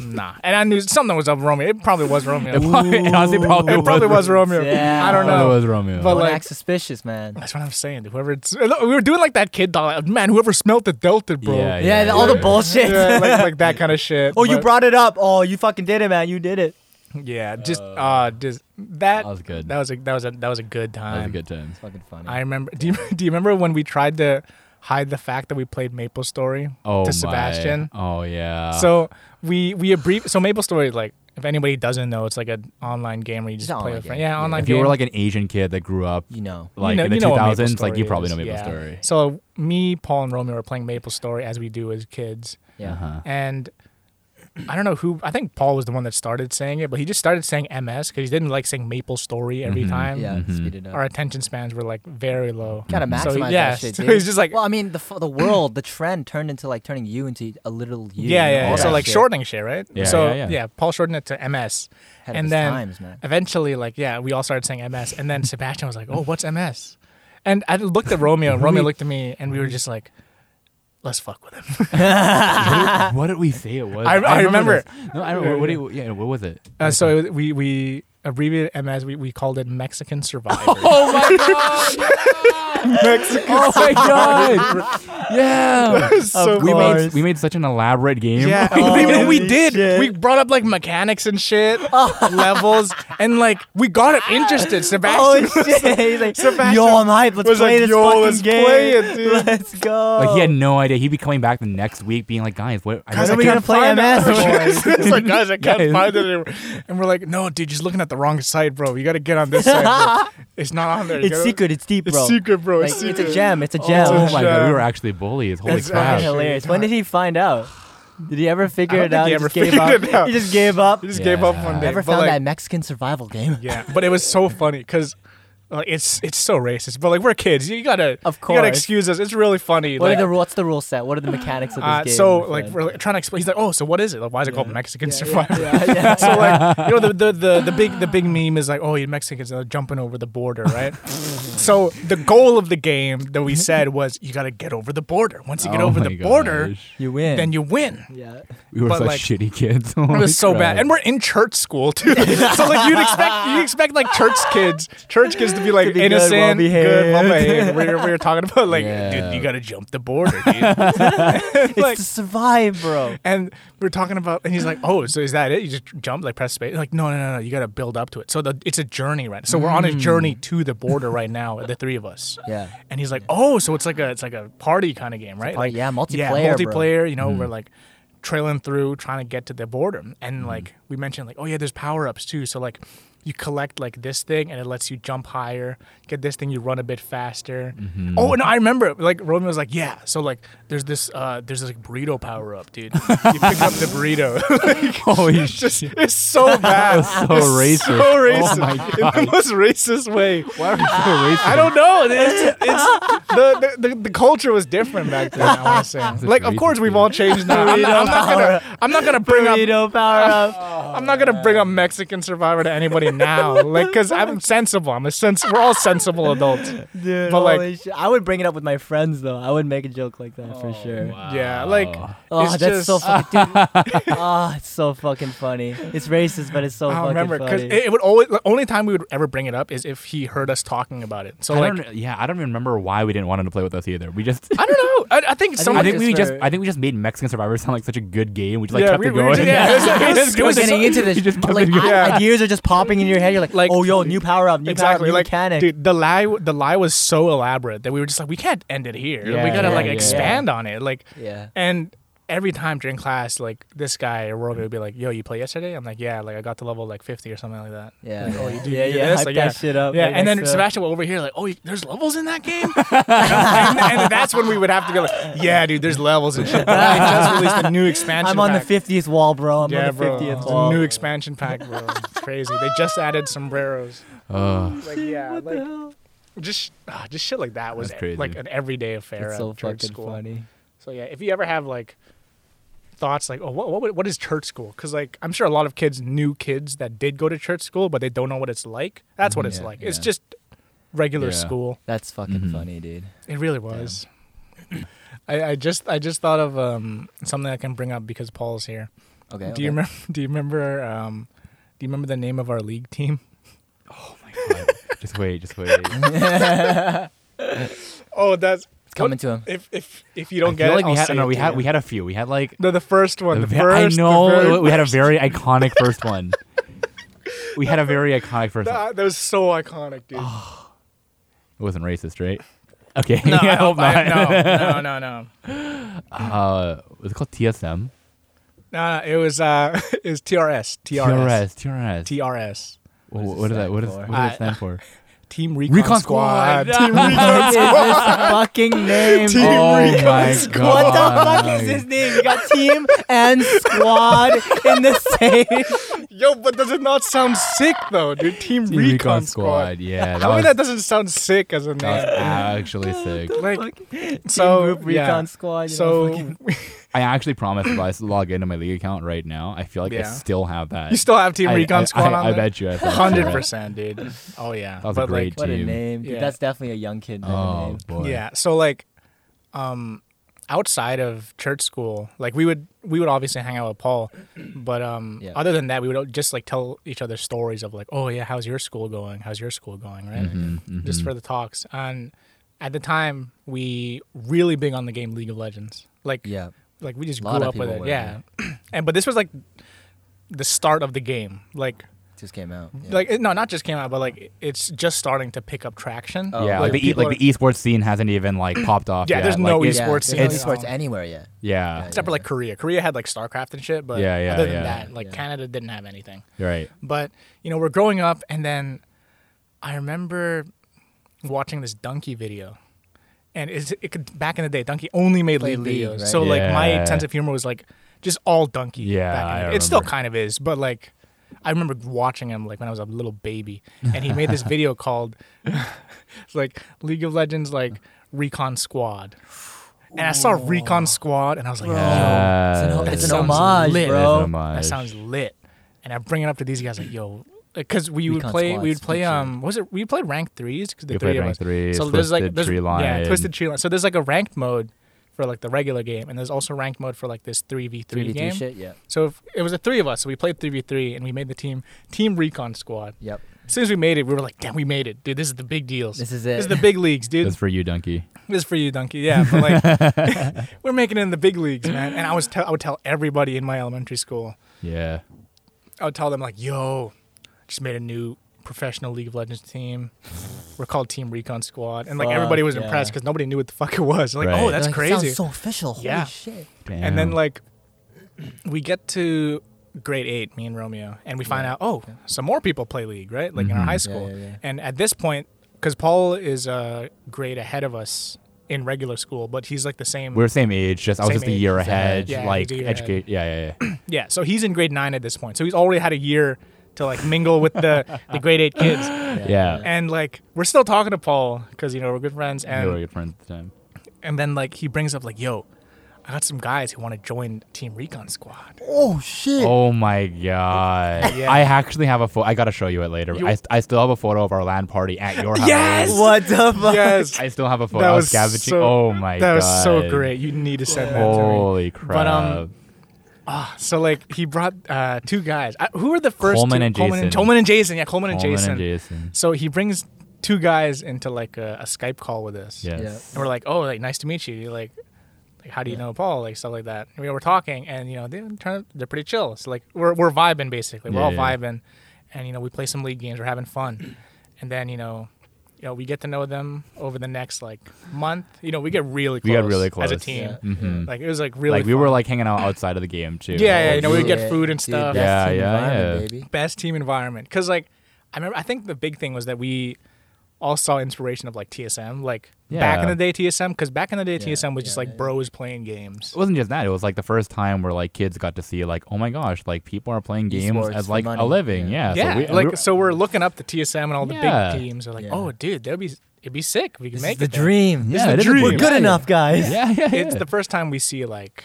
A: nah." And I knew something was up with Romeo. It probably was Romeo.
C: It probably, it honestly probably,
A: it probably was Romeo.
B: Yeah.
A: I don't
C: Probably
A: know.
C: was Romeo.
A: But,
B: Don't
A: like-
B: act suspicious, man.
A: That's what I'm saying. dude. Whoever it's, look, we were doing like that kid doll. like, Man, whoever smelt the Delta, bro.
C: Yeah,
B: Yeah, all the
C: yeah.
B: bullshit.
A: Yeah, like, like that kind of shit.
B: oh, you
A: But-
B: brought it up. Oh, you fucking did it, man. You did it.
A: Yeah, just uh, just that.
C: That was good.
A: That was a that was a that was a good time.
C: That was a good time.
B: Fucking funny.
A: I remember. Do you do you remember when we tried to hide the fact that we played Maple Story
C: Oh
A: to
C: my.
A: Sebastian?
C: Oh yeah.
A: So we we abbrev- So Maple Story, like if anybody doesn't know, it's like an online game where you just
B: an
A: play
B: online
A: with friends.
B: game.
A: Yeah,
B: Yeah.
A: online
C: if
A: game.
C: you were like an Asian kid that grew up
B: you know.
A: You
C: like
A: know-
C: in the
A: you know what Maple
C: 2000s, like you
A: Story
C: probably
A: is,
C: know Maple
A: yeah.
C: Story.
A: So me, Paul, and Romeo were playing Maple Story as we do as kids,
B: Yeah.
C: Uh-huh.
A: and. I don't know who. I think Paul was the one that started saying it, but he just started saying MS because he didn't like saying Maple Story every
C: Mhm.
A: time.
B: Yeah.
C: Mhm.
B: Speed it up.
A: our attention spans were like very low.
B: Gotta maximize
A: So,
B: that
A: yeah,
B: shit,
A: so
B: dude.
A: he's just like-
B: well, I mean, the f- the world, the trend turned into like turning you into a literal you.
A: yeah,
B: and
A: yeah.
B: all
A: yeah. So
B: that
A: like
B: shit.
A: shortening shit, right?
C: Yeah,
A: so
C: yeah, yeah.
A: Paul shortened it to MS,
B: Ahead of
A: and
B: his
A: then
B: times, man.
A: eventually, like, yeah, we all started saying MS, and then Sebastian was like, "Oh, what's MS?" And I looked at Romeo, and Romeo looked at me, and we were just like, "Let's fuck with him."
C: what, did, what did we say it was?
A: I- I remember.
C: this. No, I remember. What, do you, yeah, what was it?
A: Uh, so it was- we we abbreviated MS. We, we called it Mexican Survivor.
C: Oh my god!
A: Mexican.
C: Oh my god! Yeah.
A: so
C: we made
B: course.
C: we made such an elaborate game.
A: Yeah,
B: Oh,
A: Uh, we, we- we
B: holy
A: did.
B: shit.
A: We brought up like mechanics and shit, levels, and like we got him interested.
B: Oh
A: Sebastian
B: shit! He's like,
A: Sebastian
B: yo, I'm hyped. Let's
A: was
B: play
A: like,
B: this
A: "Yo,
B: fucking
A: let's
B: game.
A: play it, dude."
B: Let's go.
C: Like he had no idea. He'd be coming back the next week, being like, "Guys, what? I
A: Oh. Guys,
B: When
A: I
B: are we gonna
A: can't
B: play
A: find
B: MS?
A: it.
B: boys?
A: it's like, guys, I can't
C: Guys.
A: find it anymore. And we're like, no, dude, just looking at the wrong side, bro. You got to get on this side. bro. It's not on there. You
B: it's
A: gotta-
B: secret. It's deep,
A: It's
B: bro.
A: secret, bro.
B: Like,
A: it's,
B: it's
A: secret.
B: a gem. It's a
C: Oh,
B: gem.
C: my
A: shit.
C: god, we were actually bullies. Holy
A: It's
C: crap!
B: Fucking
A: actually-
B: hilarious. When did he find out? Did he ever
A: don't
B: figure it
A: think
B: out?
A: he
B: He
A: ever
B: just gave
A: figured it out.
B: up. He just gave up.
A: He just gave up
C: Yeah.
A: one day.
B: Never
A: but
B: found
A: like,
B: that Mexican survival game.
A: Yeah, but it was so funny because. Like it's it's so racist, but like we're kids. You gotta
B: Of
A: you gotta
B: course.
A: excuse us. It's really funny.
B: What
A: like,
B: are the what's the rule set? What are the mechanics of this
A: uh,
B: game?
A: so
B: my
A: like
B: friend?
A: we're like, trying to explain. He's like, oh, so what is it? Like, why is it called Mexican Survivor?
B: yeah, yeah.
A: so like you know the, the the the big the big meme is like oh you Mexicans are jumping over the border right so the goal of the game that we said was you got to get over the border once you get
C: Oh
A: over
C: my
A: the border
C: gosh.
B: you win.
A: then you win
B: yeah.
C: we were
A: but,
C: such
A: like,
C: shitty kids.
A: it was so bad and we're in church school too so like you'd expect you expect like church kids church kids to be like
B: To be good,
A: innocent good,
B: well-behaved.
A: well behaved we were, we were talking about like
C: Yeah.
A: dude you got to jump the border dude
B: It's to survive, bro.
A: And we're talking about, and he's like, "Oh, so is that it? You just jump like press space?" Like, no, no, no, no. You got to build up to it. So the, it's a journey, right? So we're on a journey to the border right now, the three of us.
B: Yeah.
A: And he's like, "Oh, so it's like a it's like a party kind of game, right?
B: party,
A: like,
B: yeah, multiplayer, bro.
A: multiplayer. You know, we're like trailing through, trying to get to the border. And like we mentioned, like, oh yeah, there's power ups too. So like." You collect like this thing, and it lets you jump higher. Get this thing, you run a bit faster. Oh, and I remember, like Romeo was like, "Yeah." So like, there's this, uh there's this like burrito power up, dude. You pick up the burrito.
C: Holy
A: It's just it's so bad.
C: so
A: it's
C: racist.
A: So
C: Oh
A: racist.
C: my
A: In the most racist way.
C: Why are we so racist?
A: I don't know. It's, it's the, the, the the culture was different back then. I want to say, like, of course, we've all changed now. I'm not, I'm not gonna I'm not gonna bring up
B: Burrito power up.
A: I'm not gonna bring up Mexican Survivor to anybody now, like, cause I'm sensible. I'm a sense. We're all sensible adults.
B: Dude,
A: But, like-
B: holy shit. I would bring it up with my friends though. I would make a joke like that for sure.
A: Yeah, like,
B: Oh,
A: Oh, It's
B: that's so
A: just-
B: fucking dude. oh, it's so fucking funny. It's racist, but it's so
A: I
B: fucking
A: remember because
B: funny.
A: it, it would always. The only time we would ever bring it up is if he heard us talking about it. So
C: I
A: like,
C: don't, yeah, I don't even remember why we didn't want him to play with us either. We just,
A: I don't know. I, I think
B: think
A: someone.
C: I think
B: it's
C: we just,
B: for-
C: I think we just made Mexican Survivor sound like such a good game. We just like
A: Yeah,
C: kept
A: we-
C: it
A: we
C: going.
A: did- yeah, it's- it's- it
B: We're
A: was
B: getting into this.
C: just kept
B: like
C: it
A: going.
B: I-
A: Yeah.
B: ideas are just popping in your head. You're like,
A: Like-
B: oh, yo, new power up, new
A: exactly
B: power up, new
A: like
B: mechanic.
A: dude the lie the lie was so elaborate that we were just like we can't end it here
C: Yeah,
A: we gotta
C: yeah,
A: like
C: yeah.
A: expand on it like
B: Yeah.
A: and every time during class like this guy Roga would be like yo you play yesterday i'm like yeah like i got to level like 50 or something like that
B: Yeah.
A: Like, oh, you do,
B: yeah,
A: you do
B: yeah.
A: this?
B: Hype
A: Like,
B: that
A: yeah.
B: shit up.
A: yeah,
B: like,
A: and then
B: next up.
A: Sebastian will over here like, oh, there's levels in that game, and, and that's when we would have to go like, yeah, dude, there's levels and shit. But I just released a new expansion.
B: I'm on the
A: pack.
B: 50th wall, bro. I'm
A: yeah,
B: on the
A: bro,
B: 50th
A: it's
B: wall.
A: a new expansion pack, bro. It's crazy. They just added sombreros.
C: Ugh.
A: Like yeah,
B: what
A: like
B: the hell?
A: just ah, just shit like that was
C: That's crazy.
A: like an everyday affair
B: It's
A: at
B: so
A: church
B: fucking
A: school.
B: funny.
A: So yeah, if you ever have like thoughts like, oh, what what, what is church school? Because like I'm sure a lot of kids knew kids that did go to church school, but they don't know what it's like. That's what
C: Mhm,
A: it's
C: yeah,
A: like. It's
C: yeah.
A: just regular
C: Yeah.
A: school.
B: That's fucking
A: Mm-hmm.
C: Mhm.
B: funny, dude.
A: It really was. I, I just I just thought of um, something I can bring up because Paul's here.
B: Okay.
A: Do you remember? Do you remember? Um, do you remember the name of our league team?
C: Oh my god. just wait, just wait. I
B: remember?
A: Oh, that's
B: it's coming to him.
A: if if if you don't
C: feel
A: get it,
C: like we
A: I'll
C: had,
A: say
C: no,
A: it
C: we
A: to
C: had,
A: you.
C: we had a few. We had like,
A: No, the first one. The
C: the ve-
A: first,
C: I know
A: The very
C: we had a very iconic first one. We had a very iconic first. one.
A: That, that was so iconic, dude.
C: It wasn't racist, right? Okay.
A: No,
C: I
A: I
C: hope
A: hope I-
C: not.
A: no, no, no, no.
C: Uh, was it called TSM?
A: No, no, it was uh, it was TRS, TRS,
C: TRS. TRS.
A: TRS.
C: What,
B: does it
C: what is
B: stand
C: that? What, is,
B: for?
C: what does it stand for?
A: Team Recon, Squad.
C: Team
B: What is this fucking name?
A: Team
C: oh
A: Recon
C: my
A: Squad.
C: god.
B: What the fuck is this name? You got team and squad in the same.
A: Yo, but does it not sound sick though, dude? Team,
C: Team
A: Recon,
C: Squad.
A: Squad.
C: Yeah, that
A: I mean,
C: was,
A: that doesn't sound sick as a
C: that was
A: name.
C: actually sick.
A: Like, so
B: Team group
A: yeah.
B: recon squad. you know, fucking-
A: So
C: I actually promised if I log into my league account right now, I feel like I
A: Yeah.
C: still have that.
A: you still have Team
C: I-
A: Recon
C: I,
A: Squad
C: I,
A: on
C: I
A: there?
C: bet you. I still have that.
A: Hundred percent, dude. Oh yeah,
C: That was a
A: but like,
C: great
B: what a
C: team.
B: name. Dude,
A: Yeah.
B: That's definitely a young kid. type of
C: Oh
B: name.
C: boy.
A: Yeah. So like, um, outside of church school, like we would we would obviously hang out with Paul, but um,
B: Yeah.
A: other than that, we would just like tell each other stories of like, oh yeah, how's your school going? How's your school going? Right.
B: Mm-hmm.
C: Mhm,
A: Mm, Just
C: mhm.
A: for the talks. And at the time, we really big on the game League of Legends. Like
B: Yeah.
A: like we just grew
B: Lot of
A: up with
B: people
A: it.
B: were,
A: yeah. and but this was like the start of the game. Like
B: Just came out. yeah.
A: like it, no, not just came out, but like it's just starting to pick up traction.
B: Oh,
C: yeah,
B: like
C: like, the e-
A: uh, people
C: like
A: are-
C: the esports scene hasn't even like popped off.
A: Yeah,
C: yet.
A: there's
C: Like,
A: no
C: it-
A: esports
B: yeah,
A: scene.
B: There's
A: It's-
B: no esports anywhere yet.
C: Yeah,
A: except for like Korea. Korea had like StarCraft and shit, but
C: Yeah, yeah,
A: other than
C: yeah.
A: that, like
B: Yeah.
A: Canada didn't have anything.
C: you're right.
A: But you know, we're growing up, and then I remember watching this Donkey video, and it's, it could back in the day, Donkey only made
B: Played
A: league
B: League,
A: videos,
B: right?
A: so like my
C: Yeah.
A: sense of humor was like just all Donkey.
C: Yeah,
A: back in the
C: I
A: day. it still
C: remember.
A: kind of is, but like I remember watching him like when I was a little baby, and he made this video called it's like League of Legends like Recon Squad. And I saw Recon Squad, and I was like, yo,
C: Yeah.
B: It's an,
A: that
B: it's
C: Uh,
B: an
A: Oh. sounds
B: homage,
A: lit.
C: There's
B: bro.
C: an homage.
A: that sounds lit. And I bring it up to these guys like, yo, because we would
B: Recon
A: play, we would
B: squads,
A: play,
B: featured.
A: um, what was it we played rank threes? 'Cause the
C: We
A: three
C: played
A: of
C: rank
A: us.
C: three,
A: so there's like,
C: Twisted
A: there's,
C: Tree
A: yeah,
C: Line.
A: twisted tree line. So there's like a ranked mode for like the regular game, and there's also ranked mode for like this three v three
B: 3v3
A: game.
B: shit. Yeah.
A: So if, it was the three of us. So we played three v three, and we made the team Team Recon Squad.
B: Yep.
A: As soon as we made it, we were like, damn, we made it, dude. This is the big deals.
B: This is
A: This is
B: it.
A: the big leagues, dude.
C: That's for you, Donkey.
A: This is for you, Donkey. Yeah, but like we're making it in the big leagues, man. And I was tell I would tell everybody in my elementary school,
C: Yeah.
A: I would tell them like, "Yo, just made a new professional League of Legends team. We're called Team Recon Squad," and like everybody
B: Fuck,
A: was
B: yeah.
A: impressed because nobody knew what the fuck it was. Like,
C: Right.
A: oh, that's
B: Like, it
A: crazy.
B: Sounds so official. Holy
A: Yeah.
B: shit.
C: Damn.
A: and then like we get to grade eight, me and Romeo, and we find out, oh, some more people play League, right? Like in our
C: Mhm.
A: high school.
B: Mm-hmm. yeah, yeah.
A: And at this point, because Paul is a grade ahead of us in regular school, but he's like the same.
C: we're same age. Just I was
A: Same
C: just a
A: age,
C: year
B: same
C: ahead.
B: age.
A: Yeah,
C: like
A: he's a year
C: educate. Yeah, yeah, yeah.
A: Yeah, so he's in grade nine at this point. So he's already had a year to like mingle with the, the grade eight kids.
C: Yeah.
A: And like we're still talking to Paul because you know we're good friends.
C: we were
A: And
C: good friends at the time.
A: and then like he brings up like, yo, I got some guys who want to join Team Recon Squad.
B: Oh shit.
C: Oh my god!
A: Yeah.
C: I actually have a photo. I gotta show you it later.
A: You-
C: I, I still have a photo of our land party at your house.
A: Yes!
B: What the fuck?
A: Yes,
C: I still have a photo.
A: that
C: I
A: was
C: scavenging.
A: so-
C: oh my
A: that
C: god!
A: was so great. You need to send that to me.
C: Holy crap!
A: But, um, So like he brought uh, two guys. Uh, who were the first?
C: Coleman
A: two?
C: and
A: Coleman
C: Jason.
A: Coleman and Jason. Yeah, Coleman and
C: Coleman
A: Jason.
C: and Jason.
A: So he brings two guys into like a, a Skype call with us.
C: Yes.
A: And we're like, oh, like nice to meet you. You're like, like how do you know Paul? Like stuff like that. And we were talking, and you know they turn they're pretty chill. So like we're we're vibing basically. We're
C: Yeah,
A: all
C: yeah.
A: vibing, and you know we play some league games. We're having fun, and then you know. You know, we get to know them over the next like month. You know, we get really
C: We
A: close.
C: got really
A: as a
C: close.
A: team.
B: Yeah.
C: Mhm.
A: Like it was like really.
C: like we were
A: fun.
C: like hanging out outside of the game too.
A: Yeah, yeah, you know, we
C: Like,
A: would get food and stuff.
B: Dude,
C: Yeah,
B: yeah,
C: yeah,
B: yeah,
C: yeah.
B: Baby.
A: best team environment because like i remember i think the big thing was that we all saw inspiration of like tsm like back in the
C: Yeah.
A: day tsm because back in the day
B: Yeah,
A: tsm was just
B: yeah,
A: like
B: yeah.
A: bros playing games
C: It wasn't just that. It was like the first time where like kids got to see like, oh my gosh, like people are playing games
B: Esports
C: as
B: for
C: like a
B: money.
C: living.
B: Yeah.
C: Yeah.
A: yeah
C: So we,
A: like
C: we were-
A: so we're looking up the tsm and all the
C: Yeah.
A: big teams are like
B: Yeah.
A: oh dude that'd be it'd be sick if we could
B: This
A: make
B: is the
A: it there."
B: dream.
C: Yeah,
B: this
C: it
B: is
C: is
B: the
C: a
B: dream. We're
C: dream.
B: good
C: Yeah,
B: enough, guys.
C: yeah, yeah, yeah.
A: it's the first time we see like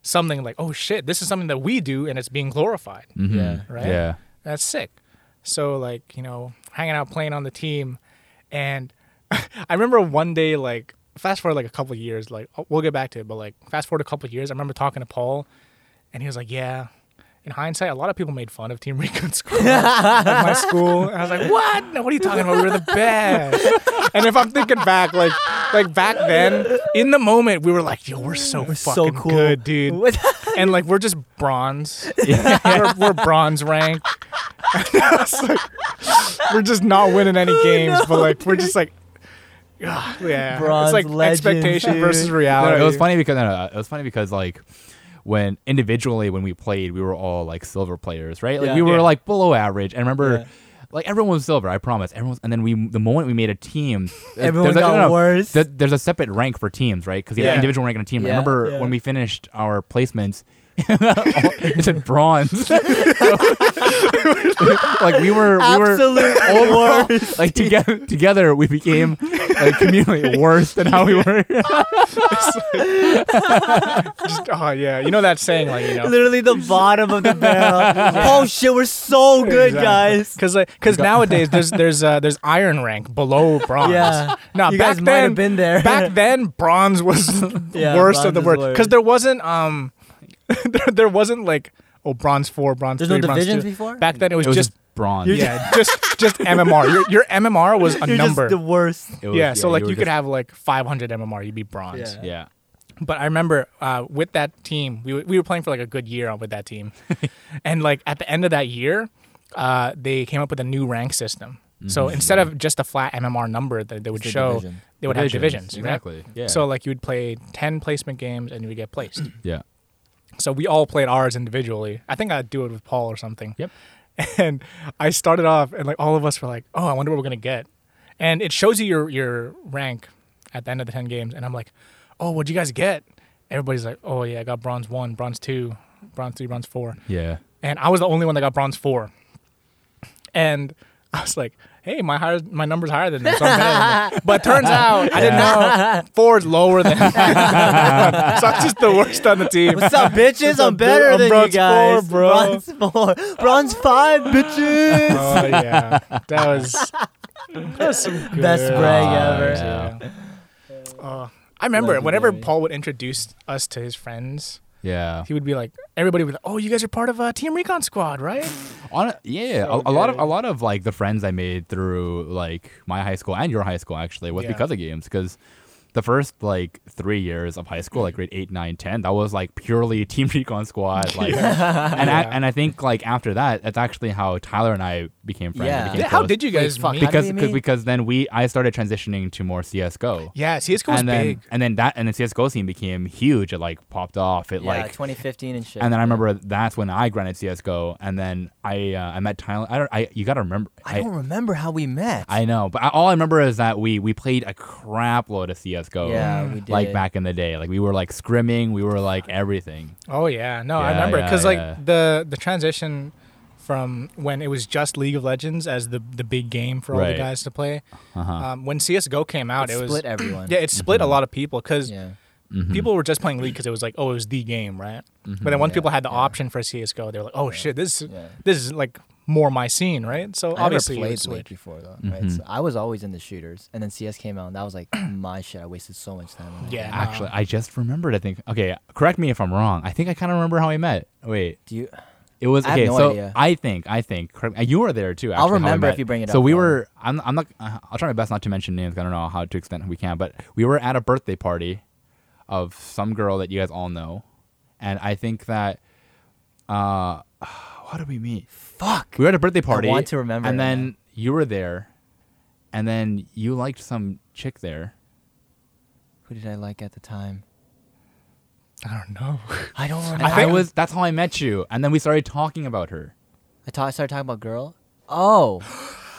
A: something like oh shit this is something that we do and it's being glorified
C: Mhm.
B: Yeah.
A: right?
C: Yeah.
A: That's sick. So like, you know, hanging out playing on the team and I remember one day like fast forward like a couple of years, like oh, we'll get back to it, but like fast forward a couple of years, I remember talking to Paul and he was like, "Yeah, in hindsight, a lot of people made fun of Team Recon School at my school." And I was like, "What? No, what are you talking about? We were the best." And if I'm thinking back, like, like back then, in the moment, we were like, "Yo, we're so
B: We're so
A: fucking
B: cool.
A: good, dude."
B: What-
A: and like we're just bronze. we're, we're bronze ranked. It's like, we're just not winning any
B: Oh,
A: games, but like we're just like, ah, yeah,
B: Bronze
A: it's like
B: legends,
A: expectation
B: dude.
A: versus
C: No,
A: reality.
C: no, it was funny because no, no, it was funny because like when individually when we played, we were all like silver players, right? Like
B: Yeah.
C: we were
A: Yeah.
C: like below average. And remember.
B: Yeah.
C: Like everyone was silver, I promise. Everyone, was, and then we, the moment we made a team, there's
B: Everyone
C: a-
B: got worse.
C: there- there's a separate rank for teams, right? Because you have
A: Yeah.
C: individual rank and a team. I
B: Yeah.
C: remember
B: Yeah.
C: when we finished our placements, it's in bronze. like we were, we were
B: Absolute
C: overall, like together, together we became like communally worse than how we were.
A: Just, oh yeah, you know that saying like you know.
B: Literally the bottom of the barrel. Oh shit, we're so good, guys.
A: Because nowadays there's there's uh, there's iron rank below bronze.
B: Yeah.
A: Now
B: You
A: back then
B: guys might have been there.
A: back then bronze was
B: Yeah,
A: worst of
B: bronze
A: the
B: is
A: worst
B: worse.
A: because there wasn't um there, there wasn't like oh bronze four bronze
B: There's
A: three
B: no
A: bronze
B: divisions
A: two.
B: before?
A: Back then it was,
C: It was
A: just
C: just bronze.
A: yeah just just MMR. Your, your MMR was a
B: You're
A: number.
B: just the worst.
C: It was-
A: yeah, so like
C: were
A: you could
C: just-
A: have like 500 MMR, you'd be bronze.
B: Yeah.
C: Yeah.
A: But I remember uh, with that team, we, w- we were playing for like a good year with that team. and like at the end of that year, uh, they came up with a new rank system. So instead of just a flat MMR number that they would
B: It's a
A: show,
B: division.
A: they would have divisions. right?
C: Exactly. Yeah.
A: So like you would play 10 placement games and you would get placed.
C: yeah.
A: so we all played ours individually. I think I'd do it with Paul or something.
C: Yep.
A: And I started off, and like all of us were like, "Oh, I wonder what we're gonna get," and it shows you your your rank at the end of the ten games. And I'm like, "Oh, what'd you guys get?" Everybody's like, "Oh yeah, I got bronze one, bronze two, bronze three, bronze four.
C: Yeah.
A: and I was the only one that got bronze four. And I was like, "Hey, my higher my number's higher than them, so I'm better than them." But turns out I didn't know four's lower than. so I'm just the worst on the team.
B: What's up, bitches? I'm better
A: I'm
B: than you
A: bronze
B: guys.
A: four, bro.
B: Bronze four, bronze five, bitches.
A: Oh yeah, that was that was some good
B: Best brag
A: times,
B: ever.
A: yeah. Uh, I remember whenever
B: Legendary.
A: Paul would introduce us to his friends,
C: Yeah.
A: he would be like, everybody would be like, "Oh, you guys are part of uh, Team Recon Squad, right?"
C: On a- yeah,
A: So
C: a, a lot of
A: good.
C: a lot of like the friends I made through like my high school and your high school actually was
A: Yeah.
C: because of games because the first like three years of high school, like grade eight, nine, ten, that was like purely Team Recon Squad. Like, and I,
A: Yeah.
C: and I think like after that, that's actually how Tyler and I became friends.
B: Yeah.
C: became
A: Yeah, how
C: close.
A: did you guys
B: fuck,
A: meet?
B: how did
C: Because
B: we
C: because
B: meet?
C: because then we I started transitioning to more CS:GO.
A: yeah, CS:GO was
C: And then,
A: big.
C: and then that, and the CS:GO scene became huge. It like popped off. It
B: Yeah,
C: like
B: 2015 and shit.
C: And then I remember that's when I grinded CS:GO, and then I uh, I met Tyler. I don't. I you gotta remember.
B: I don't remember how we met.
C: I know, but I, all I remember is that we we played a crap load of CS:GO.
B: yeah, we did.
C: Like back in the day, like we were like scrimming, we were like everything.
A: Oh yeah, no, I
C: Yeah,
A: remember
C: yeah,
A: because
C: yeah.
A: like the the transition from when it was just League of Legends as the the big game for all
C: Right.
A: the guys to play.
C: Uh huh.
A: Um, when CS:GO came out,
B: It
A: it, was
B: split everyone.
C: Mm-hmm.
A: yeah, it split a lot of people because
B: Yeah.
A: people were just playing League because it was like, oh, it was the game, right?
C: Mm-hmm.
A: But then once
B: Yeah,
A: people had the
B: yeah.
A: option for CS:GO, they were like, oh shit, this
B: Yeah.
A: this is like more my scene, right? So
B: I never
A: obviously, you would
B: played League
A: switch.
B: before though,
C: Mm-hmm.
B: right? So I was always in the shooters, and then CS came out, and that was like my shit. I wasted so much time. on that.
A: yeah,
C: Actually, I just remembered. I think. Okay, correct me if I'm wrong. I think I kind of remember how we met. Wait,
B: Do you?
C: it was
B: I have
C: okay.
B: no
C: so
B: idea.
C: I think I think correct, uh, you were there too. Actually, how we
B: remember if
C: met.
B: you bring it
C: So
B: up,
C: we
B: Colin.
C: were. I'm. I'm not. uh, I'll try my best not to mention names. I don't know how to extent we can, but we were at a birthday party of some girl that you guys all know, and I think that. Uh, how did we meet?
B: Fuck.
C: We were at a birthday party.
B: want to remember
C: And
B: that.
C: then you were there, and then you liked some chick there.
B: Who did I like at the time?
A: I don't know.
B: I don't remember.
C: I,
B: I,
C: think-
B: was.
C: was. That's how I met you, and then we started talking about her.
B: I, ta- I started talking about girl. Oh,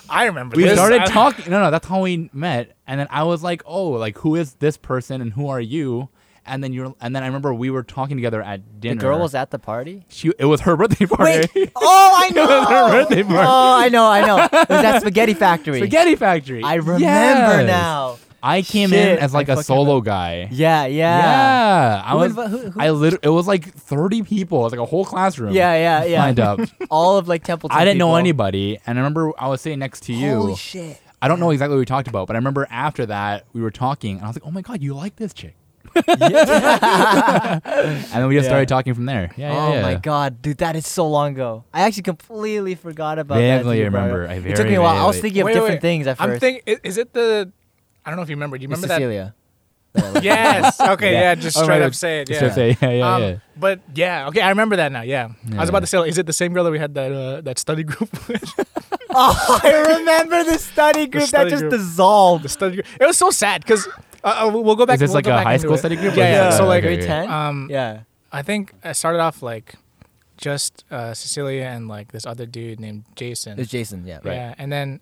A: I remember.
C: We
A: this.
C: started
A: I-
C: talking. No, no, that's how we met. And then I was like, "Oh, like who is this person and who are you?" And then you're. And then I remember we were talking together at
B: the
C: dinner.
B: girl was at the party.
C: She. It was her birthday party.
B: Wait. Oh, I know.
C: was her birthday party.
B: Oh, I know. I know. It was at Spaghetti Factory.
C: Spaghetti Factory.
B: I remember
C: Yes.
B: now.
C: I came in
B: Shit,
C: as like
B: I
C: a
B: fucking
C: solo guy.
B: Yeah. Yeah.
C: Yeah, I
B: Who
C: was.
B: invi- who- who-
C: I literally. It was like thirty people. It was like a whole classroom.
B: Yeah. Yeah. Yeah.
C: Lined up.
B: All of like Templeton.
C: I didn't know
B: people.
C: anybody, and I remember I was sitting next to you.
B: Holy shit.
C: I don't know exactly what we talked about, but I remember after that we were talking, and I was like, "Oh my god, you like this chick?" and then we
B: Yeah.
C: just started talking from there. Yeah, yeah,
B: oh
C: yeah.
B: my god, dude, that is so long ago. I actually completely forgot about that.
C: Vaguely
B: that you brought
C: remember.
B: up.
C: I
B: it took
C: very
B: me a while. I was
C: vaguely-
B: thinking of
A: Wait, wait,
B: different
A: wait.
B: things at
A: I'm
B: first.
A: thinking, i- is it the? I don't know if you remember. Do you
B: It's
A: remember that?
B: Cecilia.
A: Yes. Okay.
C: Yeah.
A: yeah. Just
C: Oh my
A: straight
C: God.
A: up say it. Yeah.
C: Just say- yeah, yeah,
A: Um,
C: yeah.
A: But yeah. Okay. I remember that now. Yeah. I was
C: Yeah.
A: about to say, like, is it the same girl that we had that uh, that study group with?
B: oh, I remember the study group
A: study
B: that just
A: group.
B: dissolved.
A: the study group. It was so sad because uh, uh, we'll go back.
C: Is this
A: we'll
C: like
A: go
C: a
A: back
C: high
A: into
C: school
A: it.
C: study group? or
A: Yeah,
C: is
A: yeah.
C: this
A: So
C: a-
A: like,
C: okay,
B: grade
C: okay.
B: ten.
A: um,
B: yeah.
A: I think I started off like just uh, Cecilia and like this other dude named Jason.
B: It's Jason. Yeah.
C: Right.
A: Yeah, and then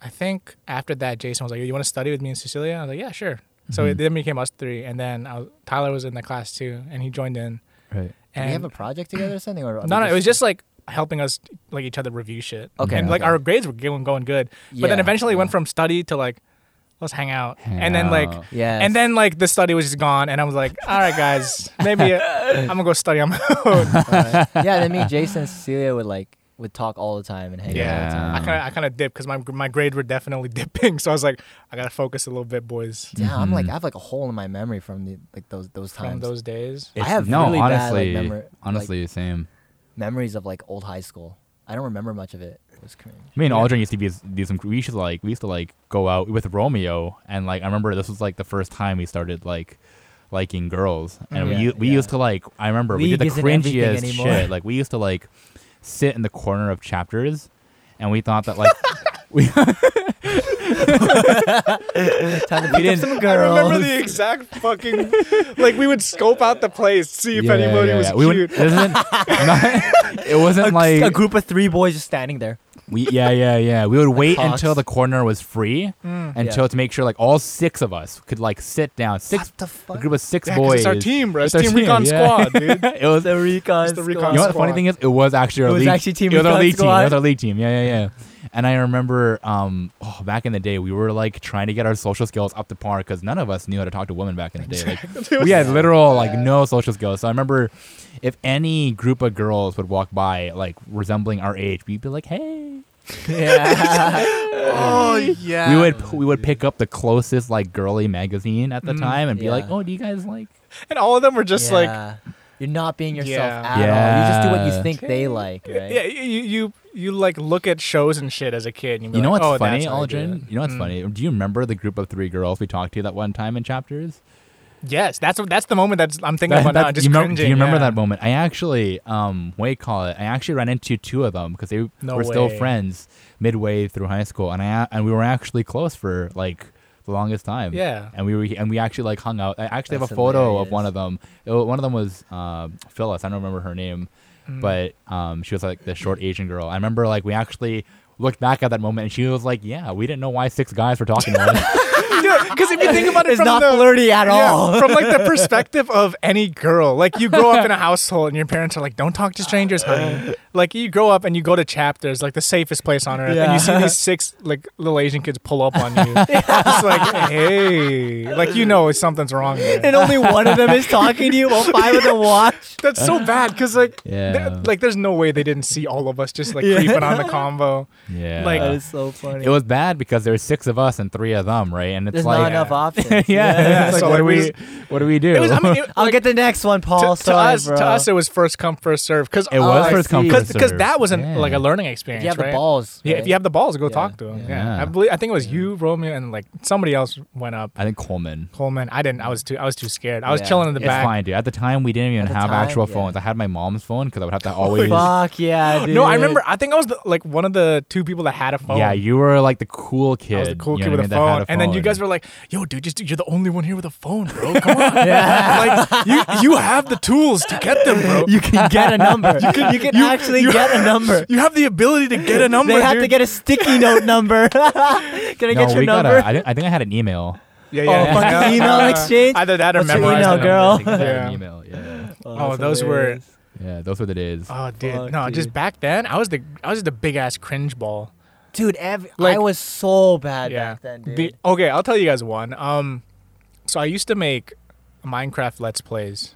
A: I think after that, Jason was like, "You want to study with me and Cecilia?" I was like, "Yeah, sure." So
B: Mm-hmm.
A: it, then became us three, and then I was, Tyler was in the class too, and he joined in.
C: Right.
B: Did
A: And
B: we have a project together or something? Or
A: no, no, it was just like helping us like each other review shit.
B: Okay,
A: and like
B: okay.
A: our grades were going going good, but then
B: Yeah,
A: eventually it went
B: yeah.
A: from study to like let's hang out,
C: Hang
A: and then like.
C: out.
B: Yeah.
A: And then like the study was just gone, and I was like, "All right, guys, maybe I'm gonna go study on my own."
B: yeah, then me, and Jason, and Cecilia would like would talk all the time and hang out. all the time.
A: I
C: Um,
A: kind of I kind of dipped because my my grades were definitely dipping, so I was like, "I gotta focus a little bit, boys."
B: Yeah, I'm like I have like a hole in my memory from the like those those
A: From
B: times.
A: those days,
B: I have
C: no,
B: really bad, like,
C: honestly,
B: memor- like-
C: honestly, same.
B: memories of like old high school. I don't remember much of it. It was crazy.
C: Me and Aldrin used to be do some. We used to like we used to like go out with Romeo, and like I remember this was like the first time we started like liking girls, and we
B: Mm, Yeah,
C: u- we
B: yeah.
C: used to like I remember we did the
B: League isn't everything
C: cringiest
B: anymore.
C: shit. Like we used to like sit in the corner of chapters, and we thought that like we
B: Time to pick up some
A: I
B: girls.
A: remember the exact fucking like we would scope out the place, see if
C: Yeah, yeah,
A: anybody
C: yeah,
A: was
C: yeah. We
A: cute.
C: wouldn't- it isn't- not- it wasn't like
B: a group of three boys just standing there.
C: we yeah yeah yeah we would wait
B: hawks.
C: until the corner was free until
B: Yeah.
C: to make sure like all six of us could like sit down six
B: What the fuck?
C: a group of six
A: Yeah, 'cause
C: boys
A: it's our team, bro. It's,
C: our
A: Team Recon
C: yeah.
A: Squad, dude.
C: it was a recon.
A: It's the recon
C: You know what the
A: squad.
C: funny thing is? It was actually our
B: It was
C: league.
B: actually Team
C: it was our
B: Recon
C: league team. It was
B: squad.
C: our league team. Yeah, yeah, yeah. And I remember, um, oh, back in the day, we were like trying to get our social skills up to par because none of us knew how to talk to women back in the day. Like, we had literal like no social skills. So I remember, if any group of girls would walk by like resembling our age, we'd be like, "Hey."
B: Yeah.
A: Oh yeah,
C: We would we would pick up the closest like girly magazine at
A: Mm,
C: the time and be
B: Yeah.
C: like, "Oh, do you guys like?"
A: and all of them were just like,
B: Yeah. you're not being yourself
A: Yeah.
B: at all. You just do what
C: Yeah.
B: you think they like, right?
A: yeah, you you you like look at shows and shit as a kid. And you'd be
C: You know
A: like,
C: what's
A: oh,
C: funny,
A: that's how they do
C: Aldrin?
A: it." Mm.
C: You know what's funny? Do you remember the group of three girls we talked to that one time in chapters?
A: Yes, that's what that's the moment that's I'm thinking
C: That-
A: about now.
C: that-
A: Just
C: you remember,
A: cringing.
C: do you remember
A: yeah.
C: that moment? I actually, um, what do you call it? I actually ran into two of them because they
A: No
C: were still
A: way.
C: friends midway through high school, and I and we were actually close for like the longest time.
A: Yeah.
C: and we were and we actually like hung out. I actually have
B: That's
C: a photo of one of them. It wa- one of them was um Phyllis. I don't remember her name,
A: Mm.
C: but um, she was like the short Asian girl. I remember like we actually looked back at that moment, and she was like, "Yeah, we didn't know why six guys were talking to us."
A: Dude, Because if you think about it,
B: It's
A: from
B: not
A: the,
B: flirty at
A: Yeah,
B: all.
A: from like the perspective of any girl, like you grow up in a household and your parents are like, "Don't talk to strangers, honey." Like you grow up and you go to chapters, like the safest place on earth, and
B: Yeah.
A: you see these six like little Asian kids pull up on you. It's like, hey, like you know something's wrong. Here.
B: and only one of them is talking to you while five of them watch.
A: That's so bad because like,
C: Yeah.
A: there- like there's no way they didn't see all of us just like creeping on the combo.
C: Yeah.
A: Like-
B: That is so funny.
C: it was bad because there were six of us and three of them, right? And it's
B: There's
C: like, uh,
B: not enough options.
C: yeah.
A: Yeah,
C: it's like,
A: so
C: what do
A: like,
C: we, what do we do?
A: It was, I mean, it,
B: I'll
A: like,
B: get the next one,
A: to,
B: Paul.
A: to
B: Sorry,
A: us,
B: bro.
A: to us, it was first come first serve because
C: It was
B: I
C: first come
B: see.
C: first
A: because
C: serve.
A: that was an,
C: Yeah.
A: like a learning
B: if
A: experience.
B: you have
A: right?
B: the balls.
A: Yeah, if you have the balls, go talk to him. Yeah.
C: Yeah.
A: I believe I think it was you, Romeo, and like somebody else went up.
C: I think Coleman.
A: Coleman, I didn't. I was too. I was too scared. I was
B: Yeah.
A: chilling in the
C: It's
A: back.
C: fine, dude. At the time, we didn't even
B: At the
C: have
B: time,
C: actual
B: yeah.
C: phones. I had my mom's phone because I would have to always.
B: Fuck yeah, dude.
A: No, I remember. I think I was the, like one of the two people that had a phone.
C: Yeah, you were like the cool kid.
A: Oh. I was the cool
C: you
A: kid
C: know
A: with
C: what
A: a
C: I mean, that
A: phone.
C: had
A: and then you
C: phone.
A: guys were like, "Yo, dude, just you're the only one here with a phone, bro. Come on, yeah. like you you have the tools to get them, bro.
B: You can get a number. you can, you can actually get a number.
A: You have the ability to get a number.
B: they have to
A: dude.
B: get a sticky note number. Can I
C: no,
B: get your
C: we got
B: number?
C: A, I, think, I think I had an email.
A: yeah,
B: Oh, fucking email exchange?
A: Either that or
B: What's your
A: memorize the
B: email,
C: I
A: number.
B: girl?
C: think I had
A: Yeah.
C: an email. Yeah.
A: Oh,
B: that's
A: those were-
B: hilarious.
C: yeah, those were the days.
A: Oh, dude,
B: Fuck,
A: no, just
B: dude.
A: back then, I was the I was the big ass cringe ball.
B: dude. Every, I
A: Like-
B: was so bad
A: yeah.
B: back then, dude.
A: The- okay, I'll tell you guys one. Um, so I used to make Minecraft Let's Plays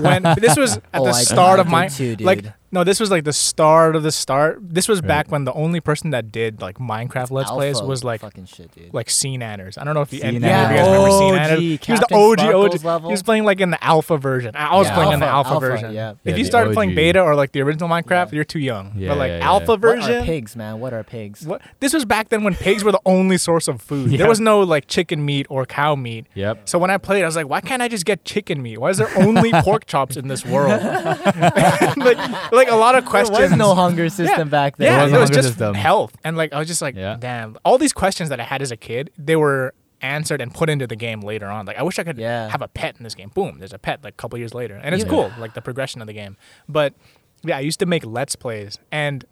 A: when this was at
B: Oh,
A: the
B: I-
A: start of
B: I
A: my
B: did too, dude.
A: like no, this was like the start of the start. This was back when the only person that did like Minecraft Let's Plays
B: Alpha
A: was like
B: fucking shit, dude.
A: like Scene Anners. I don't know if you,
C: Scene
A: any of you guys
C: Anners.
A: remember
B: Yeah.
A: Scene
B: OG,
A: Anners. He was the
B: Captain
A: OG,
B: Sparkles
A: OG.
B: level.
A: He was playing like in the alpha version. I was
B: Yeah.
A: playing in the
B: Alpha,
A: alpha,
B: alpha,
A: version.
B: yeah.
A: If
C: Yeah,
A: you
C: the
A: started playing
C: OG.
A: beta or like the original Minecraft, you're too young.
C: Yeah,
A: but like
C: yeah, yeah.
A: alpha
B: what
A: version,
B: are pigs, man? What are pigs?
A: what this was back then when pigs were the only source of food.
C: Yeah.
A: There was no like chicken meat or cow meat.
C: Yep.
A: So when I played, I was like, why can't I just get chicken meat? Why is there only pork chops in this world? like, like a lot of
B: There
A: questions.
B: was no hunger system back then.
A: Yeah,
C: was
A: it
C: no
A: was
C: hunger
A: just
C: system.
A: health. And like I was just like,
C: Yeah.
A: damn. All these questions that I had as a kid, they were answered and put into the game later on. Like I wish I could
B: Yeah.
A: have a pet in this game. Boom, there's a pet like a couple years later. And it's
C: Yeah.
A: cool, like the progression of the game. But yeah, I used to make let's plays and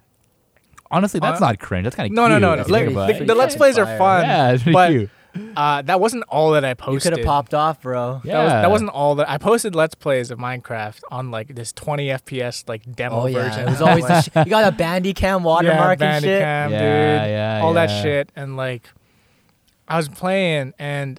C: Honestly, that's
A: Uh,
C: not cringe. That's kind of
A: no, no,
C: cute.
A: no, no.
C: if you think
A: Like,
C: about
A: the,
C: it.
A: the let's
B: Yeah.
A: plays are fun.
C: Yeah, it's pretty
A: but,
C: cute.
A: Uh, that wasn't all that I
B: you
A: posted.
B: could have popped off, bro.
C: Yeah.
A: That, was, that wasn't all that I posted. Let's plays of Minecraft on like this 20 FPS like demo
B: Oh yeah,
A: version.
B: it was always the sh- you got a Bandicam watermark
A: yeah,
B: and shit.
A: Bandicam,
C: Yeah,
A: dude,
C: yeah,
A: all
C: yeah.
A: that shit, and like, I was playing, and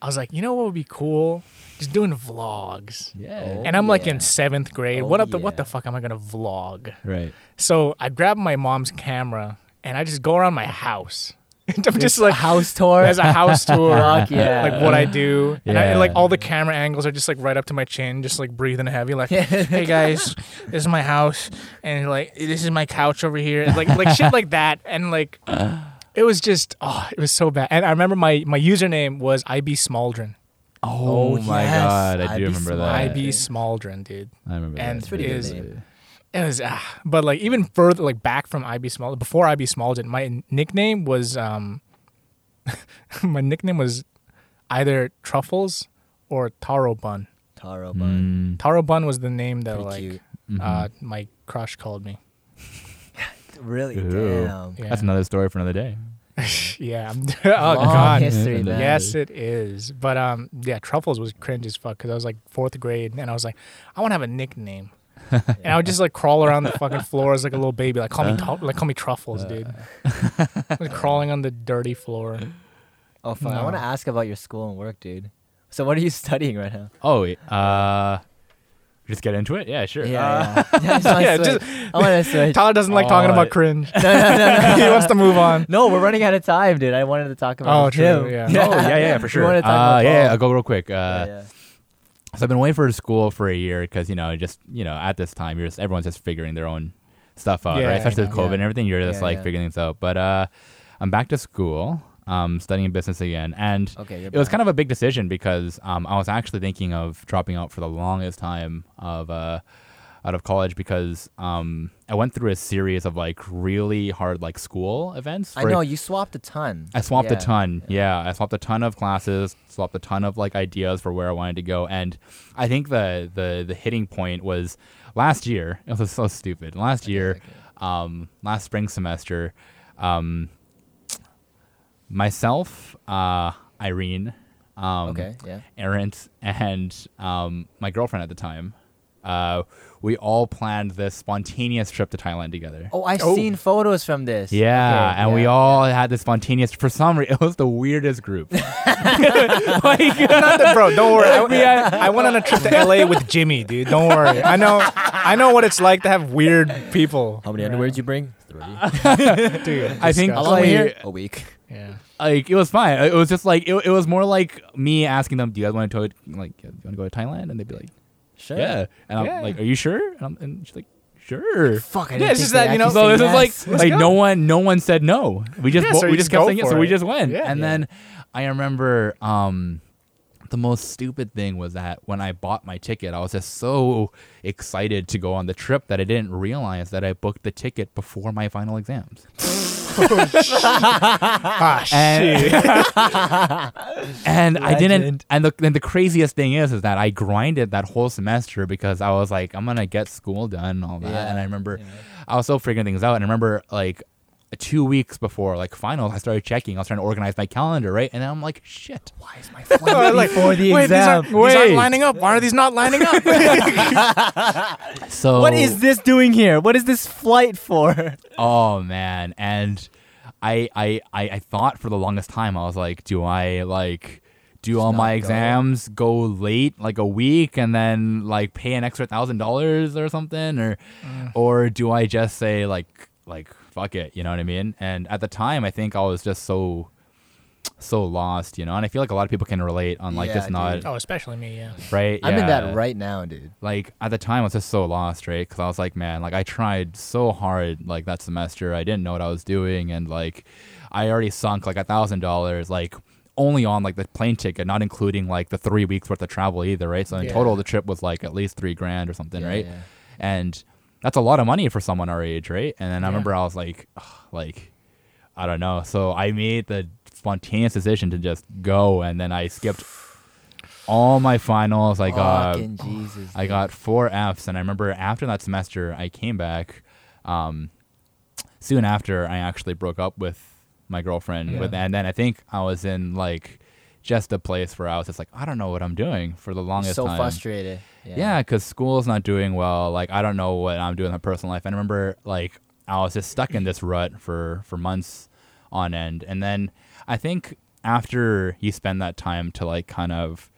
A: I was like, you know what would be cool? Just doing vlogs.
C: Yeah.
A: And I'm like
B: yeah.
A: in seventh grade.
B: Oh,
A: what up? The, what
B: yeah.
A: the fuck am I gonna vlog?
C: Right.
A: So I grab my mom's camera and I just go around my house. And I'm
B: Just
A: just like
B: a house tour.
A: as a house tour,
B: Fuck yeah.
A: like what I do, and, I, and, like
C: Yeah.
A: all the camera angles are just like right up to my chin, just like breathing heavy, like, "Hey guys, this is my house, and like this is my couch over here," and, like like shit like that, and like it was just oh, it was so bad. And I remember my my username was IB Smaldron,
C: Oh,
B: Oh,
C: my
B: yes.
C: god, I
B: I'd
C: do
B: be
C: remember that.
B: smart.
A: IB Smaldron, dude.
C: I remember
A: And
C: that.
A: it
C: Yeah.
A: is- It was, ah, but like even further, like back from IB Small, before IB Smaldron, my nickname was, um, my nickname was either Truffles or Taro Bun.
B: Taro bun.
C: Mm,
A: Taro Bun was the name that
B: Pretty
A: like
B: cute.
A: uh, my crush called me.
B: Really?
C: Ooh.
B: Damn.
A: Yeah,
C: That's another story for another day.
A: yeah. I'm- oh
B: Long
A: God.
B: history, man.
A: Yes, it is. But um, yeah, Truffles was cringe as fuck because I was like fourth grade and I was like, I want to have a nickname. and I would just like crawl around the fucking floor as like a little baby, like call me Tru- like call me Truffles, dude. like crawling on the dirty floor.
B: Oh fuck! I
A: No.
B: want to ask about your school and work, dude. So what are you studying right now?
C: Oh, wait, uh, just get into it. Yeah, sure. Uh,
B: Yeah, yeah. I just wanna
A: yeah,
B: switch. I want to switch.
A: Tyler doesn't like talking
C: Oh,
A: about
C: it-
A: cringe.
B: no, no, no, no.
A: he wants to move on.
B: No, we're running out of time, dude. I wanted to talk about.
A: Oh,
B: him.
A: true, yeah.
C: Oh yeah, yeah, for
B: We
C: sure.
B: wanna talk
C: uh,
B: about
C: yeah,
B: Paul.
C: yeah, I'll go real quick. Uh,
B: Yeah, yeah.
C: So I've been waiting for school for a year because you know, just you know, at this time, you're just everyone's just figuring their own stuff out,
A: Yeah,
C: right?
A: I
C: Especially with
A: know.
C: COVID and everything, you're just
B: Yeah,
C: like
B: yeah.
C: figuring things out. But uh, I'm back to school, um, studying business again, and
B: Okay, you're
C: it was kind of a big decision because um, I was actually thinking of dropping out for the longest time of uh, out of college because um, I went through a series of like really hard like school events.
B: I
C: for-
B: know you swapped a ton.
C: I swapped
B: Yeah.
C: a ton. Yeah. I swapped a ton of classes, swapped a ton of like ideas for where I wanted to go, and I think the the the hitting point was last year. It was so stupid. Last year, um, last spring semester, um, myself, uh, Irene, Um,
B: Okay, yeah.
C: Errant and um, my girlfriend at the time, uh, we all planned this spontaneous trip to Thailand together.
B: Oh, I've
A: Oh.
B: seen photos from this.
C: Yeah,
B: Okay,
C: and we
B: yeah.
C: all had this spontaneous. For some reason, it was the weirdest group. like,
A: Not that- bro, don't worry. I, I went on a trip to LA with Jimmy, dude. Don't worry. I know I know what it's like to have weird people.
D: How many
A: around.
D: underwear did you bring? Three. How
A: Dude,
C: I think
A: disgusting.
D: long were you
C: Like-
D: here? A week.
A: yeah.
C: like it was fine. It was just like it, it was more like me asking them, "Do you guys want to like do you want to go to Thailand?" And they'd be like,
D: Sure.
C: "Yeah," and I'm
A: Yeah.
C: like, "Are you sure?" And, I'm, and she's like, "Sure."
B: Fuck, I
A: Yeah,
B: didn't
A: it's
B: think
A: just
B: they
A: that, you know,
B: actually
C: So this
B: said
C: is like
B: yes.
A: Let's
C: like
A: go.
C: no one no one said no. We just
A: Yeah,
C: bo-
A: so
C: we
A: you just
C: just kept
A: go
C: saying it,
A: for
C: so we
A: it.
C: just went.
A: Yeah.
C: and
A: Yeah.
C: then I remember um the most stupid thing was that when I bought my ticket, I was just so excited to go on the trip that I didn't realize that I booked the ticket before my final exams.
A: Ah,
C: And-
A: Oh, shit.
C: And I didn't.
B: Legend.
C: And the and the craziest thing is, is that I grinded that whole semester because I was like, I'm gonna get school done and all that.
B: Yeah,
C: and I remember, I was still figuring things out. And I remember like two weeks before like finals, I started checking. I was trying to organize my calendar, right? And I'm like, shit, why is my flight?
A: I was like,
B: Before the
A: wait, these
B: exam.
A: aren't, these aren't
C: Wait.
A: lining up. Why are these not lining up?
C: so
B: What is this doing here? What is this flight for?
C: Oh man, and I, I I I thought for the longest time I was like, do I like do all my
B: not go.
C: exams go late like a week and then like pay an extra thousand dollars or something or
B: Mm.
C: or do I just say like like fuck it, you know what I mean? And at the time I think I was just so so lost, you know, and I feel like a lot of people can relate on like
B: Yeah,
C: just not
B: dude.
A: oh, especially me, yeah.
C: right.
B: I'm in
C: Yeah
B: that right now, dude.
C: like at the time I was just so lost, right? Because I was like, man, like I tried so hard like that semester. I didn't know what I was doing, and like I already sunk like a thousand dollars, like only on like the plane ticket, not including like the three weeks worth of travel either, right? So in
A: Yeah.
C: total, the trip was like at least three grand or something,
B: Yeah,
C: right?
B: yeah.
C: And that's a lot of money for someone our age, right? And then I
A: Yeah.
C: remember I was like, ugh, like I don't know. So I made the spontaneous decision to just go, and then I skipped all my finals. I got
B: Fucking Jesus.
C: uh, I got four Fs, and I remember after that semester, I came back. Um, soon after, I actually broke up with my girlfriend,
A: Yeah.
C: with, and then I think I was in like just a place where I was just like, I don't know what I'm doing for the longest
B: so
C: time.
B: frustrated.
C: Yeah, because school's not doing well. Like I don't know what I'm doing in my personal life. And I remember like I was just stuck in this rut for for months on end. And then I think after you spend that time to like kind of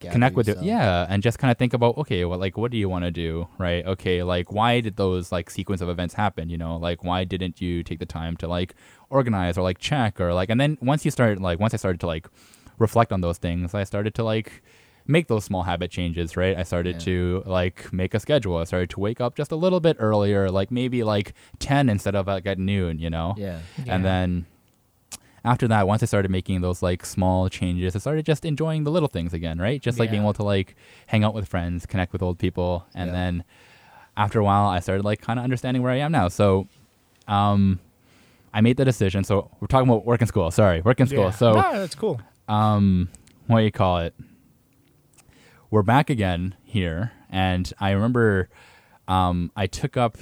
B: Gather
C: connect with it
B: yourself.
C: yeah and just kind of think about okay well like what do you want to do right okay like why did those like sequence of events happen you know like why didn't you take the time to like organize or like check or like and then once you started like once i started to like reflect on those things i started to like make those small habit changes right i started
B: Yeah.
C: to like make a schedule i started to wake up just a little bit earlier like maybe like 10 instead of like at noon you know
B: Yeah.
A: Yeah.
C: and then after that, once I started making those like small changes, I started just enjoying the little things again, right? Just like being
A: Yeah.
C: able to like hang out with friends, connect with old people, and
B: Yeah.
C: then after a while, I started like kind of understanding where I am now. So, um, I made the decision. So we're talking about work and school. Sorry, work and school.
A: Yeah.
C: So
A: no, that's cool.
C: um, what do you call it? We're back again here, and I remember um, I took up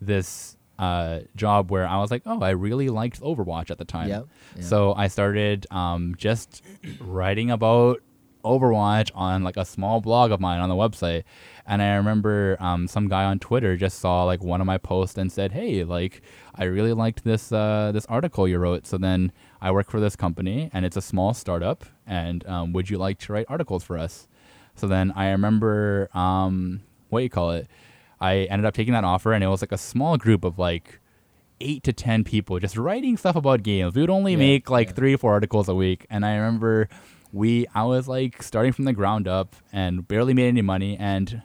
C: this uh, job where I was like, oh, I really liked Overwatch at the time.
B: Yep, yeah.
C: So I started um, just writing about Overwatch on like a small blog of mine on the website, and I remember um, some guy on Twitter just saw like one of my posts and said, "Hey, like I really liked this uh, this article you wrote." So then I work for this company, and it's a small startup, and um, would you like to write articles for us? So then I remember um, what do you call it. I ended up taking that offer, and it was like a small group of like eight to ten people just writing stuff about games. We would only
B: Yeah,
C: make like
B: yeah.
C: three or four articles a week, and I remember we I was like starting from the ground up and barely made any money, and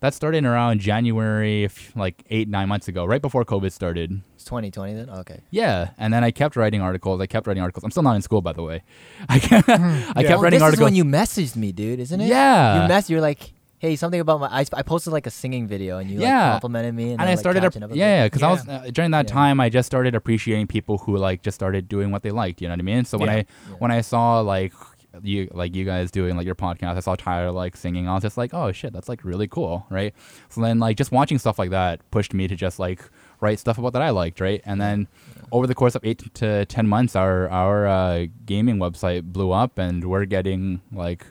C: that started around January, f- like eight nine months ago, right before COVID started.
B: It's 2020 then? Okay.
C: Yeah, and then I kept writing articles. I kept writing articles. I'm still not in school, by the way. I kept, I kept
B: oh,
C: writing
B: this
C: articles.
B: is when you messaged me, dude, isn't it?
C: Yeah.
B: You mess. You're like, hey, something about my. I, I posted like a singing video, and you
C: Yeah.
B: like complimented me, and,
C: and I
B: like,
C: started,
B: catching
C: app-
B: up a
C: yeah,
B: bit.
C: because I was
A: Yeah.
C: uh, during that
B: Yeah.
C: time, I just started appreciating people who like just started doing what they liked. You know what I mean? So when
A: Yeah.
C: I
B: Yeah.
C: when I saw like you like you guys doing like your podcast, I saw Tyler like singing. I was just like, oh shit, that's like really cool, right? So then like just watching stuff like that pushed me to just like write stuff about that I liked, right? And then over the course of eight to ten months, our our uh, gaming website blew up, and we're getting like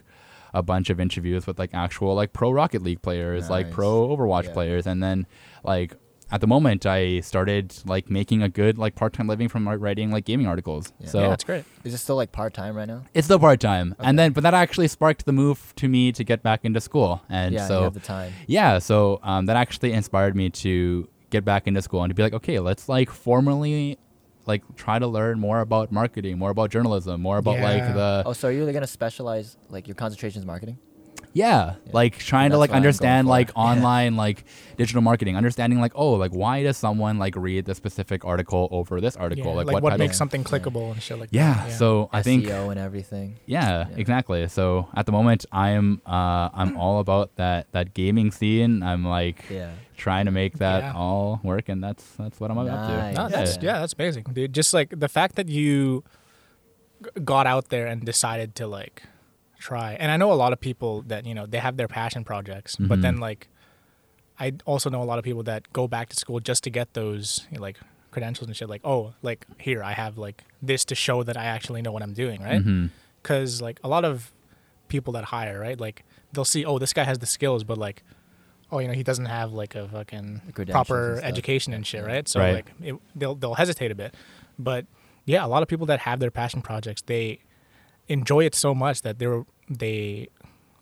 C: a bunch of interviews with like actual like pro Rocket League players, like
D: Nice.
C: pro Overwatch
D: Yeah.
C: players, and then like at the moment, I started like making a good like part time living from like, writing like gaming articles.
D: Yeah.
C: So
A: yeah, that's great.
B: Is it still like part time right now?
C: it's still part time, and then but that actually sparked the move to me to get back into school, and
B: yeah, you
C: so
B: have the time.
C: yeah, so um, that actually inspired me to get back into school and to be like, okay, let's like formally like try to learn more about marketing, more about journalism, more about
A: Yeah.
C: like the
B: Oh, so are you really gonna specialize like your concentrations marketing?
C: yeah, like trying to
B: That's
C: like
B: what I'm going
C: understand
B: for.
C: like
B: Yeah.
C: online like digital marketing, understanding like oh like why does someone like read this specific article over this article
A: Yeah,
C: like,
A: what,
C: type of-
A: makes something clickable and shit like
C: yeah,
A: that.
C: so I think
B: SEO E and everything.
C: Yeah,
B: Yeah.
C: exactly. So at the moment, I'm uh, I'm all about that that gaming scene. I'm like
B: Yeah.
C: trying to make that
A: Yeah.
C: all work, and that's that's what I'm up
B: Nice.
C: to.
A: No, that's yeah. that's amazing, dude. Just like the fact that you g- got out there and decided to like try. And I know a lot of people that you know they have their passion projects, but
C: Mhm.
A: then like I also know a lot of people that go back to school just to get those you know, like credentials and shit. Like oh, like here I have like this to show that I actually know what I'm doing, right?
C: Mhm.
A: because like a lot of people that hire right like they'll see oh this guy has the skills but like oh you know he doesn't have like a fucking
B: The credentials
A: proper
B: and stuff.
A: education and shit right so
C: Right.
A: like it, they'll they'll hesitate a bit but yeah a lot of people that have their passion projects they enjoy it so much that they're they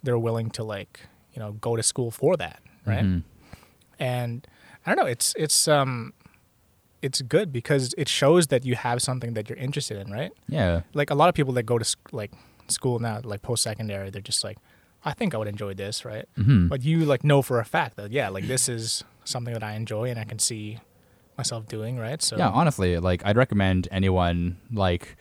A: they're willing to like you know go to school for that right
C: Mhm.
A: and I don't know. It's it's um, it's good because it shows that you have something that you're interested in, right?
C: Yeah.
A: Like a lot of people that go to sc- like school now, like post secondary, they're just like, I think I would enjoy this, right?
C: Mhm.
A: But you like know for a fact that yeah, like this is something that I enjoy and I can see myself doing, right? So
C: yeah honestly like i'd recommend anyone like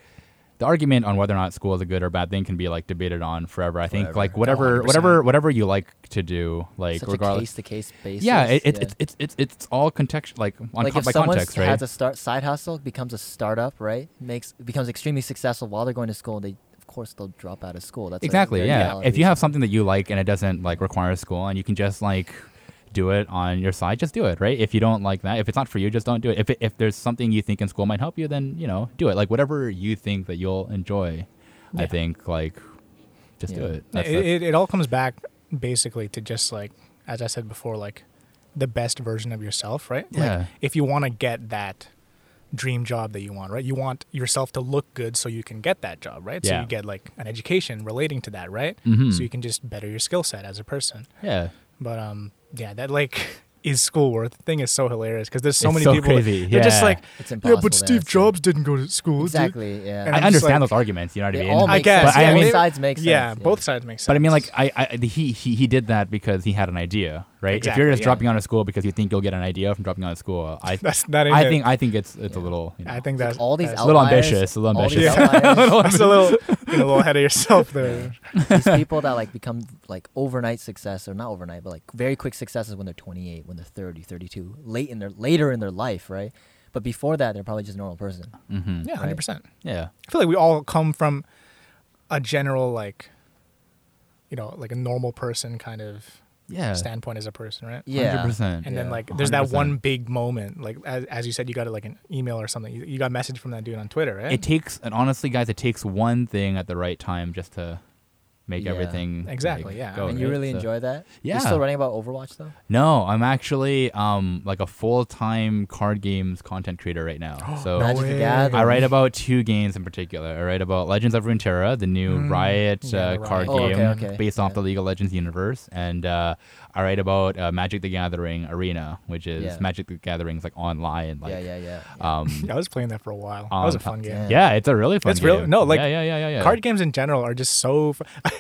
C: the argument on whether or not school is a good or bad thing can be like debated on forever i think
D: Forever.
C: like whatever
A: 100%.
C: whatever whatever you like to do like
B: Such a
C: regardless
B: case to case basis.
C: yeah, it, it, It's, it's it's it's all context like on
B: like
C: co-
B: if
C: by
B: someone
C: context
B: has
C: right
B: a start side hustle, becomes a startup, right? Makes becomes extremely successful while they're going to school. They of course they'll drop out of school. That's a
C: exactly
B: very
C: yeah
B: reality.
C: if you have something that you like and it doesn't like require school and you can just like do it on your side just do it right if you don't like that if it's not for you just don't do it if, it, if there's something you think in school might help you then you know do it like whatever you think that you'll enjoy i
A: Yeah.
C: think like just do
B: Yeah.
C: it
A: it,
C: That's- that's-
A: it, it all comes back basically to just like as I said before, like the best version of yourself, right?
C: Yeah.
A: Like if you want to get that dream job that you want, right? You want yourself to look good so you can get that job, right? So
C: Yeah.
A: you get like an education relating to that, right?
C: Mhm.
A: So you can just better your skill set as a person.
C: yeah
A: But um yeah, that like is school worth thing is so hilarious because there's so
C: It's
A: many
C: so
A: people
C: crazy,
A: they're just
C: yeah.
A: like
B: It's
A: yeah,
B: impossible
A: but
B: to
A: Steve
B: answer.
A: Jobs didn't go to school. dude."
B: exactly yeah.
A: And
C: i
A: I'm just
C: understand
A: like-
C: those arguments you know what i
B: They
C: mean
B: all
A: I
B: make
A: guess
C: sense. But I
A: yeah,
C: mean-
A: they-
B: Sides make
A: Yeah,
B: sense, yeah.
A: both sides make sense.
C: But I mean, like, I, I the- he, he he did that because he had an idea, right? if
A: Exactly,
C: you're just
A: yeah.
C: dropping out of school because you think you'll get an idea from dropping out of school, I
A: that's that. ain't
C: I
A: it.
C: think I think it's it's a
B: Yeah.
C: little. You know,
A: I think
B: It's like
A: that's
B: all these
A: that's-
C: a little
B: outliers,
C: ambitious, a little
B: all these
C: ambitious.
B: outliers,
A: That's a little, you know, a little ahead of yourself there.
B: these people that like become like overnight success or not overnight but like very quick successes when they're 28 when they're 30 32 late in their later in their life right but before that they're probably just a normal person
C: hmm
A: Yeah, hundred percent.
C: Yeah.
A: I feel like we all come from a general like, you know, like a normal person kind of
C: Yeah.
A: standpoint as a person, right?
B: yeah
C: 100%.
A: And then
B: Yeah.
A: like, there's that
C: 100%.
A: one big moment, like as, as you said, you got like an email or something. You, you got a message from that dude on Twitter, right?
C: It takes, and honestly, guys, it takes one thing at the right time just to make
B: Yeah.
C: everything
A: Exactly,
C: like,
A: yeah.
C: go,
B: and you
C: right?
B: really
C: So-
B: enjoy that
C: Oh, Yeah.
B: you're still writing about overwatch though
C: No, I'm actually um like a full time card games content creator right now. So
B: Magic the
A: way.
B: Gathering.
C: I write about two games in particular. I write about Legends of Runeterra, the new
A: Mm.
C: Riot
A: Yeah,
C: uh,
A: the Riot.
C: card
B: Oh, okay,
C: game
B: okay.
C: based off
B: Yeah.
C: the League of Legends universe, and uh, I write about uh, Magic the Gathering Arena, which is
B: Yeah.
C: Magic the Gathering's like online. Like,
B: yeah yeah yeah
C: Um,
A: yeah, I was playing that for a while.
C: Oh,
A: that was a
C: t-
A: fun game.
B: yeah.
C: yeah, it's a really fun.
A: It's
C: game.
A: real- no, like,
C: yeah, yeah, yeah, yeah, yeah.
A: Card games in general are just so. Fu-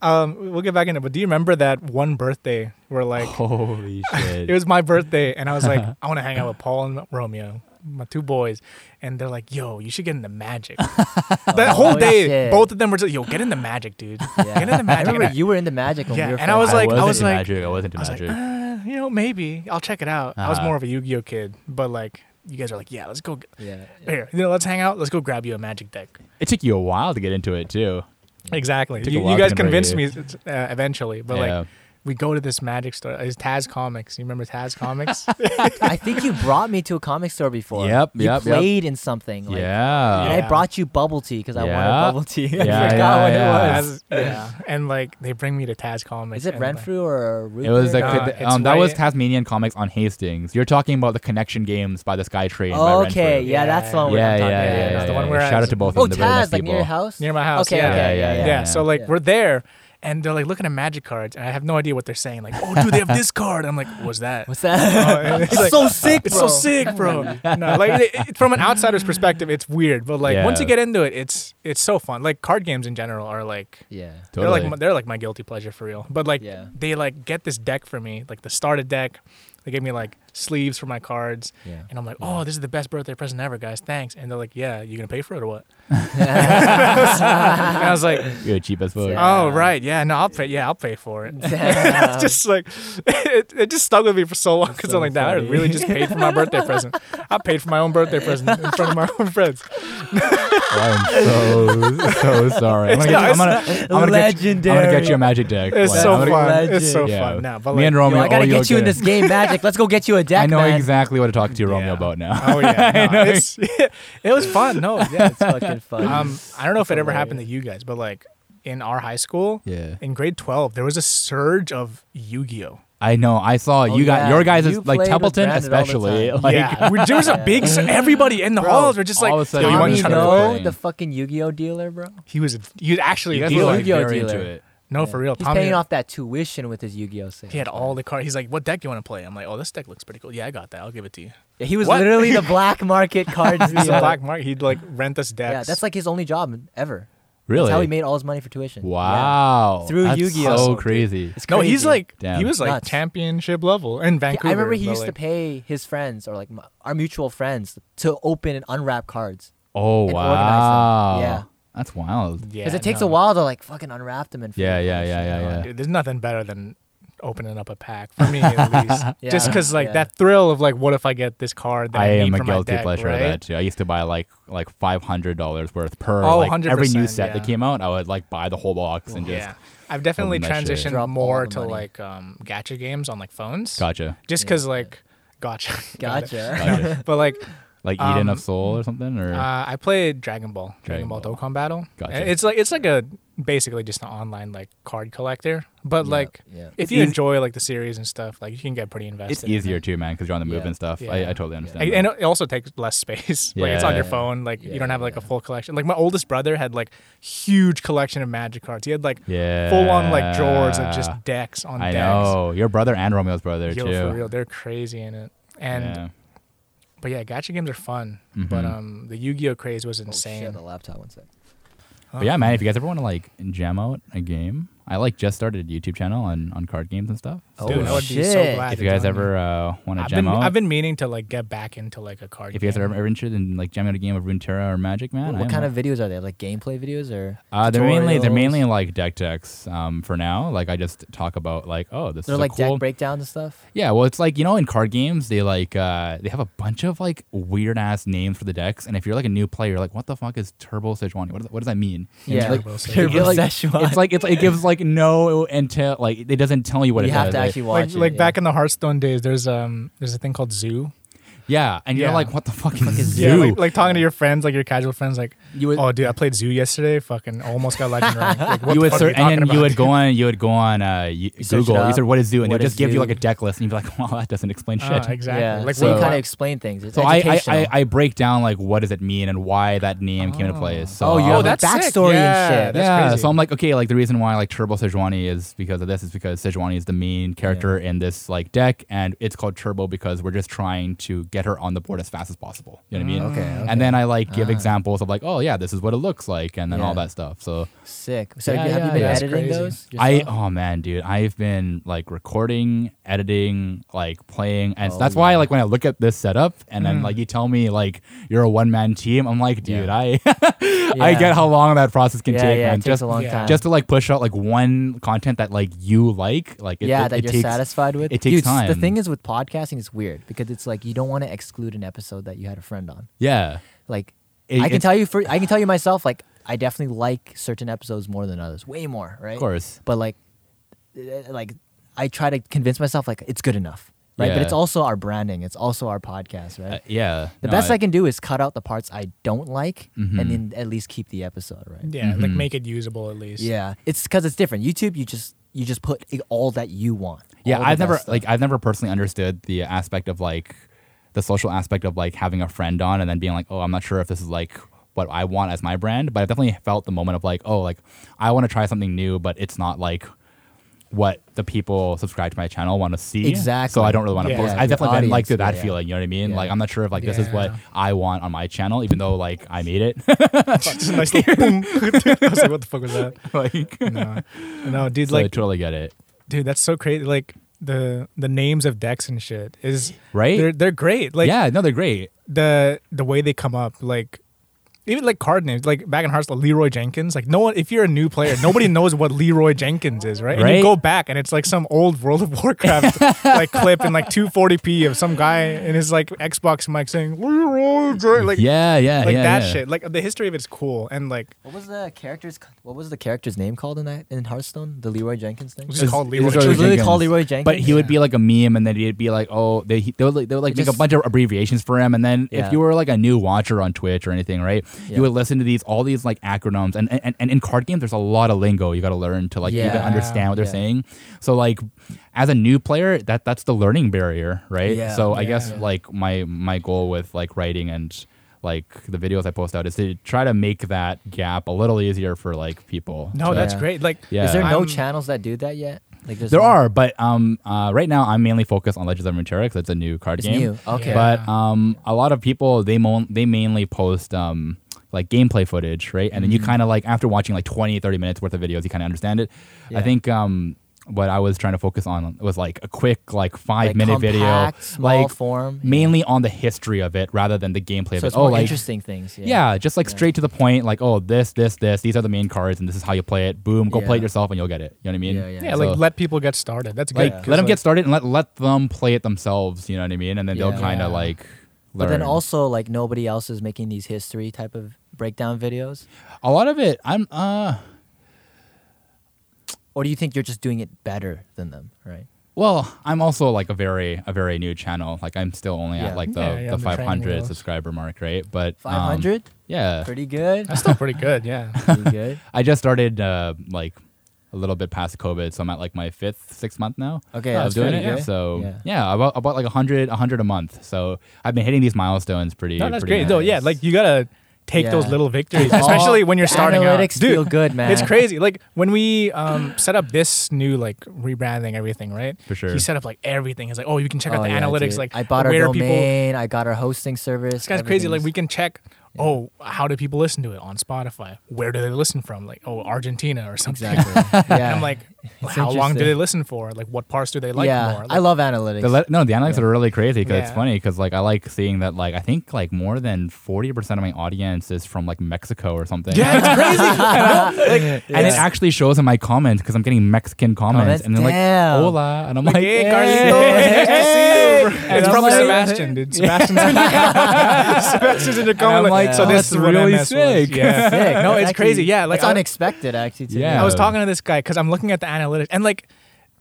A: um, we'll get back into it, but do you remember that one birthday where like
C: Oh, Holy shit!
A: it was my birthday, and I was like, I want to hang out with Paul and Romeo, my two boys, and they're like, Yo, you should get into magic. that whole
B: Oh,
A: day,
B: shit.
A: both of them were just, Yo, get into magic, dude.
B: yeah.
A: Get into
B: I
A: magic.
B: remember
A: And I-
B: you were into magic when
A: Yeah,
B: we were
A: and I
B: friends.
A: was like-
C: wasn't
A: was
C: into
A: like-
C: magic. I wasn't into
A: I was like,
C: magic.
A: uh, you know, maybe I'll check it out. I was
C: Uh-huh.
A: more of a Yu-Gi-Oh kid, but like, you guys are like, Yeah, let's go. Get-
B: yeah, yeah.
A: here, you know, let's hang out. Let's go grab you a magic deck.
C: it took you a while to get into it too.
A: Exactly.
C: Took a
A: You,
C: while
A: you
C: to
A: guys
C: convert
A: convinced
C: you.
A: me uh, eventually, but
C: yeah.
A: like we go to this magic store. It's Taz Comics. You remember Taz Comics?
B: I think you brought me to a comic store before.
C: Yep,
B: You
C: yep, yep.
B: played in something. Like,
C: yeah.
B: And I
A: Yeah.
B: brought you bubble tea because I wanted
C: Yeah.
B: bubble tea. I
C: Yeah,
B: forgot
C: yeah,
B: what
C: yeah.
B: it was.
A: Taz- oh, yeah. And like they bring me to Taz Comics.
B: Is it
A: and, like,
B: Renfrew or Root
C: It was the,
A: Nah,
C: the-
A: it's
C: um, that was
A: right-
C: Tasmanian Comics on Hastings. You're talking about the Connection Games by the Sky Train. by
B: Oh, okay,
C: Renfrew.
B: yeah, that's the
A: Yeah,
B: one Oh, we're
C: yeah, yeah,
B: talking
C: yeah,
B: about.
C: yeah,
A: That's
C: yeah,
A: the one
C: yeah.
A: where I
C: Shout out
A: was-
C: to both
B: Oh,
C: of them. They're the
B: Taz,
C: best
B: like near your
C: people.
B: house?
A: Near my house.
B: Okay,
A: yeah.
B: okay,
C: Yeah,
B: yeah,
C: yeah,
B: yeah.
A: Yeah, so like
B: Yeah.
A: we're there and they're like looking at magic cards and I have no idea what they're saying. Like, oh, dude, they have this card. I'm like, what's that?
B: What's that?
A: Oh, and
B: It's so sick,
A: It's so
B: bro.
A: sick, bro. No, like it, it- from an outsider's perspective, it's weird, but like
C: Yeah.
A: once you get into it, it's it's so fun. Like card games in general are like
B: Yeah.
C: Totally.
A: they're like my, they're like my guilty pleasure for real. But like
B: Yeah.
A: they like get this deck for me, like the starter deck. They gave me like sleeves for my cards,
B: Yeah.
A: and I'm like, oh, this is the best birthday present ever, guys. Thanks. And they're like, yeah, you gonna pay for it or what? and I was like,
C: You're cheap as fuck.
B: Yeah.
A: oh right, yeah, no, I'll pay. Yeah, I'll pay for it. it's just like it, it just stuck with me for so long because
B: so
A: I'm like, that I
B: funny."
A: really just paid for my birthday present. I paid for my own birthday present in front of my own friends.
C: Oh, I'm so so sorry. I'm gonna, get, you- I'm, gonna, I'm, gonna get you, I'm
B: Legendary.
C: gonna get you a magic deck.
A: It's
C: Like,
A: so
C: I'm gonna-
A: fun. It's
B: Legend.
A: so
C: Yeah.
A: fun. Nah, but
C: Me
A: like,
C: and Romeo.
B: Yo, I gotta
C: owe you a
B: get you in
C: good-
B: this game, Magic. Let's go get you a deck,
C: I know
B: man.
C: exactly what to talk to you, Romeo
A: Yeah.
C: about now.
A: oh yeah,
C: know.
A: no, it's, it was fun. No,
B: Yeah, it's fucking fun.
A: um, I don't know if it
B: That's
A: ever happened to you guys, but like in our high school,
C: Yeah,
A: in grade 12, there was a surge of Yu-Gi-Oh.
C: I know. I saw
B: Oh,
C: you got
B: yeah.
C: your guys
B: You
C: is like
B: played with
C: Templeton,
B: Brandon all the
C: especially.
B: time.
C: Like,
A: yeah, we, there was a big. sur- Everybody in the
B: Bro,
A: halls were just like,
C: all of a
A: "Yo,
C: sudden
A: you want
B: Tommy
A: to
C: you
A: try
C: know-
A: to?"
B: Ngo,
C: playing.
B: the fucking Yu-Gi-Oh dealer, bro.
A: He was. He was actually
C: you
A: a
C: guys were
A: dealer.
C: like
B: Yu-Gi-Oh
C: very into
B: dealer.
C: it.
A: No, Oh, for real.
B: He's
A: Tommy-
B: paying off that tuition with his Yu-Gi-Oh sales.
A: He had all the cards. He's like, "What deck do you want to play?" I'm like, "Oh, this deck looks pretty cool. Yeah, I got that. I'll give it to you."
B: Yeah, he was
A: What?
B: literally the black market cards.
A: He's
B: dealer.
A: a black market. He'd like rent us decks.
B: Yeah, that's like his only job ever.
C: Really?
B: That's how he made all his money for tuition.
C: Wow.
B: Through
C: That's
B: Yu-Gi-Oh.
C: So crazy.
B: It's
A: no. He's
B: crazy.
A: like
C: Damn.
A: he was like
B: Nuts.
A: championship level in
B: Yeah,
A: Vancouver.
B: I remember he
A: but,
B: used to
A: like-
B: pay his friends or like m- our mutual friends to open and unwrap cards
C: Oh
B: and organize them.
C: wow.
B: Yeah.
C: That's wild.
A: Yeah,
B: because it takes
A: no.
B: a while to like fucking unwrap them and.
C: Yeah,
B: fucking
C: yeah,
B: finish
C: yeah,
B: them.
C: yeah, yeah.
A: Dude, there's nothing better than opening up a pack for me at least.
B: Yeah.
A: Just because like
B: Yeah.
A: that thrill of like, what if I get this card? That I,
C: I am
A: need
C: a
A: for my
C: guilty
A: deck,
C: pleasure
A: right?
C: of that too. I used to buy like like five hundred dollars worth per
A: Oh,
C: like every new
A: 100%,
C: set that
A: yeah.
C: came out. I would like buy the whole box and just
A: yeah, I've definitely
C: open that shit.
A: transitioned
B: Drop all
A: more
B: the
A: to
B: money.
A: like um, gacha games on like phones.
C: gotcha,
A: Just because like, gotcha, Got it.
B: Gotcha.
C: gotcha.
A: But like,
C: like Eden
A: Um,
C: of Soul or something or
A: Uh, I played Dragon Ball, Dragon,
C: Dragon
A: Ball
C: Ball.
A: Dokkan Battle.
C: Gotcha.
A: And It's like it's like a basically just an online like card collector, but
B: Yeah,
A: like
B: yeah.
A: if
C: It's
A: you
C: easy-
A: enjoy like the series and stuff, like you can get pretty invested.
C: it's
A: in it.
C: easier too, man, because you're on the move
B: Yeah.
C: and stuff.
A: Yeah.
C: I, I totally understand.
A: I-
C: that.
A: and it also takes less space. like it's on your
C: Yeah.
A: phone. Like you don't have like a
B: Yeah.
A: full collection. Like my oldest brother had like huge collection of Magic cards. He had like
C: yeah,
A: full on like drawers of just decks on
C: I
A: decks.
C: know your brother and Romeo's brother
A: Yo,
C: too.
A: for real, they're crazy in it. And
C: yeah.
A: but yeah, gacha games are fun. But
C: Mhm.
A: um, the Yu-Gi-Oh craze was
B: Oh,
A: insane.
B: shit, the laptop one sec.
C: But
A: uh,
C: yeah, man, if you guys ever want to like jam out a game, I like just started a YouTube channel on on card games and stuff.
B: Oh,
A: Dude, I would be so
B: shit.
A: glad.
C: if
A: to
C: you guys
A: join you.
C: ever uh, want to
A: I've
C: jam
A: been,
C: out,
A: I've been meaning to like get back into like a card.
C: if you guys are
A: game.
C: ever ever interested in like jamming out a game of Runeterra or Magic, man, I
B: What
C: am
B: kind
C: a-
B: of videos are they? Like gameplay videos or?
C: Uh, they're mainly they're
B: tutorials?
C: mainly like deck decks. Um, for now, like I just talk about like oh this
B: They're
C: is
B: like
C: a cool.
B: deck breakdowns and stuff.
C: yeah, well, it's like you know in card games they like uh they have a bunch of like weird ass names for the decks, and if you're like a new player, like what the fuck is Turbo Sejuani? What, does- what does that mean? And it's
B: Yeah.
C: like,
A: Turbo Sejuani.
C: it gives, like-
B: Szechuan.
C: it's like it's like- it gives like no intel. Like it doesn't tell you what
B: you
C: it
B: have
C: does.
B: to
C: like-
B: actually watch
A: like
B: it.
A: like
B: yeah.
A: back in the Hearthstone days, there's um there's a thing called Zoo.
C: yeah, and you're
A: Yeah.
C: like what the fuck is
B: is
C: Zoo?
A: Yeah, like, like talking to your friends, like your casual friends, like
C: you would,
A: oh dude, I played Zoo yesterday. Fucking almost got legend ranked. Like, what
C: you
A: the
C: would
A: fuck
C: ser-
A: are talking
C: and then
A: about?
C: you would go on you would go on uh, you,
B: You search it
C: Google. You
B: up.
C: said what is Zoo, and
B: What
C: they'll
B: is
C: just give you
B: Zoo?
C: like a deck list, and you'd be like, well, that doesn't explain shit.
A: Ah, exactly.
B: Yeah.
A: Like
B: so
A: what
B: you
A: the-
B: kind of explain things. It's
C: So I, I,
B: educational.
C: I, I break down like what does it mean and why that name came into play. So
B: Oh, you
A: oh
B: have
A: that's sick.
B: backstory and
A: yeah,
B: shit.
A: That's
C: yeah.
A: crazy.
C: So I'm like, okay, like the reason why like Turbo Sejuani is because of this is because Sejuani is the main character in this like deck, and it's called Turbo because we're just trying to get her on the board as fast as possible. You know what I mean?
A: Mm.
B: Okay, okay.
C: And then I like give
B: Ah.
C: examples of like, oh yeah, this is what it looks like, and then all
B: Yeah.
C: that stuff. So
B: Sick. So
C: Yeah,
B: you- have
C: yeah,
B: you been
C: yeah.
A: That's
B: editing
A: crazy.
B: those?
C: I
B: yourself?
C: oh man, dude, I've been like recording, editing, like playing, and
B: Oh,
C: that's why
B: yeah.
C: like when I look at this setup, and then like you tell me like you're a one man team, I'm like, dude,
B: Yeah.
C: I I
B: Yeah.
C: get how long that process can
B: yeah,
C: take,
B: yeah,
C: man.
B: it takes
C: just
B: a long
A: yeah.
B: time.
C: just to like push out like one content that like you like, like it,
B: yeah,
C: it,
B: that
C: it
B: you're
C: takes,
B: satisfied with.
C: it takes
B: Dude, s- The
C: time.
B: thing is with podcasting, it's weird because it's like you don't want to exclude an episode that you had a friend on.
C: yeah.
B: Like
C: It-
B: I can
C: it's-
B: tell you for I can tell you myself, like I definitely like certain episodes more than others, way more, right?
C: Of course.
B: But like, eh, like I try to convince myself like it's good enough, right? But
C: Yeah.
B: it's also our branding, it's also our podcast, right?
C: Uh, yeah.
B: the
C: no,
B: best
C: I-
B: I can do is cut out the parts I don't like,
C: Mhm.
B: and then at least keep the episode, right?
A: Yeah, like
C: Mhm.
A: make it usable at least.
B: Mm-hmm. Yeah, it's because it's different. YouTube, you just you just put i- all that you want.
C: Yeah,
B: all the
C: I've never
B: best stuff.
C: like I've never personally understood the aspect of like the social aspect of like having a friend on and then being like, oh, I'm not sure if this is like what I want as my brand, but I've definitely felt the moment of like, oh, like I want to try something new, but it's not like what the people subscribe to my channel want to see.
B: Exactly.
C: So I don't really want to
A: Yeah,
C: post.
A: the
C: I've definitely been like
B: audience,
C: through that
B: yeah.
C: feeling. You know what I mean?
B: Yeah.
C: Like I'm not sure if like this is what
A: Yeah.
C: I want on my channel, even though like I made it.
A: Just a nice little boom. I was like, what the fuck was that?
C: like,
A: No, no dude,
C: so I
A: like,
C: totally get it.
A: dude, that's so crazy. Like the the names of decks and shit is
C: Right?
A: They're they're great. Like
C: yeah. No, they're great.
A: the the way they come up, like even like card names, like back in Hearts, like Leroy Jenkins. Like no one, if you're a new player, nobody knows what Leroy Jenkins is, right? And you
C: Right.
A: go back, and it's like some old World of Warcraft like clip in like 240p of some guy in his like Xbox mic saying Leroy, Jer-" like
C: yeah. Yeah.
A: like
C: yeah,
A: that
C: yeah.
A: shit. Like the history of it's cool, and like
B: What was the character's What was the character's name called in that in Hearthstone? The Leroy Jenkins thing.
A: It was
B: It
A: just
C: It's-
A: called
C: it's
A: Leroy.
C: Leroy
B: was literally
C: Jenkins.
B: called Leroy Jenkins.
C: But he would be like a meme, and then he'd be like, "Oh, they he- they would like, they would like
B: It
C: make
B: just-
C: a bunch of abbreviations for him." And then
B: Yeah.
C: if you were like a new watcher on Twitch or anything, right,
B: Yeah.
C: you would listen to these all these like acronyms, and and, and in card games, there's a lot of lingo you got to learn to like even
B: Yeah.
C: understand what they're
B: Yeah.
C: saying. So like, as a new player, that that's the learning barrier, right?
B: Yeah.
C: So I guess
A: Yeah.
C: like my my goal with like writing and like the videos I post out is to try to make that gap a little easier for like people.
A: no,
C: to-
A: that's
B: Yeah.
A: great. Like
C: Yeah.
B: Is there no
A: I'm-
B: channels that do that yet? Like there's
C: There
B: no-
C: are, but um, uh, right now I'm mainly focused on Legends of Runeterra because it's a new card
B: It's
C: game.
B: new. Okay.
A: Yeah.
C: But um, a lot of people they mo- they mainly post um like gameplay footage, right? And then you
B: Mm-hmm.
C: kind of like after watching like 20, 30 minutes worth of videos, you kind of understand it.
B: Yeah.
C: I think um what I was trying to focus on was like a quick like five
B: Like,
C: minute video,
B: compact, small
C: like
B: form. Yeah.
C: mainly on the history of it rather than the gameplay of
B: so
C: it.
B: it's more
C: oh, like
B: interesting things. Yeah.
C: yeah, just like
B: Yeah.
C: straight to the point. Like oh, this, this, this. These are the main cards, and this is how you play it. Boom, go play
B: Yeah.
C: it yourself, and you'll get it. You know what I mean?
B: Yeah, yeah.
A: yeah, like
C: So-
A: let people get started. That's good.
C: like
A: 'cause,
C: let them
A: like,
C: get started and let let them play it themselves. You know what I mean? And then
B: Yeah.
C: they'll kind
A: Yeah.
C: of like.
B: But
C: Learn.
B: then also like nobody else is making these history type of breakdown videos.
C: a lot of it, I'm uh,
B: Or do you think you're just doing it better than them? Right.
C: well, I'm also like a very a very new channel. Like I'm still only
B: Yeah.
C: at like the
A: Yeah, yeah,
C: the
A: on the training
C: 500
A: wheels.
C: subscriber mark, right? But um, uh,
B: Five hundred.
C: yeah,
B: Pretty good.
A: That's still pretty good. Yeah.
B: Pretty good.
C: I just started uh like a little bit past COVID, so I'm at like my fifth sixth month now.
B: Okay,
C: of
B: that's
C: doing
B: pretty
C: it.
B: good.
C: So
B: Yeah.
C: yeah, about about like 100 100 a month. So I've been hitting these milestones pretty.
A: No, that's
C: pretty
A: great. though.
C: nice.
A: yeah, like you gotta take those
B: Yeah.
A: little victories,
B: All
A: especially when you're
B: the
A: starting out.
B: analytics feel good, man.
A: It's crazy. Like when we um, set up this new like rebranding everything, right?
C: For sure.
A: He set up like everything. He's like, oh, you can check out
B: Oh,
A: the
B: yeah,
A: analytics.
B: dude.
A: Like
B: I bought our
A: where people.
B: domain. I got our hosting service.
A: This guy's crazy. Like we can check. Oh, how do people listen to it on Spotify? Where do they listen from? Like, oh, Argentina or something.
B: exactly. yeah.
A: And I'm like, how long do
B: interesting.
A: they listen for? Like, what parts do they like
B: yeah.
A: more?
B: I
A: Like,
B: love analytics.
C: The le- no, the analytics are really crazy because it's
A: Yeah.
C: funny because like I like seeing that like I think like more than forty percent of my audience is from like Mexico or something.
A: yeah, it's crazy.
C: and it actually shows in my comments because I'm getting Mexican
B: Comments?
C: comments, and they're
B: Oh, Damn.
C: like "Hola," and I'm like,
A: Hey,
C: "Yeah."
A: Carlito, nice to see you.
C: And
A: It's
C: I'm
A: probably
C: like-
A: Sebastian, dude. Sebastian's Sebastian's in the comment.
C: I'm
A: like,
C: like,
A: so
C: "Oh,
A: this
C: that's
A: is what
C: really
A: MS
C: sick."
A: Was. Yeah.
B: Sick.
A: No,
B: That's
A: it's
B: actually-
A: crazy. Yeah, like
B: that's
A: I-
B: unexpected actually. To me.
C: Yeah.
A: I was talking to this guy because I'm looking at the analytics and like.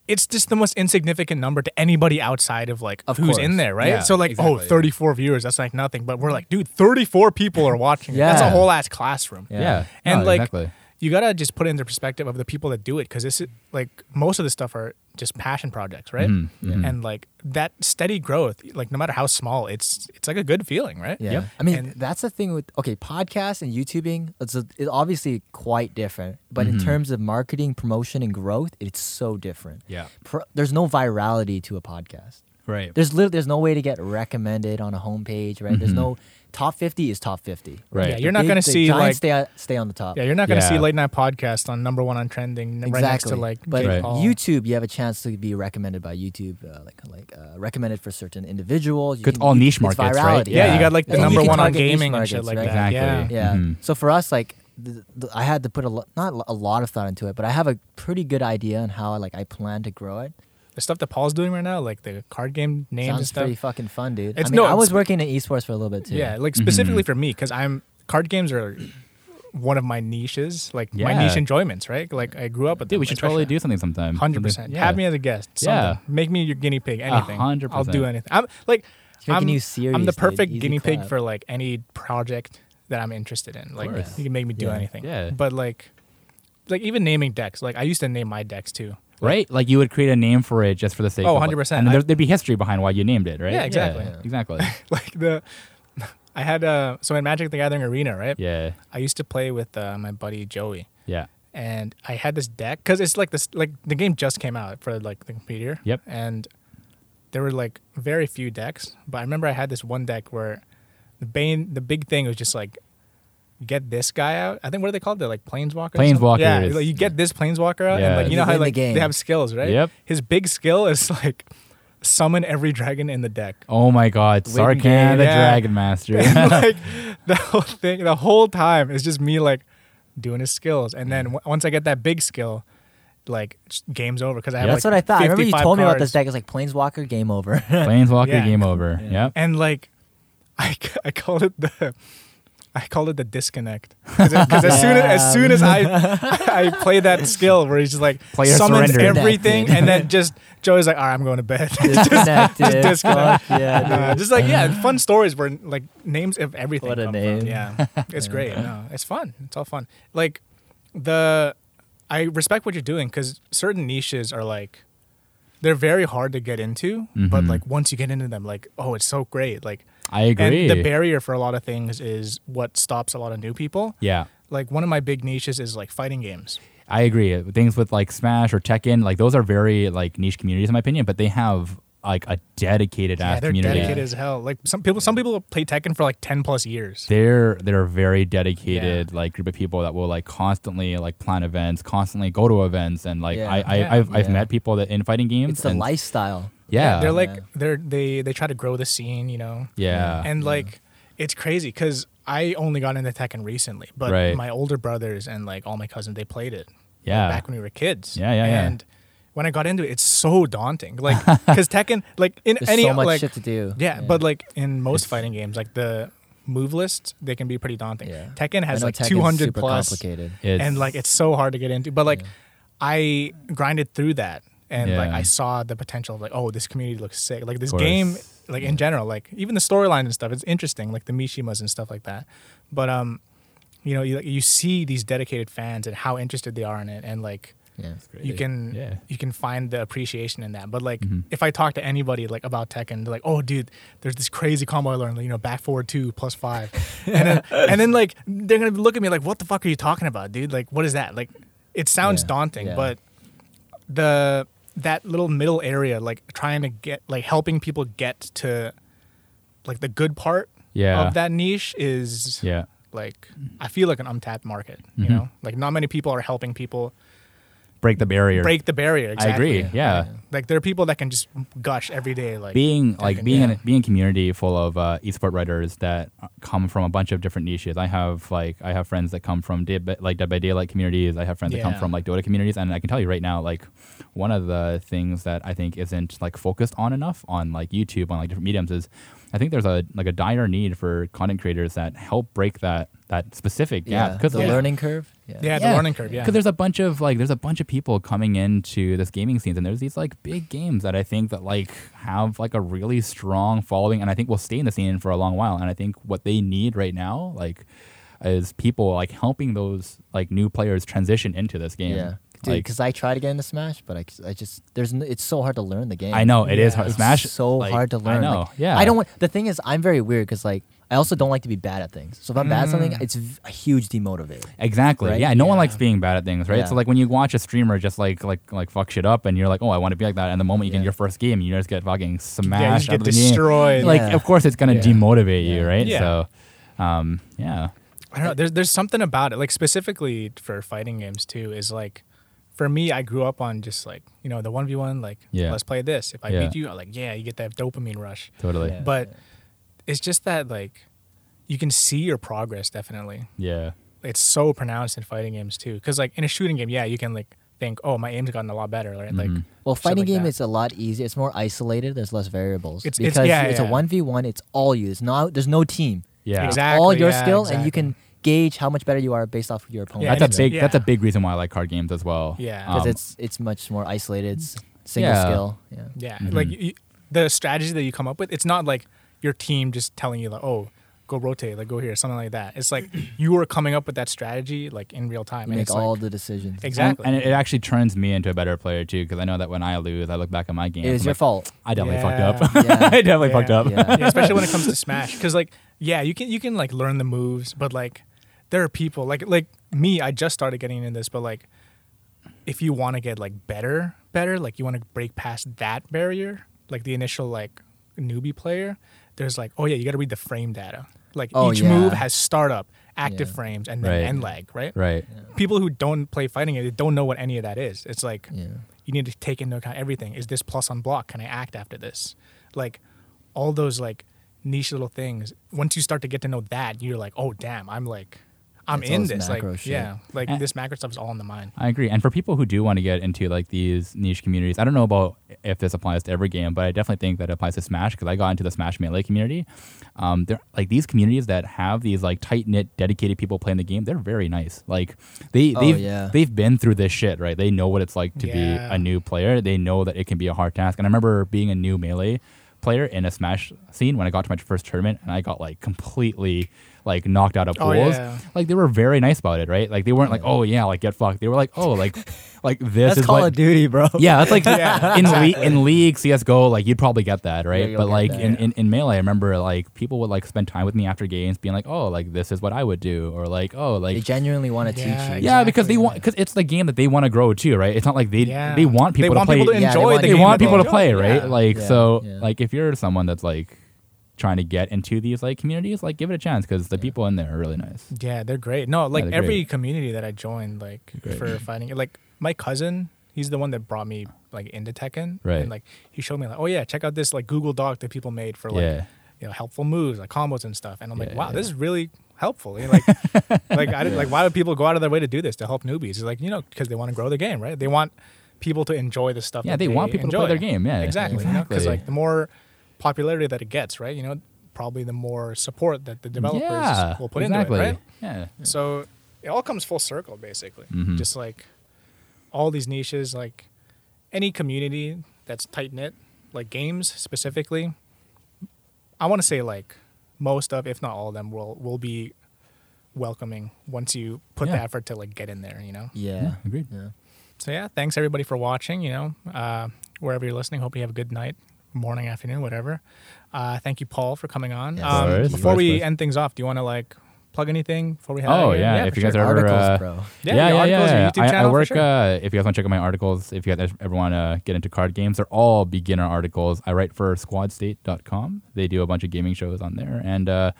A: It's just the most insignificant number to anybody outside of like
B: Of
A: who's in
B: course.
A: there, right?
C: Yeah,
A: so like, oh,
C: exactly.
A: 34 viewers, that's like nothing. But we're like, dude, 34 people are watching. yeah. That's a
C: Yeah.
A: whole ass classroom.
B: Yeah.
C: Yeah,
A: And
C: No,
A: like
C: exactly.
A: you got to just put it into perspective of the people that do it cuz this is like most of the stuff are just passion projects, right?
C: Mhm,
B: Mm.
C: mhm.
A: And like that steady growth, like no matter how small, it's it's like a good feeling, right?
B: Yeah.
C: Yep.
B: I mean,
A: And-
B: that's the thing with okay, podcasts and YouTubing. It's, a, it's obviously quite different, but
C: Mm-hmm.
B: in terms of marketing, promotion, and growth, it's so different.
C: Yeah.
B: Pro, there's no virality to a podcast.
C: right.
B: There's lit there's no way to get recommended on a homepage, right? There's no top 50 is top 50.
C: Mm-hmm. Right.
A: Yeah, you're not going to
B: to
A: see
B: giants
A: like
B: stay, stay on the top.
A: yeah, you're not going to see
C: Yeah.
A: late night podcast on number 1 on trending n- right next to like
B: but
A: Jake
C: Right.
A: Paul.
B: YouTube, you have a chance to be recommended by YouTube, uh, like like uh, recommended for certain individuals. You
C: Good-
B: can-
C: all niche
B: it's
C: markets,
B: virality.
C: right?
A: yeah, you got like
B: And
A: the
B: you
A: number
B: can
A: 1 on
B: target niche
A: gaming and
B: markets,
A: shit like
B: right?
A: that.
C: Exactly.
A: Yeah.
B: Yeah.
C: Mhm.
B: So for us, like, th- th- I had to put a lot, not a lot of thought into it, but I have a pretty good idea on how like I plan to grow it.
A: The stuff that Paul's doing right now, like the card game names and
B: Sounds
A: stuff.
B: pretty fucking fun, dude. I
A: It's-
B: mean,
A: no,
B: I was
A: it's-
C: Mm-hmm.
B: working in esports for a little bit too.
A: Yeah, like specifically for me, because I'm card games are one of my niches, like my
C: Yeah.
A: niche enjoyments, right? Like I grew up with.
C: Dude,
A: them,
C: we should totally
A: especially.
C: do something sometime.
A: Hundred
C: Something-
A: percent. Have me as a guest.
C: Yeah.
A: Something. Make me your guinea pig. Anything.
C: hundred
A: I'll do
C: percent.
A: anything. I'm like.
B: You're making
A: I'm,
B: new
A: I'm
B: series,
A: the
B: dude.
A: perfect
B: Easy
A: guinea pig
B: clap.
A: for like any project that I'm interested in. Like
C: course.
A: you can make me do
B: Yeah.
A: anything.
C: Yeah.
A: But like, like even naming decks. Like I used to name my decks too.
C: Right? Like you would create a name for it just for the sake
A: Oh,
C: of like-
A: 100%.
C: And
A: I-
C: there, there'd be history behind why you named it, right?
A: Yeah, exactly.
C: Yeah, exactly.
A: like the. I had uh so in Magic the Gathering Arena, right?
C: yeah.
A: I used to play with uh, my buddy Joey,
C: Yeah.
A: and I had this deck because it's like this like the game just came out for like the computer.
C: Yep.
A: And there were like very few decks, but I remember I had this one deck where the bane the big thing was just like get this guy out. I think what are they called? They're like planeswalkers. or something?
C: Planeswalker
A: Yeah,
C: is-
A: like you get this planeswalker out,
C: Yeah.
A: and like you know
B: He's
A: how
B: in the
A: like
B: game.
A: they have skills, right?
C: Yep.
A: His big skill is like summon every dragon in the deck.
C: Oh my god.
B: Waiting
C: Sarkhan
B: game.
C: the
A: Yeah.
C: Dragon Master.
A: And, like the whole thing, the whole time is just me like doing his skills, and
B: Mm.
A: then w- once I get that big skill, like sh- game's over because I have
B: That's
A: like,
B: what I thought. I remember you
A: 55
B: told me about
A: cards.
B: this deck. It's like Planeswalker game over.
C: Planeswalker
A: Yeah.
C: game over.
B: Yeah.
C: Yep.
A: and like I, c- I called it the. I called it the disconnect because as soon as, as soon as I I play that skill where he's just like
C: Player
A: summons
C: surrender.
A: everything and then just Joey's like all right I'm going to bed
B: disconnected.
A: disconnect.
B: Fuck yeah, dude.
A: Uh, just like yeah, fun stories where like names of everything.
B: What a
A: come
B: name.
A: From. Yeah, it's great. No, it's fun. It's all fun. Like the, I respect what you're doing because certain niches are like, they're very hard to get into. But
C: Mhm.
B: Mm-hmm.
A: like once you get into them, like oh, it's so great. Like
C: I agree.
A: and the barrier for a lot of things is what stops a lot of new people.
C: yeah.
A: Like one of my big niches is like fighting games.
C: I agree. Things with like Smash or Tekken, like those are very like niche communities in my opinion, but they have like a dedicated
A: Yeah,
C: ass
A: they're
C: community.
A: dedicated as hell. Like some people, some people play Tekken for like ten plus years.
C: they're they're a very dedicated like group of people that will like constantly like plan events, constantly go to events, and like
B: Yeah.
C: I, I
A: Yeah.
C: I've, I've
B: Yeah.
C: met people that in fighting games.
B: It's the
C: and-
B: lifestyle.
C: Yeah,
A: they're like
B: Yeah.
A: they're they they try to grow the scene, you know.
C: yeah,
A: and like it's crazy because I only got into Tekken recently, but
C: Right.
A: my older brothers and like all my cousins they played it. like,
C: Yeah.
A: back when we were kids.
C: Yeah, yeah, yeah.
A: And when I got into it, it's so daunting. Like because Tekken, like in
B: There's
A: any
B: so much
A: like
B: shit to do.
A: yeah, but like in most fighting games, like the move lists they can be pretty daunting.
B: Yeah.
A: Tekken
B: I
A: has
B: know
A: like
B: Tekken's
A: two hundred
B: super
A: plus,
B: complicated.
C: It's-
A: and like it's so hard to get into. But like I grinded through that. And like
C: Yeah.
A: I saw the potential of like, oh, this community looks sick. Like this
C: course.
A: game, like in general, like even the storyline and stuff, it's interesting. Like the Mishimas and stuff like that. But um, you know, you, you see these dedicated fans and how interested they are in it, and like
B: Yeah.
A: you can
C: yeah. Mm-hmm.
A: you can find the appreciation in that. But like if I talk to anybody like about Tekken, they're like, oh dude, there's this crazy combo I learned, like, you know, back forward two plus five, and then and then like they're gonna look at me like, what the fuck are you talking about, dude? Like what is that? Like it sounds
B: Yeah,
A: daunting,
B: yeah.
A: but the that little middle area, like trying to get like helping people get to like the good part
C: Yeah.
A: of that niche is
C: yeah,
A: like I feel like an untapped market. You
C: Mhm.
A: know, like not many people are helping people
C: break the barrier.
A: break the barrier. Exactly.
C: I agree. yeah.
A: Like there are people that can just gush every day. Like
C: being like
A: Tekken,
C: being
A: yeah.
C: in, being a community full of uh, esport writers that come from a bunch of different niches. I have like I have friends that come from day, by- like Dead by Daylight communities. I have friends that come
A: Yeah.
C: from like Dota communities, and I can tell you right now, like one of the things that I think isn't like focused on enough on like YouTube on like different mediums is I think there's a like a dire need for content creators that help break that that specific gap
B: Yeah.
C: because
B: the
A: yeah.
B: learning curve.
A: yeah, the learning curve. Yeah,
C: because there's a bunch of like there's a bunch of people coming into this gaming scene and there's these like big games that I think that like have like a really strong following and I think will stay in the scene for a long while and I think what they need right now like is people like helping those like new players transition into this game.
B: Yeah. Dude,
C: Like,
B: because I try to get into Smash, but I, c- I just there's n- it's so hard to learn the game.
C: I know it is hard.
B: It's
C: Smash
B: so
C: like,
B: hard to learn.
C: I know.
B: like,
C: yeah.
B: I don't want the thing is I'm very weird because like I also don't like to be bad at things. So if I'm bad at something,
A: Mm.
B: it's v- a huge demotivator.
C: Exactly.
B: Right?
C: Yeah. No one
A: Yeah.
C: likes being bad at things, right?
B: Yeah.
C: So like when you watch a streamer just like like like fuck shit up, and you're like, oh, I want to be like that. And the moment you get
B: Yeah.
C: your first game, you just get fucking smashed.
A: yeah, you just
C: out
A: get
C: of the game.
A: destroyed.
C: like
B: Yeah.
C: of course it's gonna
A: Yeah.
C: demotivate you
B: Yeah.
C: right
A: Yeah.
C: so um yeah
A: I don't know. There's there's something about it. Like specifically for fighting games too is like. For me, I grew up on just like you know the one v one, like
C: Yeah.
A: let's play this. If I
C: Yeah.
A: beat you, I'm like yeah, you get that dopamine rush.
C: totally
B: Yeah.
A: But it's just that like you can see your progress definitely.
C: yeah
A: it's so pronounced in fighting games too. Because like in a shooting game, yeah, you can like think, oh, my aim's gotten a lot better, right? Like,
C: Mhm.
B: Well,
A: shit
B: fighting
A: like
B: game
A: that.
B: is a lot easier. It's more isolated. There's less variables
A: It's- it's-
B: because
A: yeah,
B: it's
A: yeah.
B: a one v one. It's all you. It's not. There's no team.
C: yeah
A: Exact-
B: all your
A: yeah,
B: skill
A: exactly.
B: and you can gauge how much better you are based off of your opponent.
A: Yeah,
C: that's a
A: anything.
C: big that's a
A: Yeah.
C: big reason why I like card games as well.
A: Yeah.
B: because
C: Um,
B: it's it's much more isolated, s- single
C: Yeah.
B: skill. Yeah.
A: Yeah, like
C: Mhm.
A: you, the strategy that you come up with, it's not like your team just telling you like, oh, go rotate, like go here, something like that. It's like you are coming up with that strategy like in real time.
B: You
A: and
B: make
A: it's
B: all
A: like,
B: the decisions.
A: exactly.
C: And, and it it actually turns me into a better player too, because I know that when I lose, I look back at my game.
B: It is your fault.
C: I definitely
A: Yeah.
C: fucked up.
B: Yeah.
C: I definitely
A: Yeah.
C: fucked up.
B: Yeah.
A: yeah, especially when it comes to Smash, because like yeah, you can you can like learn the moves, but like there are people like like me, I just started getting into this, but like if you want to get like better, better, like you want to break past that barrier, like the initial like newbie player, there's like oh yeah, you got to read the frame data. Like
B: Oh,
A: each
B: yeah.
A: move has startup, active
B: Yeah.
A: frames, and then
C: Right.
A: end lag, right?
C: Right.
A: People who don't play fighting it they don't know what any of that is. It's like
B: Yeah.
A: you need to take into account everything. Is this plus on block? Can I act after this? Like all those like niche little things. Once you start to get to know that, you're like, oh damn, I'm like, I'm
B: It's all
A: in
B: this
A: this. Like
B: macro shit.
A: yeah, like
C: And-
A: this macro stuff is all in the mind.
C: I agree. And for people who do want to get into like these niche communities, I don't know about if this applies to every game, but I definitely think that it applies to Smash because I got into the Smash Melee community. Um, they're like these communities that have these like tight knit, dedicated people playing the game. They're very nice. Like they
B: Oh,
C: they've
B: yeah.
C: they've been through this shit, right? They know what it's like to be
A: Yeah.
C: a new player. They know that it can be a hard task. And I remember being a new Melee player in a Smash scene when I got to my first tournament, and I got like completely like knocked out of
A: Oh,
C: pools
A: yeah.
C: like they were very nice about it, right? Like they weren't
A: Mm-hmm.
C: like, oh yeah, like get fucked. They were like, oh, like, like this
B: That's
C: is
B: Call
C: what.
B: of Duty, bro.
C: yeah, that's like
A: Yeah,
C: in le- in league CS:GO, like you'd probably get that, right?
B: you'll
C: but
B: get
C: like
B: that.
C: in,
A: Yeah.
C: in in melee, I remember like people would like spend time with me after games, being like, oh, like this is what I would do, or like, oh,
B: They
C: like.
B: genuinely want to
A: Yeah,
B: teach you.
C: Yeah, because they
A: Exactly.
C: want because it's the game that they want to grow too, right? It's not like they
A: Yeah.
C: they want people
A: They
C: to
A: want
C: play.
A: people to
B: Yeah, they
A: enjoy. the
B: want-
C: they
A: game
C: want
A: that
C: people to
A: enjoy.
C: play, right?
A: Yeah.
C: Like
B: Yeah,
C: so,
B: yeah.
C: like if you're someone that's like trying to get into these like communities, like give it a chance because the people in there are really nice.
A: Yeah, they're great. No, like
C: they're
A: every
C: great.
A: community that I joined, like
C: They're great.
A: for fighting, like my cousin, he's the one that brought me like into Tekken,
C: Right.
A: And like he showed me like, oh yeah, check out this like Google Doc that people made for like
C: Yeah.
A: you know helpful moves, like combos and stuff. And I'm like,
C: Yeah,
A: wow,
C: yeah.
A: this is really helpful. And, like, like I didn't, like why would people go out of their way to do this to help newbies? It's like you know because they want to grow the game, right? They want people to enjoy the stuff.
C: Yeah,
A: that
C: they want people to play
A: enjoy.
C: their game, yeah,
A: exactly. Because
C: exactly.
A: like the more popularity that it gets, right? You know, probably the more support that the developers
C: yeah,
A: will put
C: exactly.
A: into it, right?
C: Yeah.
A: So it all comes full circle, basically.
C: Mhm.
A: Just like all these niches, like any community that's tight knit, like games specifically. I want to say like most of, if not all of them, will will be welcoming once you put
C: Yeah.
A: the effort to like get in there. You know.
B: Yeah.
C: agreed.
B: Yeah.
A: So yeah, thanks everybody for watching. You know, uh, wherever you're listening, hope you have a good night, morning, afternoon, whatever. Uh, thank you, Paul, for coming on.
B: Yes.
A: Um,
C: Of course,
A: before
C: of
A: we
C: course.
A: end things off, do you want to like plug anything before we head out
C: Oh
A: of here?
C: yeah, if
A: for
C: you guys
A: sure.
C: are ever,
B: Articles,
C: uh,
B: bro.
A: Yeah, your articles, your YouTube
C: I- I,
A: channel, for
C: work.
A: sure.
C: Uh, if you guys want to check out my articles, if you guys ever want to get into card games, they're all beginner articles. I write for SquadState.com. They do a bunch of gaming shows on there, and uh,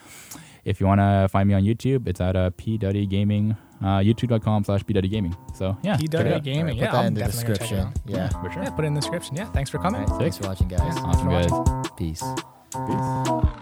C: if you want to find me on YouTube, it's at uh, pduddy gaming. Uh, YouTube.com slash pduddy gaming. So yeah,
A: He
C: check it
A: done
C: out.
A: it gaming.
B: Put
A: yeah,
B: that
A: I'm
B: in the
A: definitely gonna check it
B: description.
A: out.
B: Yeah.
C: For sure.
A: Yeah, put it in the description. Yeah, thanks for coming.
B: All right. Thanks for watching, guys.
C: Awesome, guys.
B: Peace.
C: Peace.